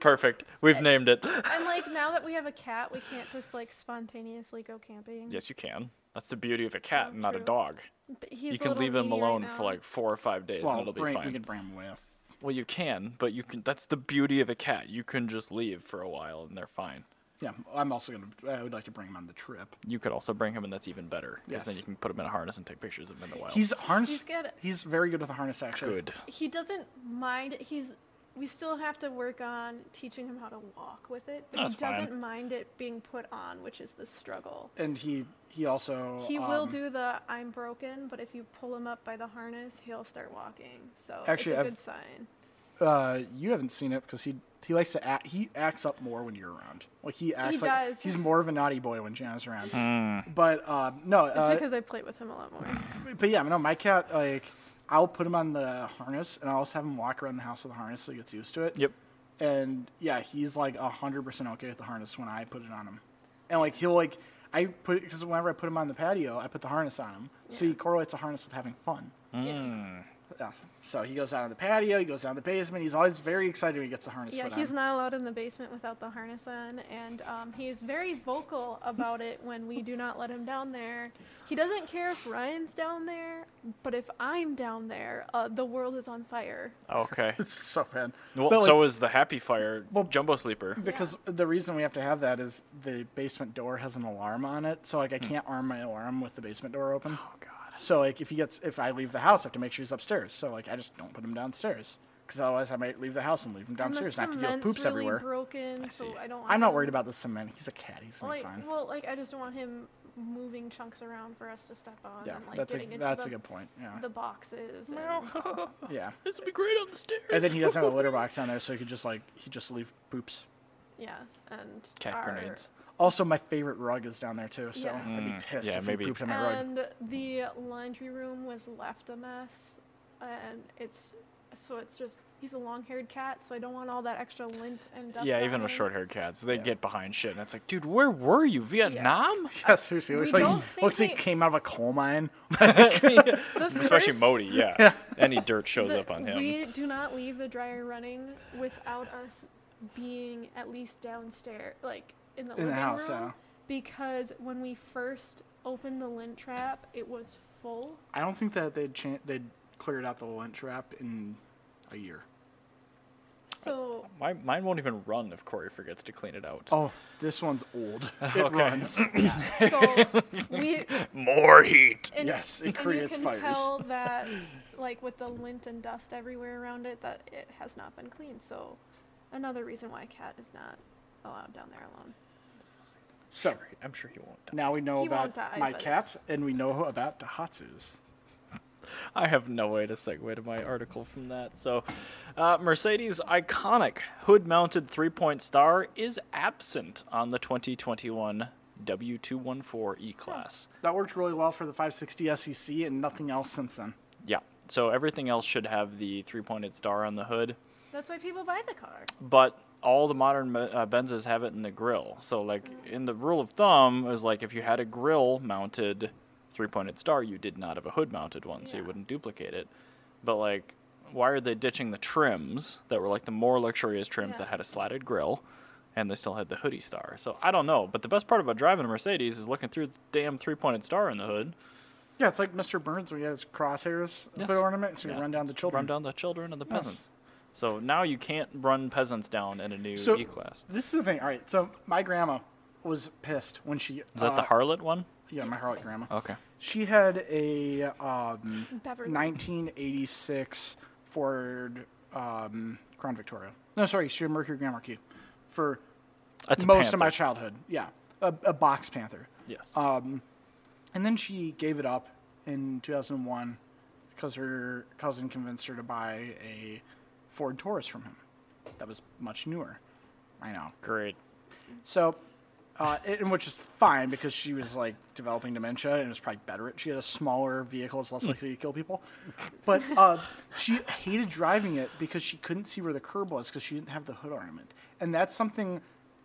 [SPEAKER 1] Perfect. We've named it.
[SPEAKER 3] And like now that we have a cat, we can't just like spontaneously go camping.
[SPEAKER 1] Yes, you can. That's the beauty of a cat
[SPEAKER 3] Oh,
[SPEAKER 1] and not a
[SPEAKER 3] true.
[SPEAKER 1] dog.
[SPEAKER 3] But he's
[SPEAKER 1] you
[SPEAKER 3] a
[SPEAKER 1] can
[SPEAKER 3] little
[SPEAKER 1] leave him
[SPEAKER 3] weeny right
[SPEAKER 1] alone for
[SPEAKER 3] now.
[SPEAKER 1] like four or five days and
[SPEAKER 2] Well,
[SPEAKER 1] it'll be
[SPEAKER 2] bring,
[SPEAKER 1] fine.
[SPEAKER 2] you can bring him with.
[SPEAKER 1] Well, you can, but you can. That's the beauty of a cat. You can just leave for a while and they're fine.
[SPEAKER 2] Yeah, I'm also gonna. I would like to bring him on the trip.
[SPEAKER 1] You could also bring him, and that's even better because then
[SPEAKER 2] Yes.
[SPEAKER 1] you can put him in a harness and take pictures of him in the wild.
[SPEAKER 2] He's harness.
[SPEAKER 3] He's good.
[SPEAKER 2] He's very good with the harness. Actually,
[SPEAKER 1] good.
[SPEAKER 3] he doesn't mind. He's we still have to work on teaching him how to walk with it, but
[SPEAKER 1] That's
[SPEAKER 3] he doesn't
[SPEAKER 1] fine.
[SPEAKER 3] mind it being put on, which is the struggle.
[SPEAKER 2] And he he also
[SPEAKER 3] He will
[SPEAKER 2] um,
[SPEAKER 3] do the I'm broken, but if you pull him up by the harness, he'll start walking. So
[SPEAKER 2] Actually,
[SPEAKER 3] it's a
[SPEAKER 2] I've-
[SPEAKER 3] good sign.
[SPEAKER 2] Uh, you haven't seen it because he he likes to act. He acts up more when you're around. Like he acts like
[SPEAKER 3] does.
[SPEAKER 2] he's more of a naughty boy when Jana's around.
[SPEAKER 1] Hmm.
[SPEAKER 2] But um, no,
[SPEAKER 3] It's
[SPEAKER 2] [laughs] uh,
[SPEAKER 3] because I play with him a
[SPEAKER 2] [sighs]
[SPEAKER 3] lot more.
[SPEAKER 2] But yeah, no, my cat like I'll put him on the harness and I'll also have him walk around the house with the harness so he gets used to it.
[SPEAKER 1] Yep.
[SPEAKER 2] And yeah, he's like hundred percent okay with the harness when I put it on him, and like he'll like I put because whenever I put him on the patio, I put the harness on him, so he correlates the harness with having fun.
[SPEAKER 1] Hmm.
[SPEAKER 3] Yeah.
[SPEAKER 2] Yeah. So he goes out on the patio, he goes down the basement. He's always very excited when he gets the harness.
[SPEAKER 3] Yeah,
[SPEAKER 2] put
[SPEAKER 3] he's
[SPEAKER 2] on.
[SPEAKER 3] not allowed in the basement without the harness on, and um, he is very vocal about it when we do not let him down there. He doesn't care if Ryan's down there, but if I'm down there, uh, the world is on fire.
[SPEAKER 1] Oh, Okay.
[SPEAKER 2] [laughs] It's so bad.
[SPEAKER 1] Well,
[SPEAKER 2] But, like,
[SPEAKER 1] so is the Happy Fire
[SPEAKER 2] Well-
[SPEAKER 1] Jumbo Sleeper.
[SPEAKER 2] because the reason we have to have that is the basement door has an alarm on it, so
[SPEAKER 3] Hmm.
[SPEAKER 2] like I can't arm my alarm with the basement door open.
[SPEAKER 1] Oh God.
[SPEAKER 2] So like if he gets if I leave the house, I have to make sure he's upstairs. So like I just don't put him downstairs. because otherwise I might leave the house and leave him
[SPEAKER 3] And the
[SPEAKER 2] downstairs and have to deal with
[SPEAKER 3] cement's
[SPEAKER 2] poops
[SPEAKER 3] really
[SPEAKER 2] everywhere.
[SPEAKER 3] broken,
[SPEAKER 1] see.
[SPEAKER 3] so I don't.
[SPEAKER 2] I'm not
[SPEAKER 3] wanna-
[SPEAKER 2] worried about the cement. He's a cat. He's gonna be
[SPEAKER 3] Like,
[SPEAKER 2] fine.
[SPEAKER 3] well, like I just don't want him moving chunks around for us to step on.
[SPEAKER 2] yeah,
[SPEAKER 3] and, like,
[SPEAKER 2] that's a
[SPEAKER 3] getting into
[SPEAKER 2] that's
[SPEAKER 3] the,
[SPEAKER 2] a good point. Yeah,
[SPEAKER 3] The boxes. and-
[SPEAKER 2] [laughs]
[SPEAKER 3] [laughs]
[SPEAKER 2] yeah.
[SPEAKER 1] This would be great on the stairs.
[SPEAKER 2] And then he doesn't have a litter box down there, so he could just like he just leave poops.
[SPEAKER 3] yeah, and
[SPEAKER 1] Cat
[SPEAKER 3] our-
[SPEAKER 1] grenades.
[SPEAKER 2] Also, my favorite rug is down there too, so
[SPEAKER 3] Yeah. Um,
[SPEAKER 2] I'd be pissed
[SPEAKER 1] Hmm. yeah,
[SPEAKER 2] if
[SPEAKER 1] maybe-
[SPEAKER 2] he pooped on my rug.
[SPEAKER 3] And the laundry room was left a mess, and it's so it's just he's a long-haired cat, so I don't want all that extra lint and dust.
[SPEAKER 1] Yeah,
[SPEAKER 3] on
[SPEAKER 1] even with
[SPEAKER 3] him.
[SPEAKER 1] short-haired cats, they
[SPEAKER 2] Yeah.
[SPEAKER 1] get behind shit, and it's like, dude, where were you? Vietnam?
[SPEAKER 2] Yeah, seriously, looks like
[SPEAKER 3] don't think
[SPEAKER 2] looks like he
[SPEAKER 3] they-
[SPEAKER 2] came out of a coal mine.
[SPEAKER 3] The
[SPEAKER 1] Especially
[SPEAKER 3] first-
[SPEAKER 1] Modi, yeah. Any dirt shows
[SPEAKER 3] the-
[SPEAKER 1] up on him.
[SPEAKER 3] We do not leave the dryer running without us being at least downstairs, like in the
[SPEAKER 2] the
[SPEAKER 3] living
[SPEAKER 2] house,
[SPEAKER 3] room,
[SPEAKER 2] yeah.
[SPEAKER 3] because when we first opened the lint trap, it was full.
[SPEAKER 2] I don't think that they'd chan they'd cleared out the lint trap in a year.
[SPEAKER 1] [laughs]
[SPEAKER 3] So
[SPEAKER 1] My, mine won't even run if Corey forgets to clean it out.
[SPEAKER 2] Oh, this one's [laughs] old. It
[SPEAKER 1] Okay.
[SPEAKER 2] [clears throat] runs.
[SPEAKER 3] so we
[SPEAKER 1] More heat.
[SPEAKER 3] and,
[SPEAKER 2] Yes, it
[SPEAKER 3] and
[SPEAKER 2] creates
[SPEAKER 3] you can
[SPEAKER 2] fires. [laughs]
[SPEAKER 3] tell that like with the lint and dust everywhere around it that it has not been cleaned. So another reason why cat is not allowed down there alone.
[SPEAKER 2] So
[SPEAKER 1] I'm sure he won't.
[SPEAKER 2] now we know
[SPEAKER 3] He won't
[SPEAKER 2] about
[SPEAKER 3] die,
[SPEAKER 2] my
[SPEAKER 3] but
[SPEAKER 2] cats,
[SPEAKER 3] it's-
[SPEAKER 2] and we know about Dahatsus.
[SPEAKER 1] I have no way to segue to my article from that. So, uh, Mercedes' iconic hood mounted three point star is absent on the 2021 W214 E Class.
[SPEAKER 2] That worked really well for the 560 SEC, E and nothing else since then.
[SPEAKER 1] Yeah. So, everything else should have the three pointed star on the hood,
[SPEAKER 3] That's why people buy the car.
[SPEAKER 1] but all the modern uh, Benzes have it in the grill. So, like, in the rule of thumb, is like if you had a grill mounted three pointed star, you did not have a hood mounted one, so you
[SPEAKER 3] Yeah.
[SPEAKER 1] wouldn't duplicate it. But, like, why are they ditching the trims that were like the more luxurious trims
[SPEAKER 3] Yeah.
[SPEAKER 1] that had a slatted grill and they still had the hoodie star? So, I don't know. But the best part about driving a Mercedes is looking through the damn three pointed star in the hood.
[SPEAKER 2] Yeah, it's like Mr. Burns when he has crosshairs
[SPEAKER 1] Yes.
[SPEAKER 2] put ornament, so you
[SPEAKER 1] Yeah.
[SPEAKER 2] run down the
[SPEAKER 3] Mm.
[SPEAKER 2] children.
[SPEAKER 1] Run down the children and the peasants. So now you can't run peasants down in a new
[SPEAKER 2] So
[SPEAKER 1] E class.
[SPEAKER 2] this is the thing. All right, so my grandma was pissed when she. uh,
[SPEAKER 1] Is
[SPEAKER 3] uh,
[SPEAKER 1] that the harlot one?
[SPEAKER 2] Yeah, my harlot grandma.
[SPEAKER 1] Okay.
[SPEAKER 2] She had a um,
[SPEAKER 3] Beverly.
[SPEAKER 2] 1986 Ford um, Crown Victoria. No, sorry, she had Mercury Grand Marquis for
[SPEAKER 1] That's a
[SPEAKER 2] most
[SPEAKER 1] panther.
[SPEAKER 2] of my uh, childhood. Yeah, a, a box Panther.
[SPEAKER 1] Yes.
[SPEAKER 2] And then she gave it up in 2001 because her cousin convinced her to buy a Ford Taurus from him. That was much newer. I know.
[SPEAKER 1] Great.
[SPEAKER 2] So, uh, it, and which is fine because she was like developing dementia and was probably better at. She had a smaller vehicle; it's less
[SPEAKER 1] Hmm.
[SPEAKER 2] likely to kill people. But uh, she hated driving it because she couldn't see where the curb was because she didn't have the hood ornament, and that's something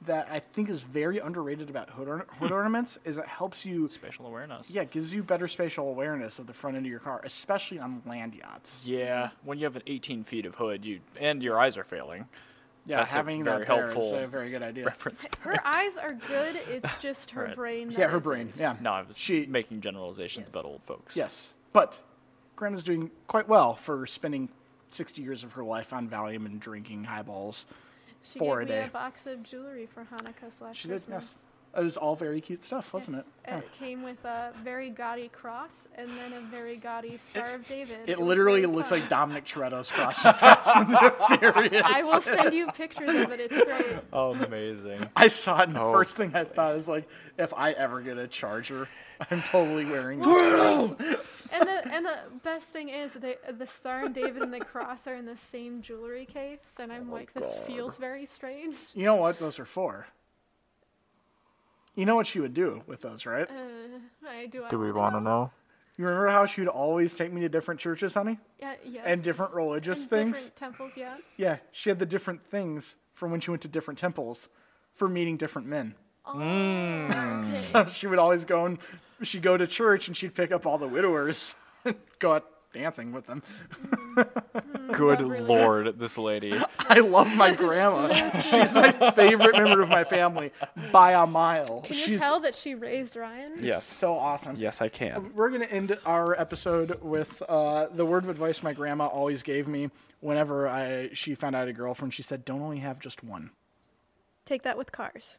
[SPEAKER 2] that I think is very underrated about hood, orna-
[SPEAKER 1] [laughs]
[SPEAKER 2] hood ornaments is it helps you.
[SPEAKER 1] Spatial awareness.
[SPEAKER 2] Yeah, it gives you better spatial awareness of the front end of your car, especially on land yachts.
[SPEAKER 1] Yeah. When you have an 18 feet of hood, you and your eyes are failing.
[SPEAKER 2] Yeah,
[SPEAKER 1] That's a
[SPEAKER 2] having
[SPEAKER 1] very
[SPEAKER 2] that there is
[SPEAKER 1] helpful
[SPEAKER 2] a very good idea.
[SPEAKER 1] Reference.
[SPEAKER 3] Her eyes are good. It's
[SPEAKER 2] [laughs]
[SPEAKER 3] just her
[SPEAKER 1] Right.
[SPEAKER 3] brain.
[SPEAKER 2] Yeah,
[SPEAKER 3] that
[SPEAKER 2] her brain.
[SPEAKER 3] isn't.
[SPEAKER 2] Yeah,
[SPEAKER 1] No, I was
[SPEAKER 2] She-
[SPEAKER 1] making generalizations
[SPEAKER 3] Yes.
[SPEAKER 1] about old folks. [laughs]
[SPEAKER 2] Yes, but Grandma's doing quite well for spending 60 years of her life on Valium and drinking highballs
[SPEAKER 3] She
[SPEAKER 2] for
[SPEAKER 3] gave
[SPEAKER 2] a
[SPEAKER 3] me
[SPEAKER 2] day.
[SPEAKER 3] a box of jewelry for Hanukkah slash
[SPEAKER 2] she did,
[SPEAKER 3] Christmas.
[SPEAKER 2] yes. It was all very cute stuff, wasn't
[SPEAKER 3] Yes,
[SPEAKER 2] it? Yeah.
[SPEAKER 3] It came with a very gaudy cross and then a very gaudy Star of David.
[SPEAKER 2] It
[SPEAKER 3] was
[SPEAKER 2] literally
[SPEAKER 3] very
[SPEAKER 2] looks
[SPEAKER 3] fun.
[SPEAKER 2] like Dominic Toretto's cross [laughs] and Fast and the Furious.
[SPEAKER 3] [laughs] I will
[SPEAKER 2] [laughs]
[SPEAKER 3] send you pictures of it. It's great.
[SPEAKER 2] Oh.
[SPEAKER 1] Amazing.
[SPEAKER 2] I saw it, and the
[SPEAKER 1] Oh.
[SPEAKER 2] first thing I thought is like, if I ever get a Charger, I'm totally wearing
[SPEAKER 3] [laughs]
[SPEAKER 2] this cross.
[SPEAKER 3] And the and the best thing is they, the Star of David and the cross are in the same jewelry case, and
[SPEAKER 2] Oh
[SPEAKER 3] I'm like, this feels very strange. [laughs]
[SPEAKER 2] You know what? Those are for. You know what she would do with those, right?
[SPEAKER 3] Uh, I do. Do we want to know?
[SPEAKER 2] You remember how she would always take me to different churches, honey?
[SPEAKER 3] Yeah. Yes.
[SPEAKER 2] And different religious
[SPEAKER 3] And
[SPEAKER 2] things?
[SPEAKER 3] Different temples. Yeah.
[SPEAKER 2] Yeah, she had the different things from when she went to different temples for meeting different men.
[SPEAKER 3] Oh.
[SPEAKER 1] Mm.
[SPEAKER 2] So she would always go and she'd go to church and she'd pick up all the widowers and [laughs] go out dancing with them.
[SPEAKER 1] Good
[SPEAKER 3] Not really.
[SPEAKER 1] lord, this lady.
[SPEAKER 2] I love my grandma. She's my favorite member of my family by a mile.
[SPEAKER 3] Can you
[SPEAKER 2] She's
[SPEAKER 3] tell that she raised Ryan?
[SPEAKER 1] Yes.
[SPEAKER 2] so awesome.
[SPEAKER 1] Yes, I can.
[SPEAKER 2] We're going to end our episode with uh, the word of advice my grandma always gave me whenever I she found out I had a girlfriend. She said, Don't only have just one.
[SPEAKER 3] Take that with cars.